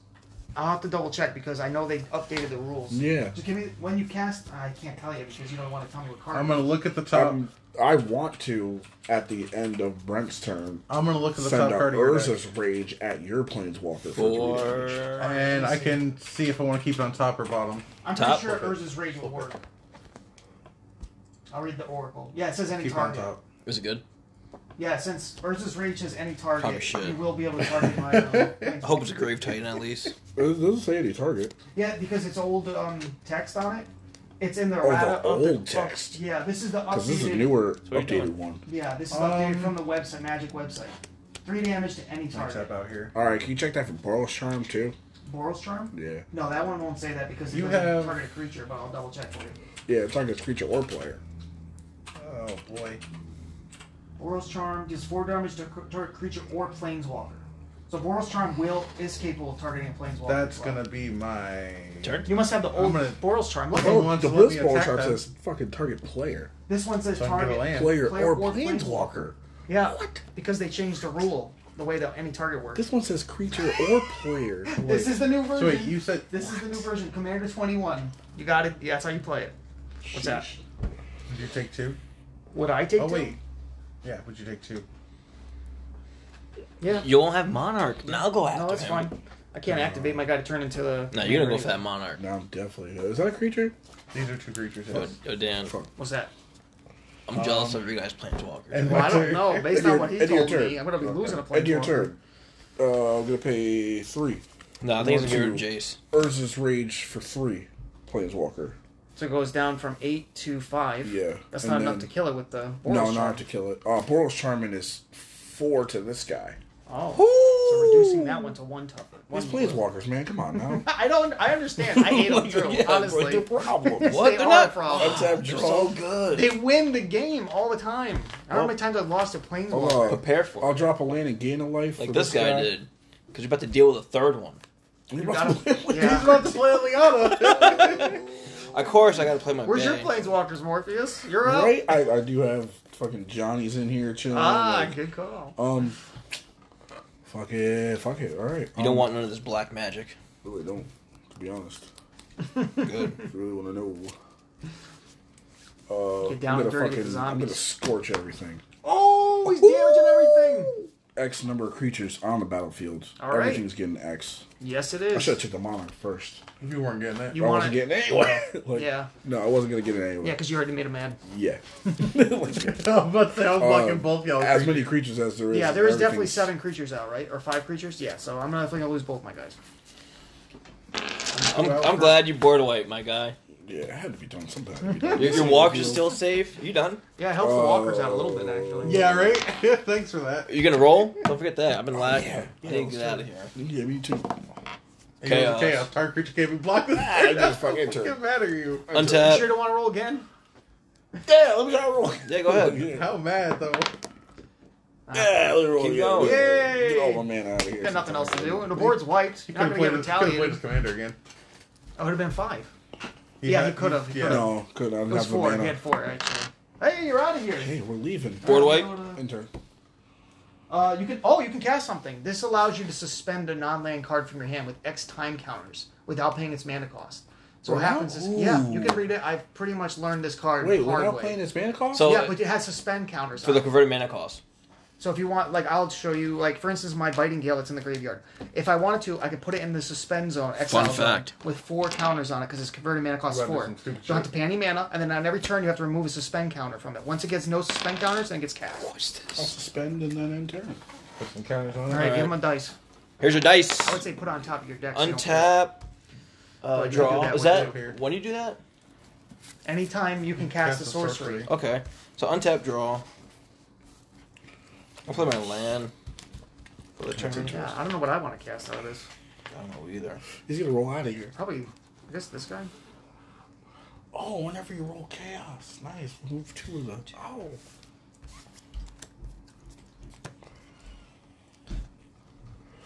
Speaker 2: I'll have to double check because I know they updated the rules.
Speaker 4: Yeah.
Speaker 2: Just give me when you cast. I can't tell you because you don't want to tell me what card.
Speaker 3: I'm gonna look at the top.
Speaker 4: Um, I want to at the end of Brent's turn
Speaker 3: I'm gonna look at the top
Speaker 4: send out
Speaker 3: card of your deck,
Speaker 4: Urza's rage at your planeswalker for three damage.
Speaker 1: or
Speaker 3: and I can see if I want to keep it on top or bottom.
Speaker 2: I'm
Speaker 1: Top.
Speaker 2: pretty sure Urza's Rage will work. I'll read the Oracle. Yeah, it says any
Speaker 3: Keep it on
Speaker 2: target.
Speaker 3: top.
Speaker 1: is it good?
Speaker 2: Yeah, since Urza's Rage has any target,
Speaker 1: Probably should.
Speaker 2: you will be able to target my. Um,
Speaker 1: I hope it's a grave titan at least.
Speaker 4: It doesn't say any target.
Speaker 2: Yeah, because it's old um, text on it. It's in the
Speaker 4: Oh, the
Speaker 2: errata of the
Speaker 4: old text.
Speaker 2: of- yeah, this is the updated.
Speaker 4: Because this is a newer,
Speaker 1: what you're
Speaker 4: updated
Speaker 1: doing.
Speaker 4: one.
Speaker 2: Yeah, this is
Speaker 3: Um,
Speaker 2: updated from the website, Magic website. Three damage to any target.
Speaker 3: Tap out here.
Speaker 4: Alright, can you check that for Boros Charm too?
Speaker 2: Boral's Charm?
Speaker 4: Yeah.
Speaker 2: No, that one won't say that because it
Speaker 3: You
Speaker 2: doesn't
Speaker 3: have-
Speaker 2: target a creature, but I'll double check for you.
Speaker 4: Yeah, it targets creature or player.
Speaker 3: Oh boy.
Speaker 2: Boral's Charm deals four damage to cr- target creature or planeswalker. So Boral's Charm will is capable of targeting a planeswalker.
Speaker 3: That's
Speaker 2: as well.
Speaker 3: gonna be my
Speaker 1: Turn.
Speaker 2: You must have the old
Speaker 3: gonna-
Speaker 2: Boral's Charm. Look,
Speaker 3: Oh,
Speaker 2: at
Speaker 4: Oh,
Speaker 3: wants
Speaker 4: the
Speaker 3: to let
Speaker 4: Blitz
Speaker 3: me
Speaker 4: Ball
Speaker 3: attack
Speaker 4: Charm
Speaker 3: that.
Speaker 4: says fucking target player.
Speaker 2: this one says
Speaker 3: So I can get a
Speaker 2: target.
Speaker 3: land.
Speaker 4: Player,
Speaker 2: Player
Speaker 4: or
Speaker 2: or
Speaker 4: planeswalker.
Speaker 2: Yeah, because they changed the rule, the way that any target works.
Speaker 4: This one says creature or player.
Speaker 2: This is the new
Speaker 3: So
Speaker 2: version.
Speaker 3: wait, you said
Speaker 2: This is the new version, Commander 21. You got it. Yeah, that's how you play it. What's that?
Speaker 3: Did you take two?
Speaker 2: Would I take
Speaker 3: Oh
Speaker 2: two?
Speaker 3: wait. Yeah, would you take two?
Speaker 2: Yeah.
Speaker 1: You won't have monarch. Now I'll go after
Speaker 2: No, that's
Speaker 1: him.
Speaker 2: fine. I can't activate my guy to turn into the.
Speaker 1: No, you're gonna go for that monarch.
Speaker 4: Now I'm definitely. Is that a creature?
Speaker 3: These are two creatures.
Speaker 1: Oh,
Speaker 3: Yes.
Speaker 1: oh Dan.
Speaker 4: Fuck.
Speaker 2: What's that?
Speaker 1: I'm jealous of your guys' planeswalkers.
Speaker 3: And
Speaker 2: Well, I
Speaker 3: Walker.
Speaker 2: don't know. Based
Speaker 4: End
Speaker 2: on
Speaker 4: your-
Speaker 2: what he
Speaker 4: end your
Speaker 2: told me,
Speaker 4: turn.
Speaker 2: I'm gonna be losing a play.
Speaker 4: End your turn. Uh, I'm gonna pay three.
Speaker 1: no, I think it's
Speaker 4: One,
Speaker 1: gonna give
Speaker 4: two.
Speaker 1: it to Jace.
Speaker 4: Urza's Rage for three. Planeswalker.
Speaker 2: So it goes down from eight to five.
Speaker 4: Yeah,
Speaker 2: That's
Speaker 4: and
Speaker 2: not
Speaker 4: then-
Speaker 2: enough to kill it with the Boros
Speaker 4: no,
Speaker 2: Charm.
Speaker 4: not to kill it. Uh, Boros Charmin is four to this guy.
Speaker 2: Oh. So reducing that one to one tougher. One
Speaker 4: These
Speaker 2: blue.
Speaker 4: Planeswalkers, man, come on now.
Speaker 2: I don't. I understand. I hate them too.
Speaker 1: Yeah, bro,
Speaker 2: honestly,
Speaker 4: They're problems.
Speaker 1: What?
Speaker 2: They
Speaker 1: They're
Speaker 2: are
Speaker 1: not-
Speaker 2: problems.
Speaker 4: Untap
Speaker 1: They're
Speaker 4: draw.
Speaker 1: so good.
Speaker 2: They win the game all the time. I don't know how many times I've lost to
Speaker 4: Hold
Speaker 2: Planeswalker.
Speaker 4: on.
Speaker 1: Prepare for
Speaker 4: I'll
Speaker 1: it.
Speaker 4: drop a land and gain a life.
Speaker 1: like
Speaker 4: for
Speaker 1: this guy did. Because you're about to deal with a third one.
Speaker 4: We
Speaker 2: You
Speaker 4: about
Speaker 2: gotta-
Speaker 4: to-
Speaker 2: yeah.
Speaker 4: we about to play Eliana.
Speaker 1: Of course, I gotta play my
Speaker 2: Where's your
Speaker 1: game.
Speaker 2: Planeswalkers, Morpheus? You're up.
Speaker 4: right? I, I do have fucking Johnny's in here chilling.
Speaker 2: Ah,
Speaker 4: like,
Speaker 2: good call.
Speaker 4: um, fuck it, fuck it. All right.
Speaker 1: You don't want none of this black magic.
Speaker 4: Really don't. To be honest,
Speaker 1: Good.
Speaker 4: if you really want to know. Uh,
Speaker 2: Get down
Speaker 4: I'm
Speaker 2: and dirty with the
Speaker 4: gonna fucking, I'm gonna
Speaker 2: zombies.
Speaker 4: scorch everything.
Speaker 2: Oh, he's damaging everything.
Speaker 4: X number of creatures on the battlefield.
Speaker 2: All right.
Speaker 4: Everything's getting X.
Speaker 2: Yes, it
Speaker 4: I
Speaker 2: is.
Speaker 4: should have took the monarch first.
Speaker 3: If you weren't getting that,
Speaker 2: You
Speaker 4: I
Speaker 2: want
Speaker 4: wasn't
Speaker 2: to?
Speaker 4: getting it anyway. Like,
Speaker 2: Yeah.
Speaker 4: No, I wasn't gonna get it anyway.
Speaker 2: Yeah, because you already made him mad.
Speaker 4: Yeah.
Speaker 3: I'm about to say, I'm blocking
Speaker 4: Um,
Speaker 3: both y'all.
Speaker 4: As many creatures as there is.
Speaker 2: Yeah, there is definitely
Speaker 4: everything's-
Speaker 2: seven creatures out, right? Or five creatures? Yeah, so I'm definitely gonna lose both my guys.
Speaker 1: I'm, I'm glad you bored away, my guy.
Speaker 4: Yeah, it had to be done sometime. had to be done.
Speaker 1: Your, your walkers is still safe. You done?
Speaker 2: Yeah, it helps the walkers out a little bit actually.
Speaker 3: Yeah, right? Thanks for that.
Speaker 1: You gonna roll? Don't forget that. I've been lagging.
Speaker 4: yeah.
Speaker 1: I need to get out of here.
Speaker 4: Yeah, me too.
Speaker 1: Chaos.
Speaker 3: Chaos. Chaos. Target creature can't be blocked with
Speaker 4: Ah, I
Speaker 3: that.
Speaker 4: just fucking
Speaker 3: Get
Speaker 4: turned.
Speaker 3: mad at you.
Speaker 2: You sure
Speaker 1: Untap.
Speaker 2: don't want to roll again?
Speaker 4: Yeah, let me try to roll.
Speaker 1: Yeah, go ahead.
Speaker 4: Yeah,
Speaker 3: How mad though?
Speaker 4: yeah let me roll.
Speaker 1: Keep
Speaker 4: yeah,
Speaker 1: going.
Speaker 4: yeah, yeah.
Speaker 2: Uh, Yay.
Speaker 4: Get all my man out of here.
Speaker 2: Got nothing else to do, and the board's wiped. You're not
Speaker 3: Could've
Speaker 2: gonna get
Speaker 3: played as- could've played as
Speaker 2: retaliated.
Speaker 3: commander again.
Speaker 2: I would have been five. Yeah,
Speaker 3: had-
Speaker 2: he could've, he
Speaker 3: yeah.
Speaker 2: could've.
Speaker 4: No, could I
Speaker 2: It
Speaker 4: didn't
Speaker 2: was
Speaker 4: have the
Speaker 2: four. He
Speaker 4: mana?
Speaker 2: had four actually. Hey, you're out of here.
Speaker 4: Hey, we're leaving.
Speaker 1: Board wipe.
Speaker 4: Intern.
Speaker 2: Uh, you can oh you can cast something. This allows you to suspend a non-land card from your hand with X time counters without paying its mana cost. So what
Speaker 4: Wow.
Speaker 2: happens is yeah,
Speaker 4: Ooh.
Speaker 2: you can read it. I've pretty much learned this card
Speaker 4: Wait,
Speaker 2: the hard
Speaker 4: we're not
Speaker 2: way.
Speaker 4: playing this mana cost?
Speaker 1: So-
Speaker 2: yeah, but it has suspend counters
Speaker 1: For
Speaker 2: on
Speaker 1: the
Speaker 2: it.
Speaker 1: converted mana cost.
Speaker 2: So if you want, like, I'll show you, like, for instance, my Biting Gale that's in the graveyard. If I wanted to, I could put it in the suspend zone, exile
Speaker 1: Fun
Speaker 2: zone,
Speaker 1: fact.
Speaker 2: with four counters on it because it's converted mana costs
Speaker 3: Run this
Speaker 2: four.
Speaker 3: and
Speaker 2: You
Speaker 3: stupid
Speaker 2: don't have to
Speaker 3: shit.
Speaker 2: pay any mana, and then on every turn you have to remove a suspend counter from it. Once it gets no suspend counters, then it gets cast. All
Speaker 1: What's
Speaker 4: I'll
Speaker 1: this?
Speaker 4: suspend and then intern.
Speaker 3: Put some counters on
Speaker 2: right,
Speaker 3: it.
Speaker 2: give him a dice.
Speaker 1: Here's your dice.
Speaker 2: I would say put it on top of your deck. so you don't care.
Speaker 1: Untap. Uh,
Speaker 2: But you do
Speaker 1: draw.
Speaker 2: that
Speaker 1: Is
Speaker 2: when
Speaker 1: that
Speaker 3: you-
Speaker 1: when you do that?
Speaker 2: Anytime you can cast, a sorcery.
Speaker 1: Okay. So untap, draw. I'll play my land. For the turn.
Speaker 2: Yeah, I don't know what I want to cast out of this.
Speaker 1: I don't know either.
Speaker 4: He's gonna roll out of here.
Speaker 2: Probably, I guess this guy.
Speaker 4: Oh, whenever you roll chaos. Nice. Move two of them. Oh.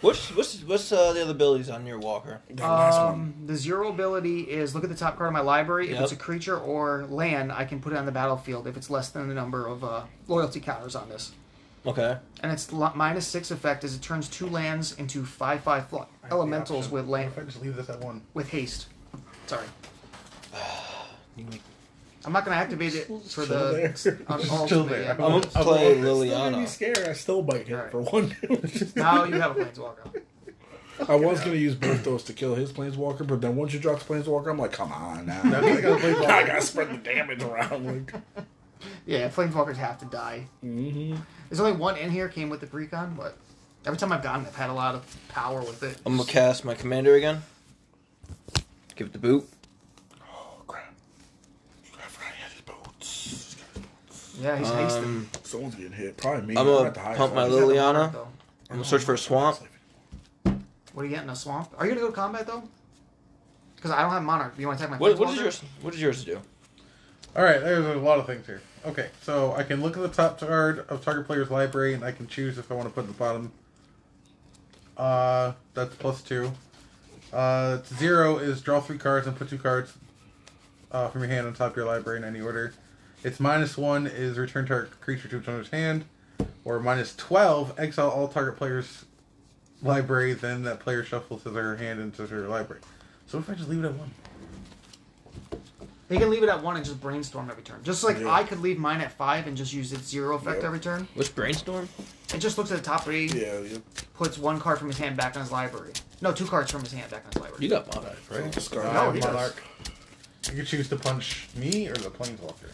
Speaker 1: What's what's what's uh, the other abilities on your walker?
Speaker 4: That last one.
Speaker 2: Um, the zero ability is look at the top card of my library. If
Speaker 1: Yep.
Speaker 2: it's a creature or land, I can put it on the battlefield if it's less than the number of uh, loyalty counters on this.
Speaker 1: Okay.
Speaker 2: And its lo- minus six effect is it turns two lands into five five fl-
Speaker 3: I have the
Speaker 2: elementals
Speaker 3: option.
Speaker 2: with
Speaker 3: What
Speaker 2: land
Speaker 3: If I just leave this at one.
Speaker 2: with haste. Sorry,
Speaker 1: You make-
Speaker 2: I'm not going to activate it for the.
Speaker 4: Still there.
Speaker 2: on all
Speaker 3: Still
Speaker 2: of it
Speaker 3: there.
Speaker 2: yet.
Speaker 1: I'm gonna
Speaker 3: I'm
Speaker 1: play
Speaker 4: Still made me
Speaker 1: Liliana.
Speaker 4: scared. I still might hit
Speaker 2: Alright.
Speaker 4: for one.
Speaker 2: Now you have a planeswalker.
Speaker 4: I was gonna use both those to kill his planeswalker, but then once you drop the planeswalker, I'm like, come on now.
Speaker 3: Now he's gonna play
Speaker 4: I gotta spread the damage around. Like,
Speaker 2: Yeah, planeswalkers have to die.
Speaker 1: Mm-hmm.
Speaker 2: There's only one in here came with the precon, but every time I've gotten, it, I've had a lot of power with it.
Speaker 1: I'm gonna cast my commander again. Give it the boot.
Speaker 4: oh crap! I forgot he had his boots.
Speaker 2: yeah, he's hasted.
Speaker 1: Um,
Speaker 4: Someone's getting hit. Probably me.
Speaker 1: I'm
Speaker 4: I'm
Speaker 1: gonna
Speaker 4: at the highest
Speaker 1: pump my
Speaker 4: level.
Speaker 2: He's having a
Speaker 1: Liliana.
Speaker 2: hard, though.
Speaker 1: I'm gonna search for a swamp.
Speaker 2: What do you get in a swamp? Are you gonna go to combat though? Because I don't have monarch. You want to attack my
Speaker 1: What, what
Speaker 2: Planeswalker?
Speaker 1: does yours What does yours do?
Speaker 3: All right, there's a lot of things here. Okay, so I can look at the top card of target player's library, and I can choose if I want to put it at the bottom. Uh, that's plus two. Uh, zero is draw three cards and put two cards uh, from your hand on top of your library in any order. It's minus one is return target creature to its owner's hand, or minus twelve exile all target player's library. Then that player shuffles his or her hand into their library. So what if I just leave it at one?
Speaker 2: They can leave it at one and just brainstorm every turn. Just like
Speaker 4: Yeah.
Speaker 2: I could leave mine at five and just use its zero effect
Speaker 4: Yep.
Speaker 2: every turn.
Speaker 1: What's brainstorm?
Speaker 2: It just looks at the top three,
Speaker 4: Yeah, yeah.
Speaker 2: puts one card from his hand back on his library. No, two cards from his hand back on his library.
Speaker 1: You got monarch,
Speaker 4: Right.
Speaker 1: right?
Speaker 4: Discard.
Speaker 2: No,
Speaker 3: Uh,
Speaker 2: he does.
Speaker 3: You can choose to punch me or the planeswalker.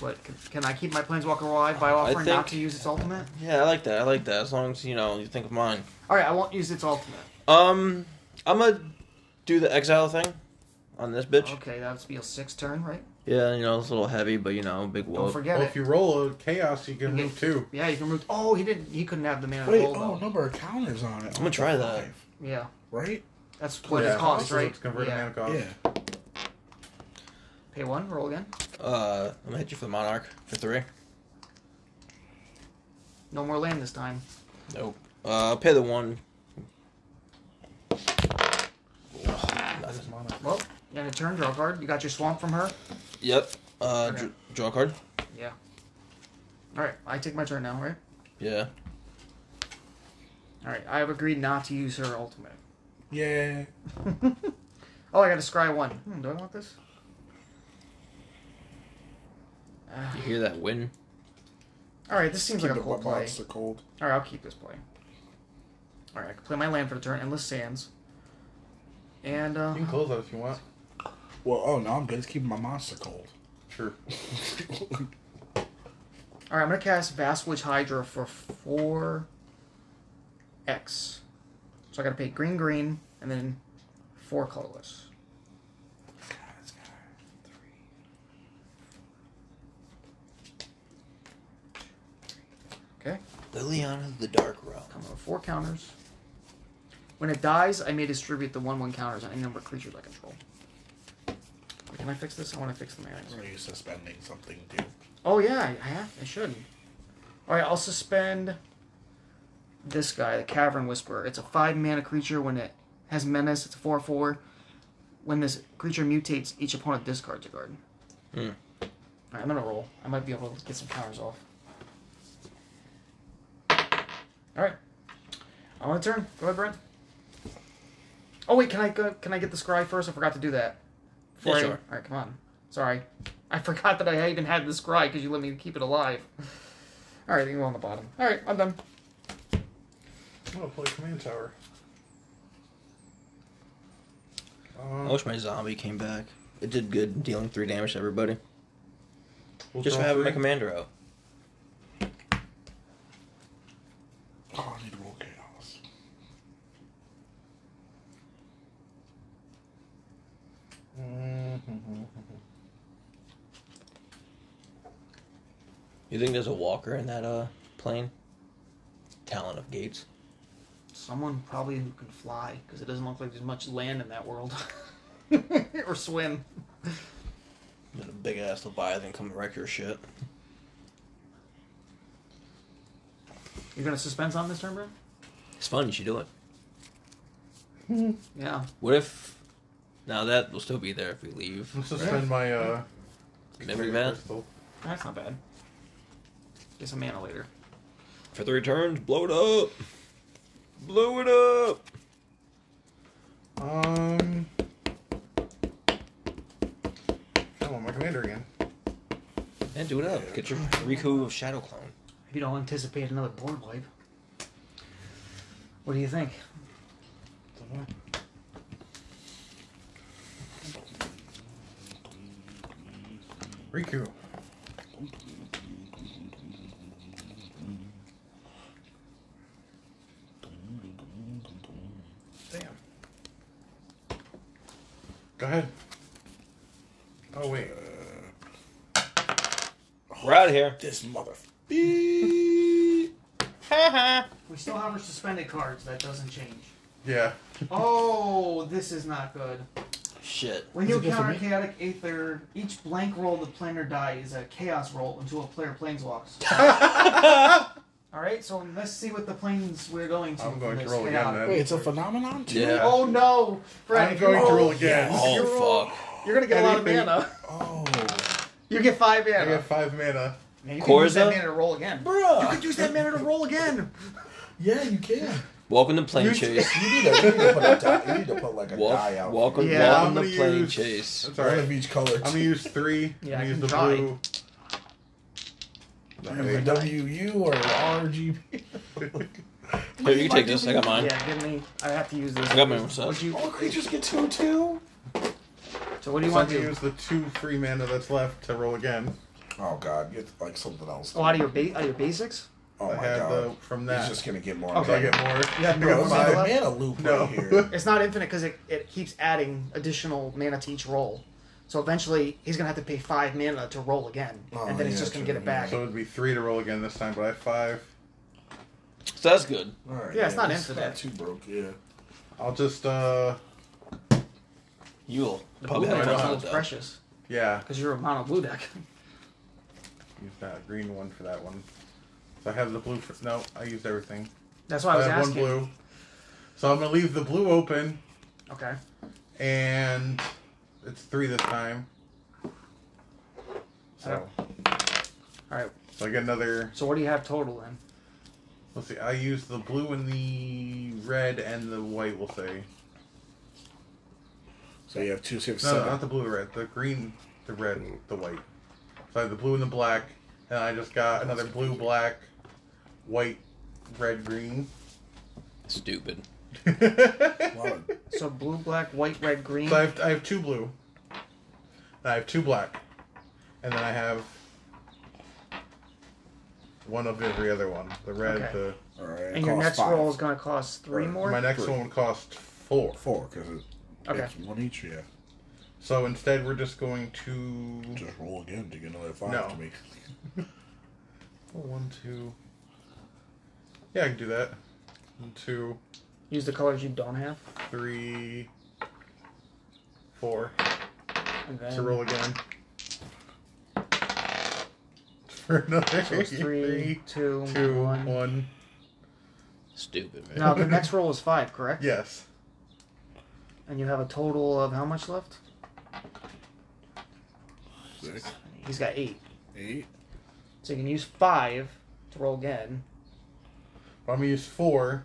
Speaker 2: But can, can I keep my Planeswalker alive by offering not
Speaker 1: think-
Speaker 2: to use its ultimate?
Speaker 1: Yeah, I like that. I like that. As long as you know, you think of mine.
Speaker 2: All right, I won't use its ultimate.
Speaker 1: Um, I'm gonna do the exile thing on this bitch.
Speaker 2: Okay, that would be a six turn, right?
Speaker 1: Yeah, you know it's a little heavy, but you know, big
Speaker 2: Don't
Speaker 1: wolf.
Speaker 2: forget
Speaker 3: Well,
Speaker 2: it.
Speaker 3: if you roll a chaos, you can
Speaker 2: Okay.
Speaker 3: move two.
Speaker 2: Yeah, you can move. Oh, he didn't. He couldn't have the mana
Speaker 4: Wait,
Speaker 2: gold.
Speaker 4: oh,
Speaker 2: though.
Speaker 4: number of counters on it. I'm
Speaker 1: gonna try that.
Speaker 2: Yeah,
Speaker 4: Right?
Speaker 2: that's what
Speaker 3: Yeah,
Speaker 2: it costs,
Speaker 3: this is
Speaker 2: right?
Speaker 3: what's converted
Speaker 2: yeah.
Speaker 3: mana cost.
Speaker 4: Yeah.
Speaker 2: Pay one, roll again.
Speaker 1: Uh, I'm gonna hit you for the monarch for three.
Speaker 2: No more land this time.
Speaker 1: Nope. Uh, I'll pay the one. Nothing.
Speaker 2: Well, and a turn draw card. You got your swamp from her.
Speaker 1: Yep. Uh,
Speaker 2: Okay.
Speaker 1: dr- draw a card.
Speaker 2: Yeah. All right, I take my turn now, right?
Speaker 1: Yeah.
Speaker 2: All right, I have agreed not to use her ultimate.
Speaker 4: Yeah.
Speaker 2: Oh, I got a scry one. Hmm, do I want this?
Speaker 1: You hear that wind?
Speaker 2: Uh, All right, this seems like a cool play.
Speaker 4: It's the cold.
Speaker 2: All right, I'll keep this play. All right, I can play my land for the turn, endless sands, and uh,
Speaker 3: You can close that if you want.
Speaker 4: Well, oh no, I'm good. It's keeping my monster cold.
Speaker 3: Sure.
Speaker 2: All right, I'm gonna cast Vast Witch Hydra for four X. So I gotta pay green, green, and then four colorless. Okay,
Speaker 1: Liliana of the Dark Realm.
Speaker 2: come over four counters. When it dies, I may distribute the one-one counters on any number of creatures I control. Wait, Can I fix this? I want to fix the mechanics.
Speaker 4: Are you suspending something, dude?
Speaker 2: Oh yeah, I have. I should. All right, I'll suspend this guy, the Cavern Whisperer. It's a five mana creature. When it has menace, it's a four four. When this creature mutates, each opponent discards a card.
Speaker 1: Hmm.
Speaker 2: All right, I'm gonna roll. I might be able to get some counters off. All right, I want to turn. Go ahead, Brent. Oh wait, can I go, can I get the scry first? I forgot to do that.
Speaker 1: Yeah,
Speaker 2: Before I-
Speaker 1: sure.
Speaker 2: All right, come on. Sorry, I forgot that I even had the scry because you let me keep it alive. All right, you go on the bottom. All right, I'm done.
Speaker 3: I'm gonna play command tower.
Speaker 1: I
Speaker 3: Um,
Speaker 1: wish my zombie came back. It did good, dealing three damage to everybody.
Speaker 3: we'll
Speaker 1: Just for
Speaker 3: draw
Speaker 1: having my
Speaker 3: three.
Speaker 1: commander out.
Speaker 4: Oh, I need to roll chaos.
Speaker 3: Mm-hmm.
Speaker 1: You think there's a walker in that uh plane? Talon of Gates.
Speaker 2: Someone probably who can fly, because it doesn't look like there's much land in that world. or swim.
Speaker 1: Then a big ass Leviathan come wreck your shit.
Speaker 2: You're gonna suspend on this turn, bro?
Speaker 1: It's fun. You should do it.
Speaker 2: Yeah.
Speaker 1: What if? Now that will still be there if we leave.
Speaker 3: Let's suspend my uh,
Speaker 1: Memory van
Speaker 3: crystal.
Speaker 2: That's not bad. Get some mana later.
Speaker 1: for three turns. Blow it up. Blow it up.
Speaker 3: Um, I want my commander again.
Speaker 1: And do it up. Get your Riku of Shadow Clone.
Speaker 2: If you don't anticipate another board wipe. What do you think?
Speaker 3: Riku. Damn. Go ahead. Oh wait.
Speaker 1: We're out of here.
Speaker 4: This mother.
Speaker 2: We still have our suspended cards, that doesn't change.
Speaker 3: Yeah.
Speaker 2: Oh, this is not good.
Speaker 1: Shit.
Speaker 2: When
Speaker 4: Is
Speaker 2: you
Speaker 4: it good for
Speaker 2: counter
Speaker 4: me?
Speaker 2: chaotic aether, each blank roll the planar die is a chaos roll until a player planeswalks. All right, so let's see what the planes we're going to.
Speaker 3: I'm
Speaker 2: for
Speaker 3: going to
Speaker 2: this
Speaker 3: roll
Speaker 2: chaotic.
Speaker 3: again then.
Speaker 4: Wait, it's a phenomenon too.
Speaker 1: Yeah.
Speaker 2: Oh no, Fred!
Speaker 3: I'm
Speaker 2: if
Speaker 3: going
Speaker 2: you
Speaker 3: to
Speaker 2: roll-
Speaker 3: roll again.
Speaker 2: You're
Speaker 1: Oh
Speaker 2: all-
Speaker 1: fuck.
Speaker 2: You're gonna get a
Speaker 3: Anything.
Speaker 2: lot of mana.
Speaker 4: Oh.
Speaker 2: You get five
Speaker 3: I got
Speaker 2: mana.
Speaker 3: five mana.
Speaker 2: Man, you can use that
Speaker 1: Corza?
Speaker 2: mana to roll again. You
Speaker 4: Bruh.
Speaker 2: could use that mana to roll again.
Speaker 4: Yeah, you can.
Speaker 1: Welcome to plane chase.
Speaker 4: You need, a, you need to put a die. You need to put like a die
Speaker 1: Welcome,
Speaker 4: out.
Speaker 1: welcome,
Speaker 2: Yeah,
Speaker 1: welcome
Speaker 3: I'm
Speaker 1: to
Speaker 3: gonna
Speaker 1: plane
Speaker 3: use-
Speaker 1: chase.
Speaker 3: That's
Speaker 4: One
Speaker 3: alright.
Speaker 4: of each color.
Speaker 3: I'm gonna use three.
Speaker 2: Yeah,
Speaker 3: I'm
Speaker 2: I
Speaker 3: gonna use
Speaker 2: can
Speaker 3: the
Speaker 2: try.
Speaker 3: blue.
Speaker 4: Either WU or RGB.
Speaker 1: Here, you can take this. I got mine.
Speaker 2: Yeah, give me. I have to use this.
Speaker 1: I got my own set.
Speaker 2: Would you?
Speaker 4: All creatures get two two.
Speaker 2: So what do you
Speaker 3: So I'm
Speaker 2: want to
Speaker 3: gonna
Speaker 2: do?
Speaker 3: use the two free mana that's left to roll again.
Speaker 4: Oh god, get like something else.
Speaker 2: Oh, out of your ba- out of your basics.
Speaker 4: Oh
Speaker 3: I
Speaker 4: my
Speaker 3: had
Speaker 4: god.
Speaker 3: the from that.
Speaker 4: He's just gonna get more.
Speaker 3: So I
Speaker 2: Okay.
Speaker 4: mana.
Speaker 3: get more.
Speaker 2: You have
Speaker 4: Bro,
Speaker 2: miracle
Speaker 4: it's
Speaker 3: Five.
Speaker 4: like a
Speaker 2: mana
Speaker 4: mana
Speaker 2: left.
Speaker 4: loop
Speaker 3: No.
Speaker 4: right here.
Speaker 2: It's not infinite because it, it keeps adding additional mana to each roll. So eventually, he's gonna have to pay five mana to roll again,
Speaker 4: Oh,
Speaker 2: and then he's
Speaker 4: yeah,
Speaker 2: just gonna
Speaker 4: true,
Speaker 2: get it back.
Speaker 3: So it'd be three to roll again this time, but I have five.
Speaker 1: So that's good.
Speaker 4: All right,
Speaker 2: Yeah, it's not
Speaker 4: this is
Speaker 2: infinite.
Speaker 4: Not too broke. Yeah.
Speaker 3: I'll just uh
Speaker 1: You'll
Speaker 2: The blue uh,
Speaker 1: probably
Speaker 2: mana
Speaker 1: have a
Speaker 3: I know.
Speaker 1: ton
Speaker 2: mono
Speaker 1: of
Speaker 2: is
Speaker 1: that.
Speaker 2: precious
Speaker 3: yeah
Speaker 2: because you're a mono blue deck.
Speaker 3: use that green one for that one. So I have the blue. For, no, I used everything.
Speaker 2: That's why I was
Speaker 3: have
Speaker 2: asking.
Speaker 3: one blue. So I'm gonna leave the blue open,
Speaker 2: Okay.
Speaker 3: and it's three this time. So,
Speaker 2: All right.
Speaker 3: so I get another.
Speaker 2: So what do you have total then?
Speaker 3: Let's see. I use the blue and the red and the white. We'll say
Speaker 4: So you have two, so you have
Speaker 3: no,
Speaker 4: seven.
Speaker 3: not the blue, red, the green, the red, the white. So I have the blue and the black, and I just got another blue, black, white, red, green.
Speaker 1: Stupid.
Speaker 3: so
Speaker 4: Wow.
Speaker 2: So blue, black, white, red, green.
Speaker 3: I have, I have two blue, and I have two black, and then I have one of every other one. The red,
Speaker 2: Okay.
Speaker 3: the
Speaker 4: All right. it
Speaker 2: and your
Speaker 4: costs
Speaker 2: next
Speaker 4: five.
Speaker 2: roll is gonna cost three
Speaker 4: Or
Speaker 2: more.
Speaker 3: my next
Speaker 4: Three.
Speaker 3: one would cost four.
Speaker 4: four because it,
Speaker 2: Okay.
Speaker 4: it's one each. Yeah.
Speaker 3: So instead, we're just going to
Speaker 4: Just roll again to get another five
Speaker 3: No.
Speaker 4: to me.
Speaker 3: one, two. Yeah, I can do that. One, two.
Speaker 2: Use the colors you don't have,
Speaker 3: three, four
Speaker 2: and then
Speaker 3: to roll again. For another
Speaker 2: so it's three, two,
Speaker 3: three, two,
Speaker 2: one.
Speaker 3: one.
Speaker 1: Stupid, man.
Speaker 2: Now the next roll is five, correct?
Speaker 3: Yes.
Speaker 2: And you have a total of how much left?
Speaker 4: Six,
Speaker 2: He's got eight.
Speaker 4: eight.
Speaker 2: So you can use five to roll again.
Speaker 3: I'm gonna use four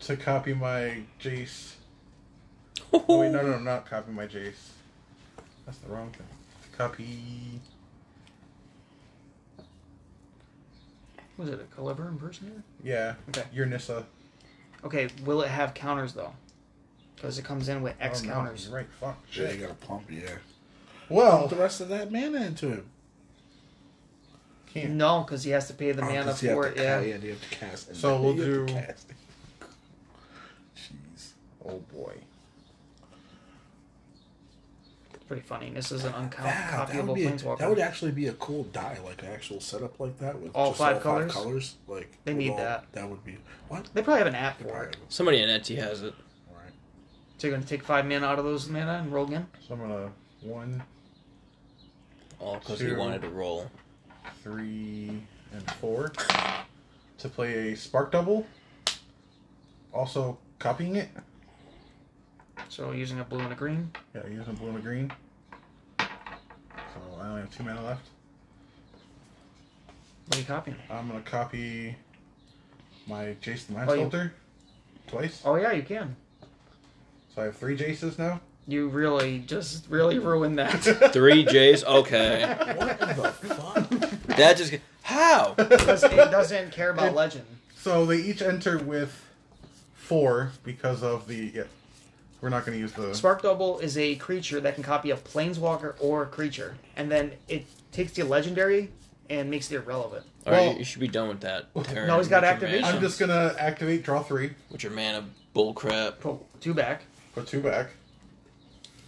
Speaker 3: to copy my Jace. Oh, wait, no, no, no, not copy my Jace. That's the wrong thing. To copy.
Speaker 2: Was it a Caliber impersonator?
Speaker 3: Yeah.
Speaker 2: Okay.
Speaker 3: Your Oh, Nissa.
Speaker 2: Okay, will it have counters though? Because it comes in with X
Speaker 3: Oh, no,
Speaker 2: counters.
Speaker 3: you're right. Fuck.
Speaker 4: Yeah, you
Speaker 3: Shit.
Speaker 4: got to pump. Yeah. Pump the
Speaker 3: Well,
Speaker 4: rest of that mana into him.
Speaker 3: can't.
Speaker 2: No, because he has to pay the
Speaker 4: Oh,
Speaker 2: mana
Speaker 4: 'cause you have
Speaker 2: for
Speaker 4: to
Speaker 2: it.
Speaker 4: ca-
Speaker 2: Yeah.
Speaker 4: yeah, you have to cast. and
Speaker 3: So
Speaker 4: then
Speaker 3: we'll
Speaker 4: you
Speaker 3: do-
Speaker 4: have to cast it. Jeez.
Speaker 3: Oh boy.
Speaker 2: It's pretty funny. This is an
Speaker 4: Wow, that,
Speaker 2: uncopyable
Speaker 4: would be,
Speaker 2: planeswalker.
Speaker 4: that would actually be a cool die, like an actual setup like that with
Speaker 2: All
Speaker 4: just
Speaker 2: five
Speaker 4: all
Speaker 2: colours?
Speaker 4: five colors. Like
Speaker 2: They
Speaker 4: with
Speaker 2: need
Speaker 4: all-
Speaker 2: that.
Speaker 4: That would be what?
Speaker 2: They probably have an app
Speaker 4: They
Speaker 2: for
Speaker 4: probably
Speaker 2: it.
Speaker 4: would.
Speaker 1: Somebody in Etsy has it.
Speaker 4: Alright.
Speaker 2: So you're going to take five mana out of those mana and roll again?
Speaker 3: So I'm gonna one,
Speaker 1: All because he
Speaker 3: Two.
Speaker 1: wanted to roll.
Speaker 3: three, and four to play a spark double. Also copying it.
Speaker 2: So using a blue and a green.
Speaker 3: Yeah, using blue and a green. So I only have two mana left.
Speaker 2: What are you copying?
Speaker 3: I'm gonna copy my Jace the Mind
Speaker 2: Oh, you-
Speaker 3: Sculptor twice.
Speaker 2: Oh, yeah, you can.
Speaker 3: So I have three Jaces now.
Speaker 2: You really just really ruined that.
Speaker 1: Three J's. Okay.
Speaker 4: What the fuck?
Speaker 1: That just. How?
Speaker 2: Because it doesn't care about legend.
Speaker 3: So they each enter with four because of the. Yeah, we're not gonna use the.
Speaker 2: Spark Double is a creature that can copy a planeswalker or a creature, and then it takes the legendary and makes it irrelevant.
Speaker 1: All right,
Speaker 3: Well-
Speaker 1: you should be done with that. Terran,
Speaker 2: No, he's got
Speaker 1: with your
Speaker 2: activation.
Speaker 1: mana-
Speaker 3: I'm just gonna activate, draw three,
Speaker 1: With your mana bullcrap.
Speaker 2: Put two back.
Speaker 3: put two back.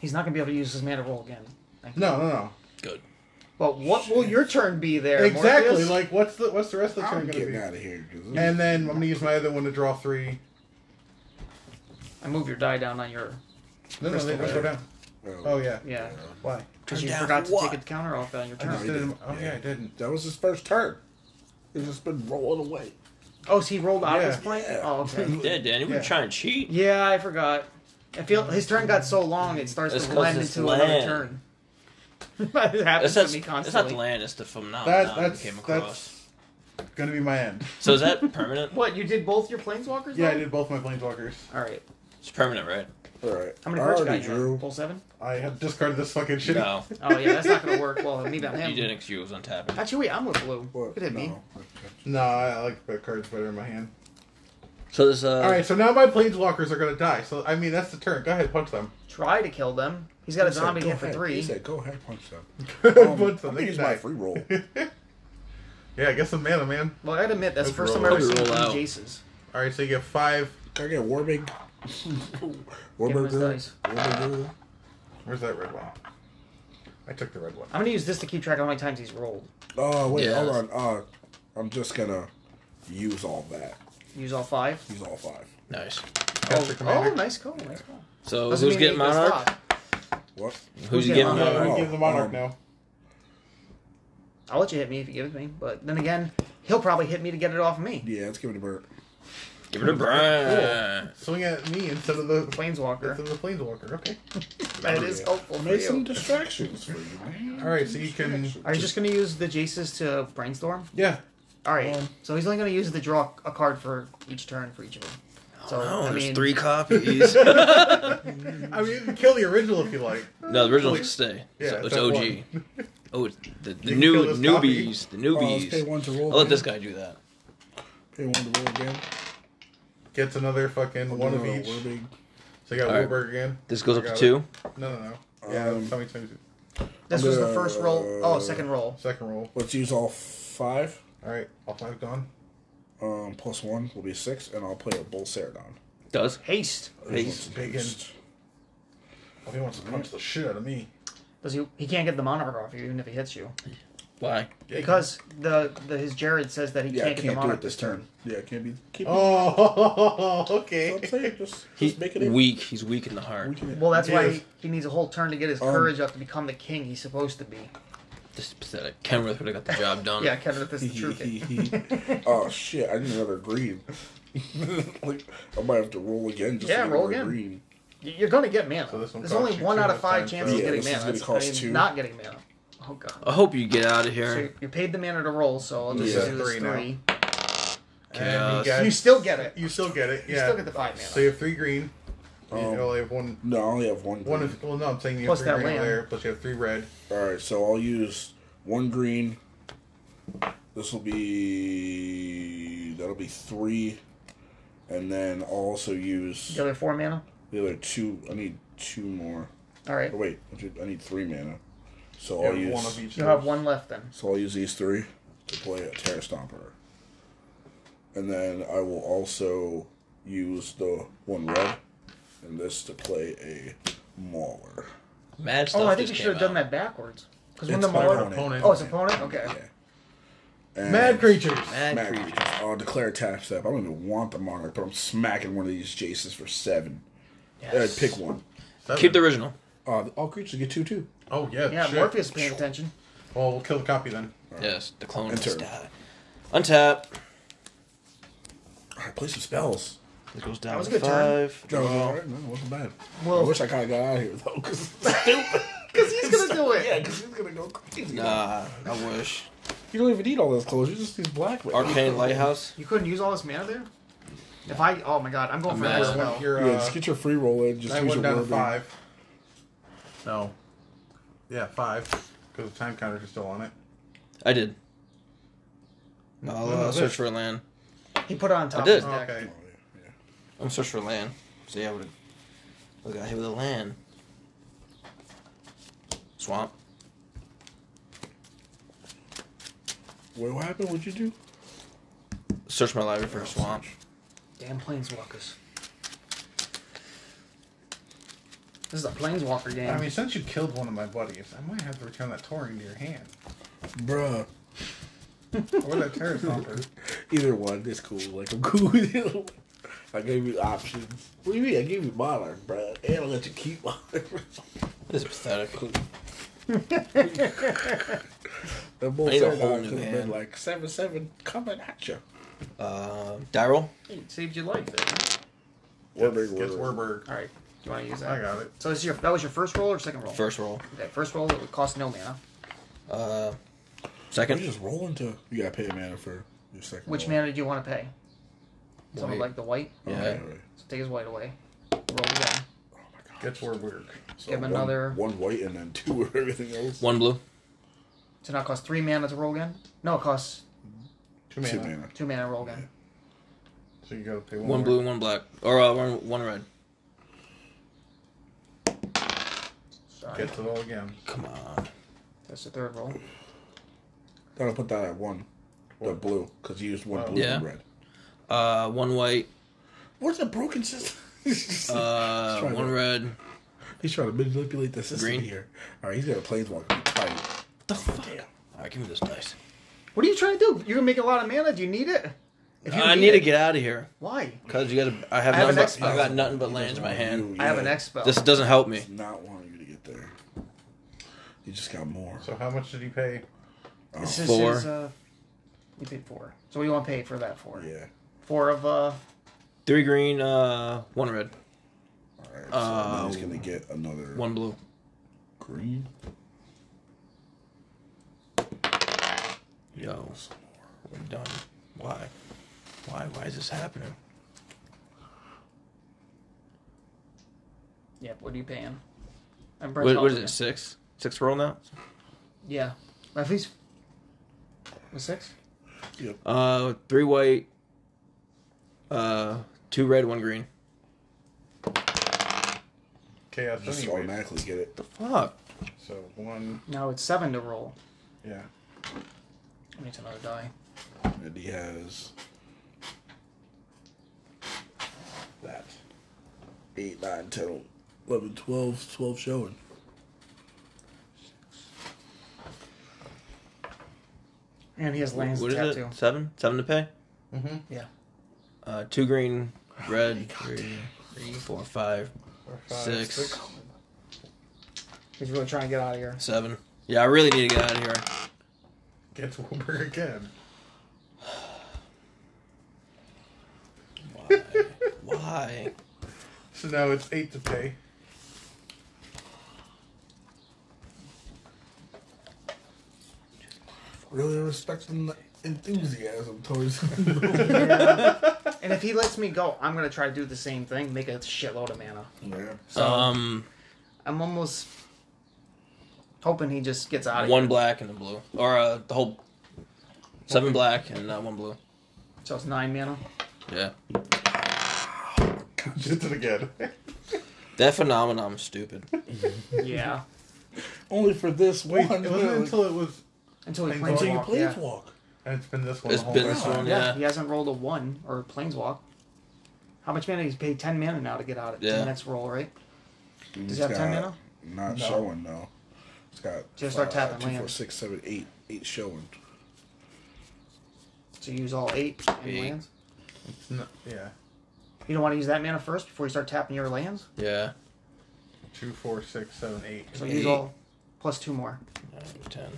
Speaker 2: He's not gonna be able to use his mana roll again.
Speaker 3: No, no, no.
Speaker 1: Good.
Speaker 2: But what will your turn be there?
Speaker 3: Exactly.
Speaker 2: Morpheus?
Speaker 3: Like, what's the what's the rest of the
Speaker 4: I'm
Speaker 3: turn gonna
Speaker 4: getting
Speaker 3: be?
Speaker 4: out of here. 'cause this
Speaker 3: And
Speaker 4: is-
Speaker 3: then I'm gonna use my other one to draw three.
Speaker 2: I move your die down on your
Speaker 3: No, no, they just go down. Oh yeah.
Speaker 2: yeah
Speaker 3: Why?
Speaker 2: because
Speaker 1: Turn
Speaker 2: you
Speaker 1: down
Speaker 2: forgot
Speaker 1: for
Speaker 2: to
Speaker 1: what?
Speaker 2: take a counter off on your
Speaker 3: I just
Speaker 2: turn.
Speaker 4: he
Speaker 3: didn't.
Speaker 4: didn't.
Speaker 3: Oh yeah,
Speaker 4: Yeah.
Speaker 3: I didn't.
Speaker 4: That was his first turn. He's just been rolling away.
Speaker 2: Oh, so he rolled out of
Speaker 3: Yeah.
Speaker 2: his plane.
Speaker 4: Yeah.
Speaker 2: Oh, okay.
Speaker 1: Yeah, Danny, we
Speaker 3: Yeah.
Speaker 1: were trying to cheat.
Speaker 2: yeah, I forgot. I feel his turn got so long it starts
Speaker 1: That's
Speaker 2: to
Speaker 1: 'cause
Speaker 2: blend
Speaker 1: it's
Speaker 2: into
Speaker 1: land.
Speaker 2: another turn. it happens
Speaker 1: That's,
Speaker 2: to
Speaker 1: that's,
Speaker 2: me
Speaker 1: that's
Speaker 2: constantly.
Speaker 1: not the land, it's the phenomenon
Speaker 3: That
Speaker 1: we
Speaker 3: that's
Speaker 1: came across.
Speaker 3: that's gonna be my end.
Speaker 1: So is that permanent?
Speaker 2: What you did both your planeswalkers?
Speaker 3: Yeah, I
Speaker 2: though?
Speaker 3: did both my planeswalkers.
Speaker 2: All right.
Speaker 1: It's permanent, right?
Speaker 4: All right.
Speaker 2: How many
Speaker 4: I
Speaker 2: cards you got?
Speaker 4: already
Speaker 2: in your hand?
Speaker 4: drew.
Speaker 2: Full seven.
Speaker 3: I have discarded this fucking shit.
Speaker 1: No.
Speaker 2: Oh yeah, that's not gonna work. Well, maybe I'm him.
Speaker 1: You didn't because you was untapping.
Speaker 2: Actually, wait, I'm with blue.
Speaker 4: What?
Speaker 2: Look at me.
Speaker 4: No. Okay.
Speaker 3: No, I like the cards better in my hand.
Speaker 1: So there's uh,
Speaker 3: All right, so now my planeswalkers are gonna die. So I mean, that's the turn. Go ahead, punch them.
Speaker 2: Try to kill them. He's got a zombie
Speaker 4: Go
Speaker 2: hit for
Speaker 4: ahead. He
Speaker 2: three.
Speaker 4: said, go ahead, punch them.
Speaker 3: punch
Speaker 4: Um,
Speaker 3: them.
Speaker 4: I'm going
Speaker 3: They
Speaker 4: to use
Speaker 3: die.
Speaker 4: my free roll.
Speaker 3: Yeah, get some mana, man.
Speaker 2: Well, I'd admit that's the first time I've
Speaker 3: Roll.
Speaker 2: ever seen
Speaker 1: Roll
Speaker 2: two
Speaker 1: out.
Speaker 2: Jaces.
Speaker 3: All right, so you get five.
Speaker 4: Can I get Warbig?
Speaker 2: him
Speaker 4: Warbig
Speaker 2: his
Speaker 4: girl?
Speaker 2: dice.
Speaker 4: Warbig girl?
Speaker 3: Where's that red one? I took the red one.
Speaker 2: I'm gonna use this to keep track of how many times he's rolled.
Speaker 4: Oh, wait,
Speaker 1: Yeah.
Speaker 4: hold on. Uh, I'm just going to use all that.
Speaker 2: Use all five.
Speaker 4: Use all five.
Speaker 1: nice.
Speaker 3: Cast
Speaker 2: Oh,
Speaker 3: your commander.
Speaker 2: oh, nice call. Nice call.
Speaker 1: So
Speaker 2: Doesn't
Speaker 1: who's
Speaker 2: mean he
Speaker 1: getting
Speaker 2: goes
Speaker 1: monarch?
Speaker 2: top.
Speaker 4: What?
Speaker 1: Who's
Speaker 2: Who's
Speaker 1: getting
Speaker 2: getting
Speaker 1: monarch?
Speaker 3: Yeah, we
Speaker 4: Oh,
Speaker 3: give the monarch
Speaker 4: um,
Speaker 3: now.
Speaker 2: I'll let you hit me if you give it to me. But then again, he'll probably hit me to get it off me.
Speaker 4: Yeah, let's give it to Bert.
Speaker 1: Give it to Brian.
Speaker 3: Swing at me instead of the instead
Speaker 2: Planeswalker.
Speaker 3: of the planeswalker. Okay.
Speaker 2: That is helpful for
Speaker 4: Make some
Speaker 2: you.
Speaker 4: distractions for you, man.
Speaker 3: All right, so you can-
Speaker 4: Distractions.
Speaker 2: Are you just gonna use the Jaces to brainstorm?
Speaker 3: Yeah.
Speaker 2: All right. so he's only gonna use the draw a card for each turn for each of them. So
Speaker 1: Oh,
Speaker 2: I
Speaker 1: there's
Speaker 2: mean,
Speaker 1: three copies. no,
Speaker 3: I mean, you can kill the original if you like.
Speaker 1: the originals stay.
Speaker 3: Yeah,
Speaker 1: so it's
Speaker 3: that
Speaker 1: OG.
Speaker 3: one.
Speaker 1: Oh, it's the, the
Speaker 3: can
Speaker 1: new
Speaker 3: kill this
Speaker 1: newbies, the
Speaker 4: Oh, let's pay
Speaker 1: newbies.
Speaker 4: one to roll.
Speaker 1: I'll let
Speaker 4: again.
Speaker 1: this guy do that.
Speaker 4: Pay one to roll again.
Speaker 3: Gets another fucking one of
Speaker 4: Uh,
Speaker 3: each.
Speaker 4: Warbig.
Speaker 3: So you got
Speaker 1: All right.
Speaker 3: Wilbur again.
Speaker 1: This goes
Speaker 3: I
Speaker 1: up to
Speaker 3: got
Speaker 1: two.
Speaker 3: it. No, no, no. Yeah,
Speaker 4: Um,
Speaker 3: that's how many times? you-
Speaker 2: this
Speaker 4: I'm
Speaker 2: was the
Speaker 4: gonna-
Speaker 2: first roll.
Speaker 4: Uh,
Speaker 2: Oh, second roll.
Speaker 3: Second roll.
Speaker 4: Let's use all five.
Speaker 3: All right, all five gone.
Speaker 4: Um, plus one will be six, and I'll play a Bull Ceradon.
Speaker 1: Does
Speaker 2: Haste.
Speaker 1: Haste.
Speaker 3: big Oh, he wants to punch the shit out of me.
Speaker 2: Does he? He can't get the monarch off you even if he hits you
Speaker 1: why?
Speaker 3: Yeah, he-
Speaker 2: because the, the his Jared says that he
Speaker 4: Yeah,
Speaker 2: can't,
Speaker 4: I
Speaker 2: get
Speaker 4: can't
Speaker 2: the
Speaker 4: do
Speaker 2: monarch
Speaker 4: it this turn. Yeah, it can't be. Keep oh.
Speaker 3: Oh,
Speaker 4: I'm
Speaker 3: okay.
Speaker 4: saying just,
Speaker 1: He's
Speaker 4: just make it
Speaker 1: weak. He's weak in the heart.
Speaker 4: Weak in it.
Speaker 2: Well, that's why
Speaker 3: Yes.
Speaker 2: he, he needs a whole turn to get his
Speaker 4: Um,
Speaker 2: courage up to become the king he's supposed to be.
Speaker 1: Just pathetic. Kenworth would have got the job done.
Speaker 2: Yeah, Kevin, that's the true
Speaker 4: He-
Speaker 2: king.
Speaker 4: he- he- oh shit! I need another green. like I might have to roll again. Just
Speaker 2: Yeah,
Speaker 4: to get
Speaker 2: roll
Speaker 4: another
Speaker 2: again.
Speaker 4: Green.
Speaker 2: Y- You're going to get mana.
Speaker 3: So this one
Speaker 2: There's only
Speaker 3: costs you
Speaker 2: one
Speaker 3: two
Speaker 2: out of
Speaker 3: this
Speaker 2: five
Speaker 3: time, so-
Speaker 2: chances of
Speaker 4: Yeah,
Speaker 2: getting
Speaker 4: this is
Speaker 2: mana.
Speaker 4: gonna cost
Speaker 2: I mean,
Speaker 4: two.
Speaker 2: Not getting mana. Oh god.
Speaker 1: I hope you get out of
Speaker 2: So
Speaker 1: here.
Speaker 2: you- you paid the mana to roll, so I'll just
Speaker 1: Yeah.
Speaker 2: do this
Speaker 3: Three
Speaker 2: three.
Speaker 3: now.
Speaker 1: Chaos.
Speaker 3: got-
Speaker 2: You still get it.
Speaker 3: You still get it.
Speaker 2: You
Speaker 3: Yeah.
Speaker 2: still get the five mana.
Speaker 3: So you have three green. you
Speaker 4: Um,
Speaker 3: only have one.
Speaker 4: No, I only have one. Green.
Speaker 3: One of, well, no, I'm saying you have
Speaker 2: Plus
Speaker 3: three
Speaker 2: that
Speaker 3: green over
Speaker 2: land.
Speaker 3: there. Plus you have three red.
Speaker 4: All right, so I'll use one green. This will be that'll be three, and then I'll also use
Speaker 2: the other four mana.
Speaker 4: the other two. I need two more.
Speaker 2: All right.
Speaker 4: Oh, wait, I ju- I need three mana. So
Speaker 3: You
Speaker 4: I'll
Speaker 3: have
Speaker 4: use
Speaker 3: one of each.
Speaker 2: You'll have one left then.
Speaker 4: So I'll use these three to play a Terror Stomper. And then I will also use the one red and this to play a Mauler.
Speaker 1: Mad stuff.
Speaker 2: Oh, I think you
Speaker 1: just
Speaker 2: should have
Speaker 1: came
Speaker 2: done
Speaker 1: out.
Speaker 2: that backwards. Because when
Speaker 4: It's
Speaker 2: the
Speaker 4: my
Speaker 2: Mauler.
Speaker 4: opponent.
Speaker 3: Opponent.
Speaker 2: Oh, it's opponent? Okay.
Speaker 4: Yeah. And
Speaker 3: Mad creatures.
Speaker 1: Mad,
Speaker 4: Mad
Speaker 1: creature.
Speaker 4: creatures. I'll declare tap step. I don't even want the Monarch, but I'm smacking one of these Jaces for seven.
Speaker 1: Yes.
Speaker 4: Uh, pick one.
Speaker 3: Seven.
Speaker 1: Keep the original.
Speaker 4: Uh, all creatures get two two.
Speaker 3: Oh yeah.
Speaker 2: Yeah,
Speaker 3: shit.
Speaker 2: Morpheus paying attention.
Speaker 3: Well, we'll kill the copy then.
Speaker 1: Yes, the clone
Speaker 4: Enter.
Speaker 1: must die. Untap.
Speaker 4: All right, play some spells.
Speaker 1: It goes down
Speaker 2: That was a
Speaker 1: to
Speaker 2: good turn.
Speaker 1: five.
Speaker 4: No, all right. no, it wasn't bad.
Speaker 2: Well-
Speaker 4: I wish I kind of got out of here though, because stupid.
Speaker 2: Because he's going to do it.
Speaker 4: yeah, because he's gonna go crazy.
Speaker 1: Nah, I wish.
Speaker 4: You don't even need all those clothes. You just use black. with-
Speaker 1: Arcane Lighthouse.
Speaker 2: You couldn't use all this mana there? If I. Oh my god, I'm going for that
Speaker 1: mad.
Speaker 2: as well.
Speaker 3: Your,
Speaker 4: Yeah, just get your free roll in. Just
Speaker 3: uh, Nine
Speaker 4: use
Speaker 3: went
Speaker 4: your
Speaker 3: down to
Speaker 4: word.
Speaker 3: five. No. Yeah, five. Because the time counters are still on it.
Speaker 1: I did. I'll
Speaker 3: no,
Speaker 1: uh,
Speaker 3: this.
Speaker 1: search for land.
Speaker 2: He put it on top
Speaker 1: did.
Speaker 2: of his deck.
Speaker 4: Oh,
Speaker 3: Okay.
Speaker 1: I'm search for land. So yeah, I would have got hit with a land. Swamp.
Speaker 4: Wait, what happened? What'd you do?
Speaker 1: Search my library for a swamp.
Speaker 2: Damn planeswalkers. This is a planeswalker game.
Speaker 3: I mean, since you killed one of my buddies, I might have to return that taurine to your hand.
Speaker 4: Bruh.
Speaker 3: Or that terror stomper.
Speaker 4: Either one, it's cool. Like I'm cool with you. I gave you options. What do you mean? I gave you modern, bruh. And I let you keep modern.
Speaker 1: This is pathetic.
Speaker 4: that bull
Speaker 1: I need a
Speaker 4: said
Speaker 1: whole
Speaker 4: I
Speaker 1: new
Speaker 4: could have
Speaker 1: hand.
Speaker 4: been like seven seven coming at you.
Speaker 1: Uh, die roll.
Speaker 2: It saved your life. There.
Speaker 4: Warburg,
Speaker 3: Gets
Speaker 4: Warburg.
Speaker 3: Warburg.
Speaker 2: All right, do you want to use that?
Speaker 3: I got it.
Speaker 2: So this is your, that was your first roll or second roll?
Speaker 1: First roll.
Speaker 2: Okay, first roll. It would cost no mana.
Speaker 1: Uh,
Speaker 4: You
Speaker 1: second.
Speaker 4: just roll into. You gotta pay a mana for your second.
Speaker 2: Which
Speaker 4: roll.
Speaker 2: mana did you want to pay? Someone
Speaker 1: White.
Speaker 2: like the white.
Speaker 4: Oh,
Speaker 1: Yeah.
Speaker 4: right.
Speaker 2: So take his white away. Roll again.
Speaker 3: Gets Warburg.
Speaker 4: So
Speaker 2: Give him
Speaker 4: one-
Speaker 2: another-
Speaker 4: one white and then two or everything else.
Speaker 1: One blue.
Speaker 2: So now it costs three mana to roll again. No, it costs
Speaker 3: Two mana.
Speaker 4: Two mana.
Speaker 2: two mana to roll again.
Speaker 3: So So you gotta pay one,
Speaker 1: One
Speaker 3: more.
Speaker 1: blue and one black. Or uh, one, one red.
Speaker 3: Gets it all again.
Speaker 1: Come on.
Speaker 2: That's the third roll.
Speaker 4: Then I'll put that at one. The
Speaker 3: What?
Speaker 4: blue, because you used one
Speaker 3: Oh.
Speaker 4: blue
Speaker 1: Yeah.
Speaker 4: and red.
Speaker 1: Uh, one white,
Speaker 4: Where's the broken system?
Speaker 1: uh,
Speaker 4: try
Speaker 1: one
Speaker 4: that.
Speaker 1: red.
Speaker 4: He's trying to manipulate the system
Speaker 1: Green.
Speaker 4: here. All right, he's got a planeswalker. Tight.
Speaker 1: the fuck? All right, give me this dice.
Speaker 2: What are you trying to do? You're gonna make a lot of mana. Do you need it? If you
Speaker 1: I need to get out of here
Speaker 2: Why?
Speaker 1: because you got. to I have
Speaker 2: I have
Speaker 1: nothing.
Speaker 2: an
Speaker 1: But,
Speaker 2: X-Men.
Speaker 1: I got nothing but
Speaker 4: He
Speaker 1: lands in
Speaker 4: doesn't
Speaker 1: my
Speaker 4: want
Speaker 1: hand.
Speaker 4: you-
Speaker 2: I have an
Speaker 4: yeah,
Speaker 2: X spell.
Speaker 1: This doesn't help me.
Speaker 4: does Not want you to get there. You just got more.
Speaker 3: So how much did he pay?
Speaker 4: Oh,
Speaker 2: This is
Speaker 1: Four.
Speaker 2: his, uh, you paid four. So what do you want to pay for that for?
Speaker 4: yeah.
Speaker 2: Four of uh.
Speaker 1: Three green, uh, one red,
Speaker 4: All right. So
Speaker 1: Uh,
Speaker 4: now he's gonna get another
Speaker 1: one blue.
Speaker 4: green.
Speaker 1: Yo, we're done. Why? Why? Why is this happening?
Speaker 2: Yep. What are you paying? I'm
Speaker 1: What, what is it? Six? Six roll now?
Speaker 2: Yeah. At least. What six?
Speaker 1: Uh, three white, uh, two red, one green.
Speaker 3: Chaos
Speaker 4: Just
Speaker 3: anyway.
Speaker 4: automatically get it.
Speaker 1: The fuck?
Speaker 3: So one,
Speaker 2: No, it's seven to roll.
Speaker 3: yeah.
Speaker 2: I need another die.
Speaker 4: And he has that. 8, 9, 10, 11, 12, 12 showing.
Speaker 2: And he has lands
Speaker 1: What
Speaker 2: to
Speaker 1: is
Speaker 2: tap
Speaker 1: it?
Speaker 2: too.
Speaker 1: Seven? Seven to pay?
Speaker 3: Mm-hmm.
Speaker 2: Yeah.
Speaker 1: Uh, two green, red, three, three, four, five, Six.
Speaker 2: He's really trying to get out of here.
Speaker 1: seven. Yeah, I really need to get out of here.
Speaker 3: Gets Wilbur again.
Speaker 1: Why? Why?
Speaker 3: So now it's eight to pay.
Speaker 4: Really respecting the enthusiasm towards
Speaker 2: And if he lets me go, I'm gonna try to do the same thing, make a shitload of mana.
Speaker 4: yeah.
Speaker 2: So
Speaker 1: um,
Speaker 2: I'm almost hoping he just gets out of
Speaker 1: one
Speaker 2: here.
Speaker 1: black and a blue, or uh, the whole seven black and uh, one blue.
Speaker 2: So it's nine mana.
Speaker 1: Yeah,
Speaker 3: Gets it again.
Speaker 1: that phenomenon is stupid.
Speaker 2: Yeah.
Speaker 4: Only for this
Speaker 3: Wait,
Speaker 4: one.
Speaker 3: it wasn't until it was,
Speaker 2: Until he
Speaker 3: Until
Speaker 2: plays
Speaker 4: until you
Speaker 2: walk. Yeah.
Speaker 4: planeswalk.
Speaker 3: and it's been this one.
Speaker 1: It's
Speaker 3: the whole
Speaker 1: been this
Speaker 3: time.
Speaker 1: one,
Speaker 2: yeah.
Speaker 1: yeah.
Speaker 2: He hasn't rolled a one or planeswalk. How much mana? He's paid ten mana now to get out of to
Speaker 1: Yeah.
Speaker 2: the next roll, right?
Speaker 4: It's
Speaker 2: Does he have ten
Speaker 4: got-
Speaker 2: mana?
Speaker 4: Not
Speaker 3: No.
Speaker 4: showing, no. It's got
Speaker 2: Just start tapping
Speaker 4: two, four,
Speaker 2: land.
Speaker 4: six, seven, eight. Eight showing.
Speaker 2: So you use all eight and
Speaker 1: Eight.
Speaker 2: lands.
Speaker 3: No, yeah.
Speaker 2: You don't want to use that mana first before you start tapping your lands.
Speaker 1: Yeah,
Speaker 3: Two, four, six, seven, eight.
Speaker 2: So
Speaker 1: Eight.
Speaker 2: use all plus two more.
Speaker 1: Nine, ten.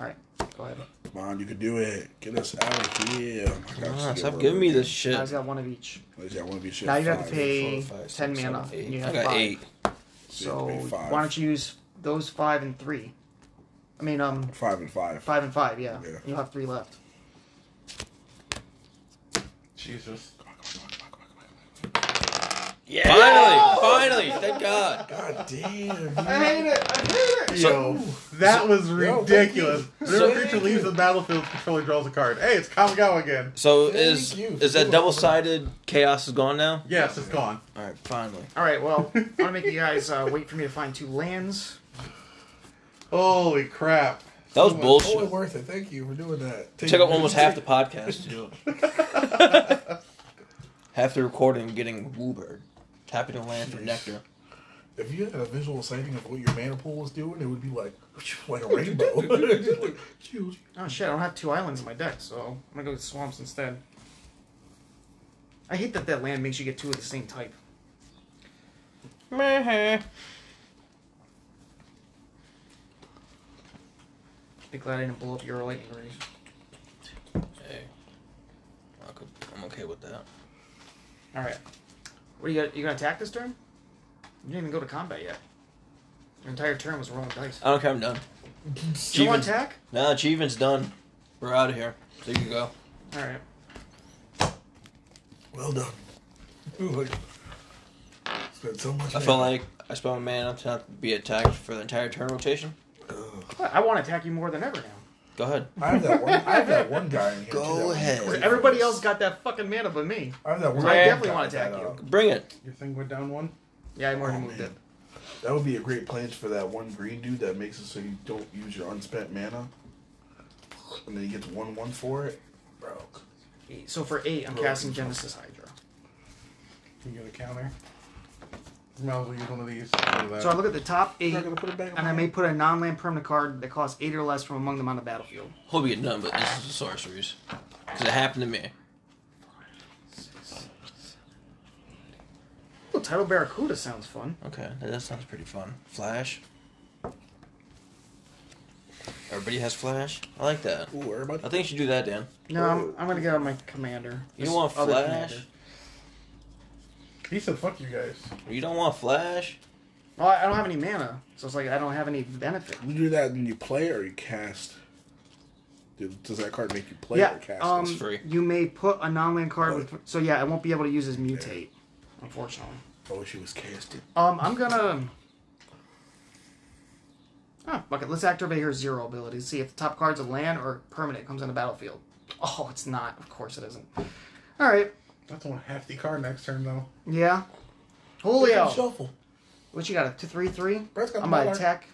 Speaker 2: All right, go ahead.
Speaker 4: Come on, you can do it. Get us out of here. Oh my God,
Speaker 1: Ah,
Speaker 4: Steel
Speaker 1: stop
Speaker 4: River
Speaker 1: giving me
Speaker 4: again.
Speaker 1: this shit.
Speaker 2: Now he's got one of each.
Speaker 4: Ladies, I want to be shit.
Speaker 2: Now you have
Speaker 4: five.
Speaker 2: to pay
Speaker 1: Four, five,
Speaker 2: ten
Speaker 1: six,
Speaker 2: mana.
Speaker 1: seven, eight.
Speaker 2: and you
Speaker 1: I
Speaker 2: have
Speaker 1: got
Speaker 2: five.
Speaker 1: eight.
Speaker 4: you have
Speaker 2: So
Speaker 4: to pay five.
Speaker 2: why don't you use those five and three? I mean, um,
Speaker 4: Five and five.
Speaker 2: five and five. Yeah,
Speaker 4: Yeah.
Speaker 2: you'll have three left.
Speaker 3: Jesus.
Speaker 4: Come on, come on, come on, come on, come on,
Speaker 1: Finally, finally, thank God.
Speaker 4: come on. God damn.
Speaker 2: I hate it. I hate it.
Speaker 3: Yo, that was
Speaker 4: yo,
Speaker 3: ridiculous.
Speaker 4: thank you.
Speaker 3: Whenever a
Speaker 4: Thank
Speaker 3: creature
Speaker 4: you.
Speaker 3: leaves the battlefield, the controller draws a card. Hey, it's Kamigawa again.
Speaker 1: So
Speaker 4: Thank
Speaker 1: is
Speaker 4: you.
Speaker 1: is that double sided chaos is gone now?
Speaker 3: Yes, it's gone.
Speaker 1: All right, finally.
Speaker 2: All right. Well, I want to make you guys uh, wait for me to find two lands.
Speaker 3: Holy crap.
Speaker 1: That was
Speaker 4: Totally- Totally
Speaker 1: bullshit.
Speaker 4: worth it. Thank you for doing that. Take
Speaker 1: Took up almost half the podcast to do it. half the recording getting woobered. Tapping the land for nectar.
Speaker 4: If you had a visual sighting of what your mana pool was doing, it would be like like a rainbow. Just like, shoot.
Speaker 2: Oh shit! I don't have two islands in my deck, so I'm gonna go with swamps instead. I hate that that land makes you get two of the same type. Be glad I didn't blow up your lightning already.
Speaker 1: Hey, I could- I'm okay with that.
Speaker 2: All right. What do you got? You gonna attack this turn? You didn't even go to combat yet. Your entire turn was rolling dice.
Speaker 1: I don't care. I'm done.
Speaker 2: Do you want
Speaker 1: Achievement.
Speaker 2: to attack?
Speaker 1: No, achievement's done. We're out of here. There you go.
Speaker 2: All right.
Speaker 4: Well done. Ooh, like, spent so much.
Speaker 1: I felt like I spent my man up to not be attacked for the entire turn rotation.
Speaker 2: What? I want to attack you more than ever now.
Speaker 1: Go ahead.
Speaker 6: I have that one. I have that one guy in here.
Speaker 1: Go
Speaker 6: too, that was
Speaker 1: ahead.
Speaker 6: crazy.
Speaker 2: Everybody else got that fucking mana but me.
Speaker 6: I have that one.
Speaker 2: I
Speaker 6: guy
Speaker 2: definitely
Speaker 6: that
Speaker 2: wanna
Speaker 6: got
Speaker 2: attack
Speaker 6: that,
Speaker 2: you.
Speaker 6: uh,
Speaker 1: Bring it.
Speaker 3: Your thing went down one.
Speaker 2: Yeah, I'm already
Speaker 6: Oh,
Speaker 2: moved
Speaker 6: man.
Speaker 2: it.
Speaker 6: That would be a great plan for that one green dude that makes it so you don't use your unspent mana, and then he gets one one for it. Bro,
Speaker 2: Eight. So for eight, I'm
Speaker 6: Bro,
Speaker 2: casting
Speaker 6: you-
Speaker 2: Genesis Hydra.
Speaker 3: You get a counter. You might as well use one of these. Look at
Speaker 2: So I
Speaker 3: that.
Speaker 2: look at the top eight,
Speaker 6: not gonna put it back. on
Speaker 2: and I
Speaker 6: my-
Speaker 2: may put a non-land permanent card that costs eight or less from among them on the battlefield.
Speaker 1: Hope you get none but instants of sorceries. Because it happened to me.
Speaker 2: Oh, title Barracuda sounds fun.
Speaker 1: Okay, that, that sounds pretty fun. Flash. Everybody has flash. I like that.
Speaker 6: Ooh, everybody.
Speaker 1: I think you should do that, Dan.
Speaker 2: No, I'm, I'm gonna get on my commander.
Speaker 1: You
Speaker 2: This
Speaker 1: don't want
Speaker 2: other
Speaker 1: flash.
Speaker 2: commander.
Speaker 3: He said, "Fuck you guys."
Speaker 1: You don't want flash.
Speaker 2: Well, I I don't have any mana, so it's like I don't have any benefit.
Speaker 4: You do that and you play or you cast. Do- Does that card make you play or
Speaker 2: yeah,
Speaker 4: cast?
Speaker 2: um,
Speaker 1: It's free.
Speaker 2: you may put a non-land card with. So yeah, I won't be able to use his mutate, unfortunately.
Speaker 6: I wish it was casted.
Speaker 2: Um, I'm gonna. Ah, fuck it. Let's activate her zero ability. See if the top card's a land or permanent comes on the battlefield. Oh, it's not. Of course it isn't. All right.
Speaker 3: That's one hefty card next turn though.
Speaker 2: Yeah. Julio,
Speaker 6: Shuffle.
Speaker 2: what you got? A two, three, three.
Speaker 6: Brett's got
Speaker 2: I'm gonna
Speaker 6: Monarch.
Speaker 2: attack.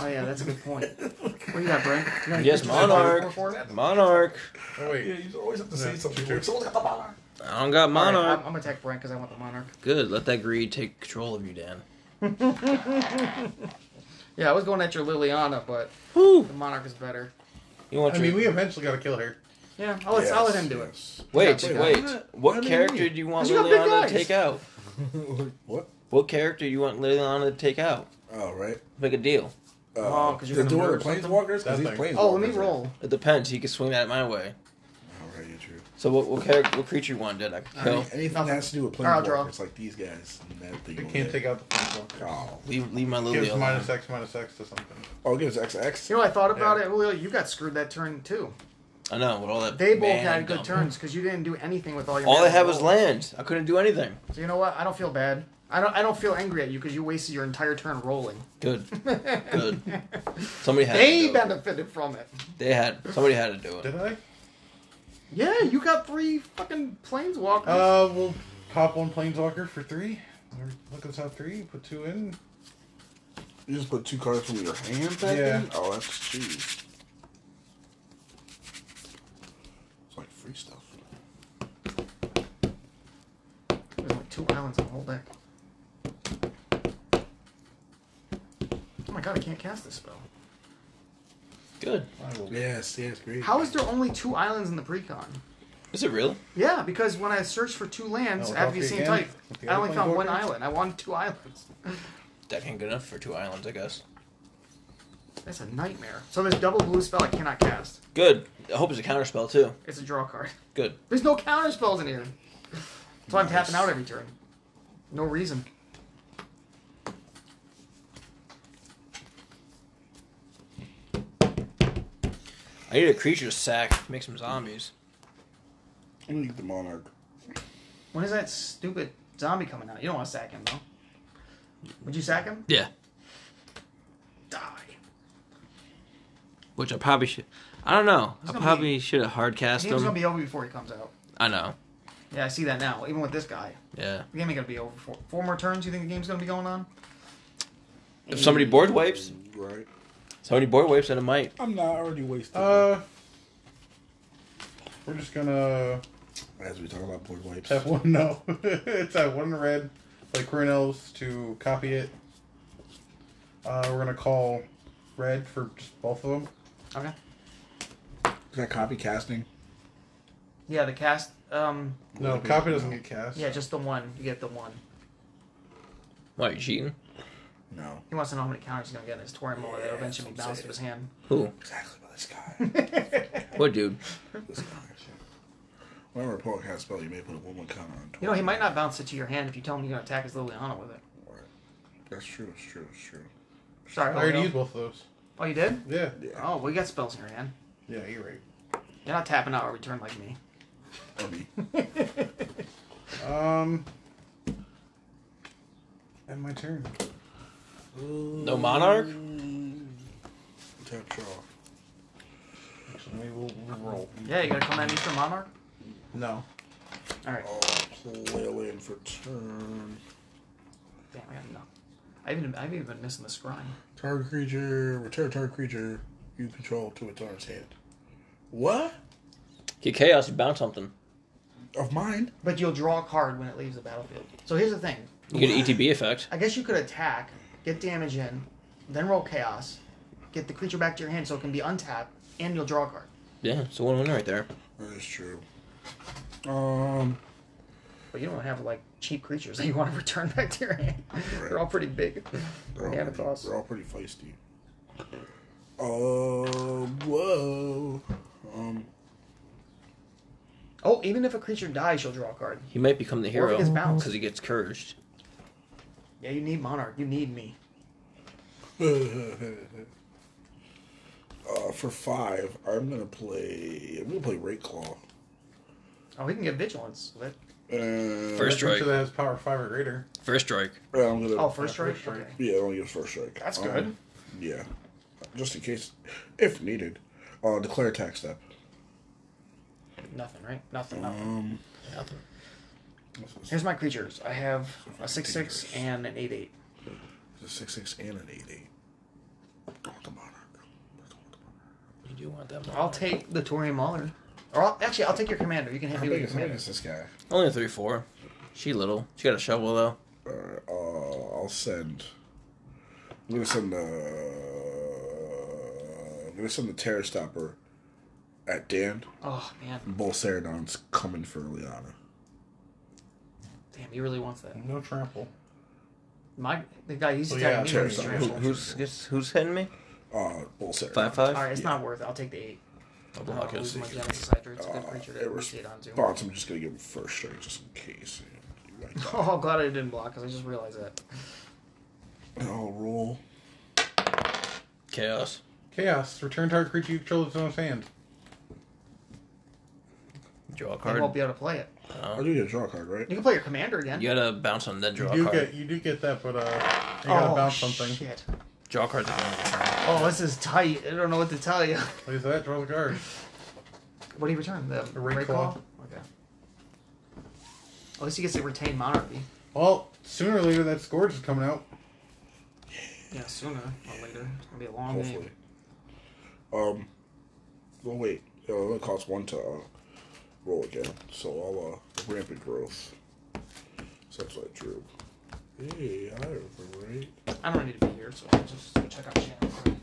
Speaker 2: Oh yeah, that's a good point. What do you got, Brent? You got
Speaker 1: Yes,
Speaker 2: you got a
Speaker 1: Monarch.
Speaker 2: four, four, four?
Speaker 1: Monarch.
Speaker 3: Oh
Speaker 6: Yeah,
Speaker 3: wait.
Speaker 6: you always have to say
Speaker 3: Yeah,
Speaker 6: something.
Speaker 3: sure.
Speaker 6: Like, Someone's got the power.
Speaker 1: I don't got
Speaker 2: All right,
Speaker 1: monarch.
Speaker 2: I'm, I'm gonna attack Brent because I want the monarch.
Speaker 1: Good. Let that greed take control of you, Dan.
Speaker 2: Yeah, I was going at your Liliana, but
Speaker 1: Whew.
Speaker 2: the monarch is better.
Speaker 1: You want
Speaker 3: I
Speaker 1: your
Speaker 3: mean, we eventually got to kill her.
Speaker 2: Yeah, I'll let, I'll let him do it.
Speaker 1: wait,
Speaker 2: Yeah,
Speaker 1: wait.
Speaker 6: why not? Why
Speaker 1: What
Speaker 6: do you
Speaker 1: character
Speaker 6: need?
Speaker 1: do you want
Speaker 2: 'Cause you got big
Speaker 1: Liliana
Speaker 2: eyes.
Speaker 1: to take out?
Speaker 4: What?
Speaker 1: What character you want Liliana to take out?
Speaker 4: Oh, right.
Speaker 1: Make a deal.
Speaker 4: Uh,
Speaker 2: Oh, 'cause you're
Speaker 4: the
Speaker 2: gonna
Speaker 4: door
Speaker 2: murder
Speaker 4: of planeswalkers?
Speaker 3: That
Speaker 4: Because he's
Speaker 3: thing.
Speaker 4: planeswalkers.
Speaker 2: Oh, let me roll.
Speaker 1: It depends. He can swing that my way.
Speaker 4: All right, yeah, true.
Speaker 1: So what what character what creature you want, Dan? I can
Speaker 4: I mean,
Speaker 1: kill.
Speaker 4: anything that has to do with
Speaker 2: All right, I'll draw.
Speaker 4: planeswalkers, like these guys. And that thing
Speaker 3: We
Speaker 4: over
Speaker 3: can't
Speaker 4: there.
Speaker 3: take out the planeswalker.
Speaker 4: Oh,
Speaker 1: Leave leave my Lily
Speaker 3: Gives
Speaker 1: alone.
Speaker 3: minus X minus X to something.
Speaker 4: oh, it gives XX.
Speaker 2: You know, I thought about
Speaker 3: Yeah.
Speaker 2: it. Julio, you got screwed that turn too.
Speaker 1: I know. With all that.
Speaker 2: They both
Speaker 1: man
Speaker 2: had good
Speaker 1: dump.
Speaker 2: turns because you didn't do anything with all your.
Speaker 1: All
Speaker 2: mana
Speaker 1: they had was
Speaker 2: rolls.
Speaker 1: lands. I couldn't do anything.
Speaker 2: So you know what? I don't feel bad. I don't. I don't feel angry at you because you wasted your entire turn rolling.
Speaker 1: Good. Good. Somebody had. to
Speaker 2: They
Speaker 1: do it.
Speaker 2: benefited from it.
Speaker 1: They had. Somebody had to do it.
Speaker 3: Did I?
Speaker 2: Yeah, you got three fucking planeswalkers.
Speaker 3: Uh, we'll pop one planeswalker for three. Look at the top three. Put two in.
Speaker 4: You just put two cards from your hand back
Speaker 3: Yeah.
Speaker 4: in? Oh, that's cheap. It's like free stuff.
Speaker 2: There's only two islands in the whole deck. Oh my god, I can't cast this spell.
Speaker 1: Good.
Speaker 4: Yes, yes, great.
Speaker 2: How is there only two islands in the precon?
Speaker 1: Is it real?
Speaker 2: Yeah, because when I searched for two lands,
Speaker 3: Oh,
Speaker 2: I have the
Speaker 3: okay,
Speaker 2: same
Speaker 3: again,
Speaker 2: type.
Speaker 3: with the
Speaker 2: I
Speaker 3: other
Speaker 2: only found one
Speaker 3: planeswalkers?
Speaker 2: island. I wanted two islands.
Speaker 1: That ain't good enough for two islands, I guess.
Speaker 2: That's a nightmare. So there's double blue spell I cannot cast.
Speaker 1: Good. I hope it's a counter spell too.
Speaker 2: It's a draw card.
Speaker 1: Good.
Speaker 2: There's no counter spells in here. So I'm tapping out every turn. No reason.
Speaker 1: I need a creature sack. Make some zombies.
Speaker 4: I'm gonna get the monarch.
Speaker 2: When is that stupid zombie coming out? You don't want to sack him though. Would you sack him?
Speaker 1: Yeah.
Speaker 2: Die.
Speaker 1: Which I probably should. I don't know. I
Speaker 2: gonna
Speaker 1: probably
Speaker 2: be-
Speaker 1: should have hard
Speaker 2: The
Speaker 1: cast
Speaker 2: game's gonna
Speaker 1: them.
Speaker 2: be over before he comes out.
Speaker 1: I know.
Speaker 2: Yeah, I see that now. Even with this guy,
Speaker 1: Yeah.
Speaker 2: the game ain't gonna be over. Four, four more turns. You think the game's gonna be going on?
Speaker 1: If somebody board wipes,
Speaker 4: Right.
Speaker 1: somebody board wipes, then it might.
Speaker 6: I'm not already wasted.
Speaker 3: Uh, we're just gonna
Speaker 4: As we talk about board wipes.
Speaker 3: tap one. No, it's at one red. Like Corin Elves to copy it. Uh, we're gonna call red for just both of them.
Speaker 2: Okay.
Speaker 6: is that copy casting?
Speaker 2: Yeah, the cast. Um.
Speaker 3: No, copy doesn't get cast.
Speaker 2: Yeah, just the one. You get the one.
Speaker 1: Why are you cheating?
Speaker 4: No.
Speaker 2: He wants to know how many counters he's gonna get in his Torim Mola. That'll eventually be
Speaker 4: that's
Speaker 2: bounced
Speaker 4: what I'm
Speaker 2: to his hand.
Speaker 1: Who?
Speaker 4: Exactly, but this guy.
Speaker 1: What dude?
Speaker 4: this guy. Whenever a opponent has a spell, you may put a 1 1 counter on
Speaker 2: You know, he might not bounce it to your hand if you tell him you're gonna attack his Liliana with it.
Speaker 4: Right. That's true, that's true, that's true.
Speaker 2: Sorry,
Speaker 3: I already
Speaker 2: Julio.
Speaker 3: used both of those.
Speaker 2: Oh, you did?
Speaker 3: Yeah.
Speaker 4: Yeah.
Speaker 2: Oh, well, you got spells in your hand.
Speaker 3: Yeah, you're right.
Speaker 2: You're not tapping out every turn like me.
Speaker 4: I mean,
Speaker 3: Um, and my turn.
Speaker 1: No monarch?
Speaker 4: tap draw.
Speaker 3: We will we'll roll.
Speaker 2: Yeah, you gonna come at me for Monarch? Oh.
Speaker 3: No.
Speaker 2: All right.
Speaker 4: Play a land for turn.
Speaker 2: Damn, I got no. I've even I've even been missing the scrying.
Speaker 4: Target creature, return target creature you control to its owner's hand. What?
Speaker 1: Get chaos, you bounce something.
Speaker 4: Of mine?
Speaker 2: But you'll draw a card when it leaves the battlefield. So here's the thing.
Speaker 1: You get an ETB effect.
Speaker 2: I guess you could attack, get damage in, then roll chaos, get the creature back to your hand so it can be untapped, and you'll draw a card.
Speaker 1: Yeah, it's a one win right there.
Speaker 4: That is true. Um,
Speaker 2: But you don't have like cheap creatures that you want to return back to your hand. They're all pretty big.
Speaker 4: they're all,
Speaker 2: Banana
Speaker 4: pretty,
Speaker 2: toss.
Speaker 4: they're all pretty feisty. Um, whoa. Um,
Speaker 2: Oh, even if a creature dies, you'll draw a card.
Speaker 1: He might become the
Speaker 2: Or if
Speaker 1: hero
Speaker 2: it gets bounced.
Speaker 1: because he gets cursed.
Speaker 2: Yeah, you need Monarch. You need me.
Speaker 4: uh, for five, I'm gonna play. I'm gonna play Rate Claw.
Speaker 2: Oh, he can get vigilance. But...
Speaker 4: And
Speaker 1: First
Speaker 3: Creature
Speaker 1: strike.
Speaker 3: that has power five or greater.
Speaker 1: First strike.
Speaker 4: Yeah, I'm gonna.
Speaker 2: Oh, first
Speaker 3: Yeah,
Speaker 2: strike.
Speaker 3: first
Speaker 2: Okay.
Speaker 3: strike.
Speaker 4: Yeah, I'm gonna get first strike.
Speaker 2: That's
Speaker 4: Um,
Speaker 2: good.
Speaker 4: Yeah, just in case, if needed, uh, declare attack step.
Speaker 2: Nothing, right? Nothing. Nothing.
Speaker 4: Um,
Speaker 2: Nothing. Here's my creatures. I have a six six and an eight eight.
Speaker 4: it's a six six and an eight eight. I want the monarch. That's what I want the monarch.
Speaker 1: You do want that
Speaker 2: I'll
Speaker 1: one.
Speaker 2: take the Torian Mauler. Or I'll, actually, I'll take your commander. You can hit
Speaker 4: How
Speaker 2: me with
Speaker 4: big
Speaker 2: your
Speaker 4: is, how big
Speaker 2: commander.
Speaker 4: is this guy?
Speaker 1: Only a 3 4. She little. She got a shovel, though.
Speaker 4: Alright, uh, I'll send. I'm gonna send the. I'm gonna send the Terror Stopper at Dan.
Speaker 2: Oh man,
Speaker 4: Bolcerodon's coming for Liana.
Speaker 2: damn! He really wants that.
Speaker 3: No trample.
Speaker 2: My the guy he's
Speaker 3: Oh,
Speaker 2: attacking
Speaker 3: yeah,
Speaker 2: me with his
Speaker 4: Terrorstone.
Speaker 1: Who,
Speaker 2: trample.
Speaker 1: who's who's- who's hitting me?
Speaker 4: Uh, Bolcerodon.
Speaker 1: 5
Speaker 2: All
Speaker 1: 5?
Speaker 2: right, it's not worth. it. I'll take the eight.
Speaker 1: I'll
Speaker 2: I
Speaker 1: block
Speaker 2: don't
Speaker 1: it.
Speaker 2: lose my
Speaker 1: Sneak.
Speaker 2: Genesis Hydra. It's a good
Speaker 4: Uh,
Speaker 2: creature
Speaker 4: it
Speaker 2: to
Speaker 4: was-
Speaker 2: rotate onto.
Speaker 4: Bonds, I'm just gonna give him first strike just in case.
Speaker 2: Oh, I'm glad I didn't block because I just realized that.
Speaker 4: I'll roll.
Speaker 1: Chaos.
Speaker 3: Chaos. Return target creature you control to its owner's hand.
Speaker 1: Draw a
Speaker 2: I won't
Speaker 1: card.
Speaker 2: be able to play it.
Speaker 4: I do get a draw card, right?
Speaker 2: You can play your commander again.
Speaker 1: You gotta bounce on then
Speaker 3: You
Speaker 1: draw a
Speaker 3: do
Speaker 1: card.
Speaker 3: get you do get that, but uh, you gotta
Speaker 2: oh,
Speaker 3: bounce something.
Speaker 2: Shit.
Speaker 1: Draw cards at the end of the turn.
Speaker 2: Oh, this is tight. I don't know what to tell you.
Speaker 3: What is that? Draw the card.
Speaker 2: What do you return? The
Speaker 3: A red
Speaker 2: red
Speaker 3: claw.
Speaker 2: claw? Okay. At least he gets to retain monarchy.
Speaker 3: Well, sooner or later that scourge is coming out.
Speaker 2: Yeah, sooner or later. It's gonna be a long
Speaker 4: Hopefully.
Speaker 2: game.
Speaker 4: Um. Well, wait. It only costs one to uh, roll again, so I'll uh, rampant growth. So that's what I drew. Hey, I have the right.
Speaker 2: I don't need to be here, so I'll just go check out Shannon. quick.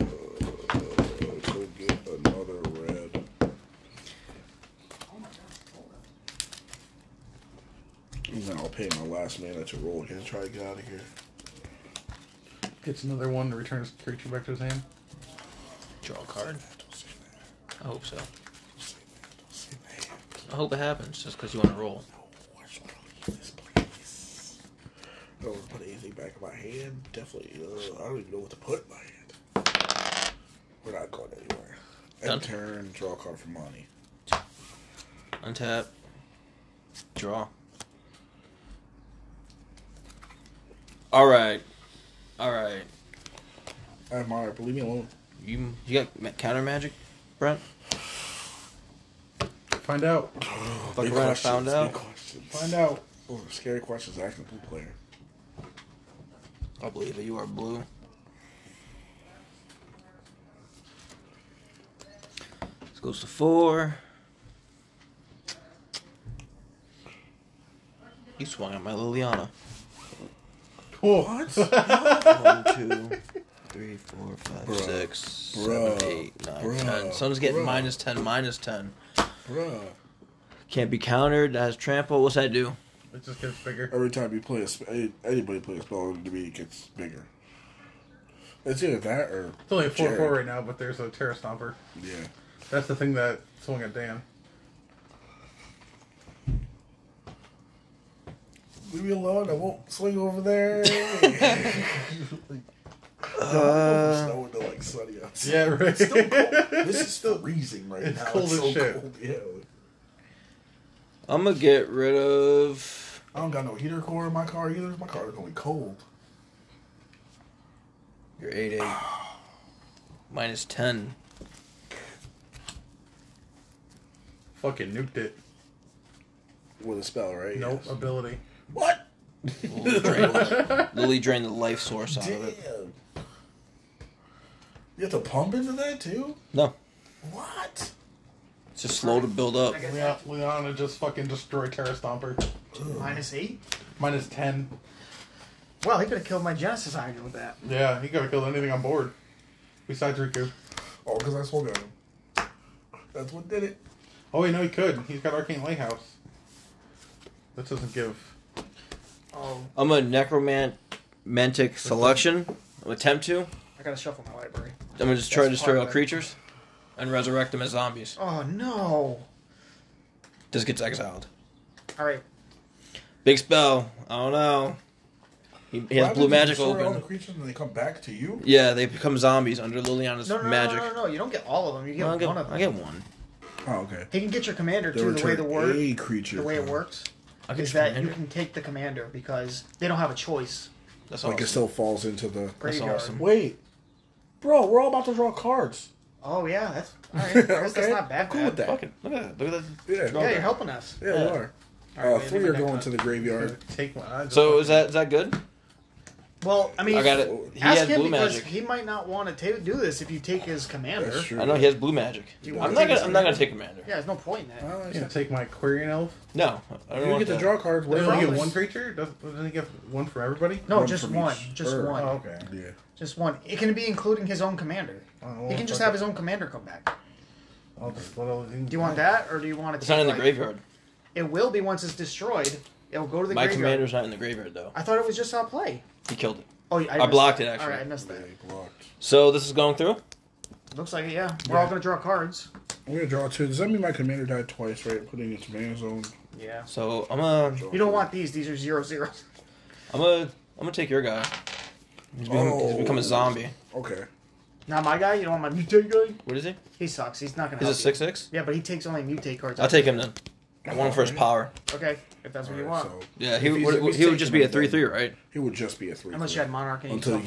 Speaker 4: Uh, go get another red. And then I'll pay my last mana to roll again. Try to get out of here.
Speaker 3: Gets another one. Returns creature back to his hand.
Speaker 1: Draw a card.
Speaker 4: Don't say that.
Speaker 1: I hope so.
Speaker 4: Don't say that. Don't say that.
Speaker 1: I hope it happens just because you want to roll.
Speaker 4: No, I just want to leave this place. I don't want to put anything back in my hand. Definitely. Uh, I don't even know what to put in my hand. We're not going anywhere.
Speaker 1: Done.
Speaker 4: End turn. Draw a card for money.
Speaker 1: Untap. Draw. All right. All right.
Speaker 4: I have money. But leave me alone.
Speaker 1: You you got ma- counter magic, Brent?
Speaker 3: Find out.
Speaker 1: Fuck around and found out.
Speaker 3: Find out.
Speaker 4: Oh, scary questions. Acting blue player.
Speaker 1: I believe it. You are blue. This goes to four. You swung at my Liliana.
Speaker 3: What?
Speaker 1: One, two, three, four, five,
Speaker 4: Bruh.
Speaker 1: six, seven,
Speaker 4: Bruh.
Speaker 1: eight, nine,
Speaker 4: Bruh.
Speaker 1: ten. Sun's getting
Speaker 4: Bruh.
Speaker 1: minus ten, minus ten.
Speaker 4: Bruh.
Speaker 1: Can't be countered. That has trample. What's that do?
Speaker 3: it just gets bigger.
Speaker 4: Every time you play a sp- any- anybody play a spell, to me it gets bigger. It's either that or
Speaker 3: It's only a four four
Speaker 4: Jared.
Speaker 3: right now, but there's a terror stomper.
Speaker 4: Yeah.
Speaker 3: That's the thing that swung at Dan.
Speaker 4: Leave me alone. I won't swing over there.
Speaker 1: Uh,
Speaker 6: Snow into like sunny outside.
Speaker 3: Yeah, right.
Speaker 6: Still cold. This is freezing right
Speaker 3: It's
Speaker 6: now.
Speaker 3: cold as shit.
Speaker 6: cold. Yeah.
Speaker 1: I'm gonna get rid of.
Speaker 6: I don't got no heater core in my car either. My car is only cold.
Speaker 1: You're eight eight. Minus ten.
Speaker 3: Fucking nuked it.
Speaker 4: With a spell, right?
Speaker 3: Nope.
Speaker 4: Yes.
Speaker 3: Ability.
Speaker 4: What?
Speaker 1: Lily drained the life source out
Speaker 4: Damn.
Speaker 1: of it.
Speaker 4: You have to pump into that too?
Speaker 1: No,
Speaker 4: What?
Speaker 1: it's just slow to build up.
Speaker 3: Leon, Leona just fucking destroyed Terra Stomper.
Speaker 2: Minus eight.
Speaker 3: Minus 10.
Speaker 2: Well, he could have killed my Genesis Hydra with that.
Speaker 3: Yeah, he could have killed anything on board. Besides Riku.
Speaker 4: Oh, because I sold him. That's what did it.
Speaker 3: Oh, wait, no, he could. He's got Arcane Lighthouse. This doesn't give.
Speaker 2: Oh,
Speaker 1: I'm a necromantic selection. I'm attempt to.
Speaker 2: I gotta shuffle my library.
Speaker 1: I'm gonna just try to
Speaker 2: That's
Speaker 1: destroy all
Speaker 2: part of it.
Speaker 1: creatures and resurrect them as zombies.
Speaker 2: Oh no!
Speaker 1: Just gets exiled.
Speaker 2: All right,
Speaker 1: Big spell. I don't know. He, he has
Speaker 4: Why
Speaker 1: blue
Speaker 4: would you
Speaker 1: magic
Speaker 4: destroy All the
Speaker 1: open.
Speaker 4: creatures and they come back to you.
Speaker 1: Yeah, they become zombies under Liliana's
Speaker 2: no, no, no,
Speaker 1: magic.
Speaker 2: no, no, no, you don't get all of them. You get
Speaker 1: I'll get,
Speaker 2: one of them.
Speaker 1: I get one.
Speaker 4: Oh, okay.
Speaker 2: He can get your commander
Speaker 4: They
Speaker 2: too. The way
Speaker 4: return
Speaker 2: the word,
Speaker 4: a creature.
Speaker 2: the way it works,
Speaker 1: I get
Speaker 2: is
Speaker 1: your
Speaker 2: that
Speaker 1: commander.
Speaker 2: you can take the commander because they don't have a choice. Oh,
Speaker 1: That's
Speaker 4: Like
Speaker 1: awesome.
Speaker 4: it still falls into the.
Speaker 2: Graveyard.
Speaker 1: awesome.
Speaker 6: Wait. Bro, we're all about to draw cards.
Speaker 2: Oh yeah, that's all right. I guess that's
Speaker 4: Okay,
Speaker 2: not bad.
Speaker 6: I'm cool with that.
Speaker 1: Fucking look at that. Look at that.
Speaker 4: Yeah.
Speaker 2: Yeah,
Speaker 4: yeah.
Speaker 2: you're helping us.
Speaker 4: we are.
Speaker 2: All
Speaker 4: uh,
Speaker 2: right,
Speaker 4: three
Speaker 2: wait, let
Speaker 4: are
Speaker 2: me
Speaker 4: going
Speaker 2: back
Speaker 4: to the graveyard.
Speaker 3: Take one. I just
Speaker 1: So
Speaker 3: fucking-
Speaker 1: is that is that good?
Speaker 2: Well, I mean,
Speaker 1: I got it. He
Speaker 2: ask
Speaker 1: has
Speaker 2: him
Speaker 1: blue
Speaker 2: because
Speaker 1: magic.
Speaker 2: he might not want to do this if you take his commander.
Speaker 4: That's true.
Speaker 1: I know he has blue magic.
Speaker 2: You
Speaker 1: I'm
Speaker 2: want
Speaker 1: not
Speaker 2: to
Speaker 1: gonna.
Speaker 2: take
Speaker 1: I'm not gonna take commander.
Speaker 2: Yeah, there's no point in that.
Speaker 4: Oh,
Speaker 3: You gonna take my Aquarian Elf?
Speaker 1: No, I don't
Speaker 4: You
Speaker 1: want
Speaker 4: get to
Speaker 1: that.
Speaker 4: draw cards.
Speaker 3: Doesn't
Speaker 4: whatever
Speaker 3: he
Speaker 4: you
Speaker 2: Problem
Speaker 3: get
Speaker 2: is-
Speaker 3: one creature? Doesn't, doesn't he get one for everybody?
Speaker 2: No,
Speaker 4: One
Speaker 2: just
Speaker 4: from
Speaker 2: one.
Speaker 4: each.
Speaker 2: Just
Speaker 4: Sure.
Speaker 2: one.
Speaker 3: Oh, okay.
Speaker 4: want. Yeah.
Speaker 2: Just one. It can be including his own commander.
Speaker 3: Oh,
Speaker 2: he
Speaker 3: well,
Speaker 2: can just
Speaker 3: fuck
Speaker 2: have
Speaker 3: it.
Speaker 2: his own commander come back.
Speaker 3: I'll just let all the
Speaker 2: Do you want that, or do you want it?
Speaker 1: It's not in the graveyard.
Speaker 2: It will be once it's destroyed. It'll go to the
Speaker 1: My
Speaker 2: graveyard.
Speaker 1: commander's not in the graveyard though.
Speaker 2: I thought it was just out play.
Speaker 1: He killed it.
Speaker 2: Oh, I, missed
Speaker 1: blocked
Speaker 2: that.
Speaker 1: it, actually.
Speaker 2: All right, I missed that.
Speaker 4: They blocked.
Speaker 1: So this is going through.
Speaker 2: Looks like it. Yeah, we're all gonna draw cards.
Speaker 4: I'm gonna draw two. Does that mean my commander died twice? Right, putting into man zone.
Speaker 2: Yeah.
Speaker 1: So I'm gonna.
Speaker 2: You don't want these. These are zero zeros.
Speaker 1: I'm gonna. I'm gonna take your guy. He's become, he's
Speaker 4: Oh.
Speaker 1: become a zombie.
Speaker 4: Okay.
Speaker 2: Not my guy. You don't want my mutate guy.
Speaker 1: What is he?
Speaker 2: He sucks. He's not gonna.
Speaker 1: He's a
Speaker 2: help you.
Speaker 1: six six.
Speaker 2: Yeah, but he takes only mutate cards.
Speaker 1: I'll take him then. I want him for his power.
Speaker 2: Okay, if that's what you
Speaker 4: Alright,
Speaker 2: want.
Speaker 4: so
Speaker 1: Yeah, he
Speaker 4: If he's-
Speaker 1: would,
Speaker 4: if he's
Speaker 1: he would just
Speaker 4: taking
Speaker 1: be a
Speaker 4: him,
Speaker 1: three
Speaker 4: then
Speaker 1: three, right?
Speaker 4: He would just be a three.
Speaker 2: Unless you
Speaker 4: three.
Speaker 2: had monarch and
Speaker 4: until you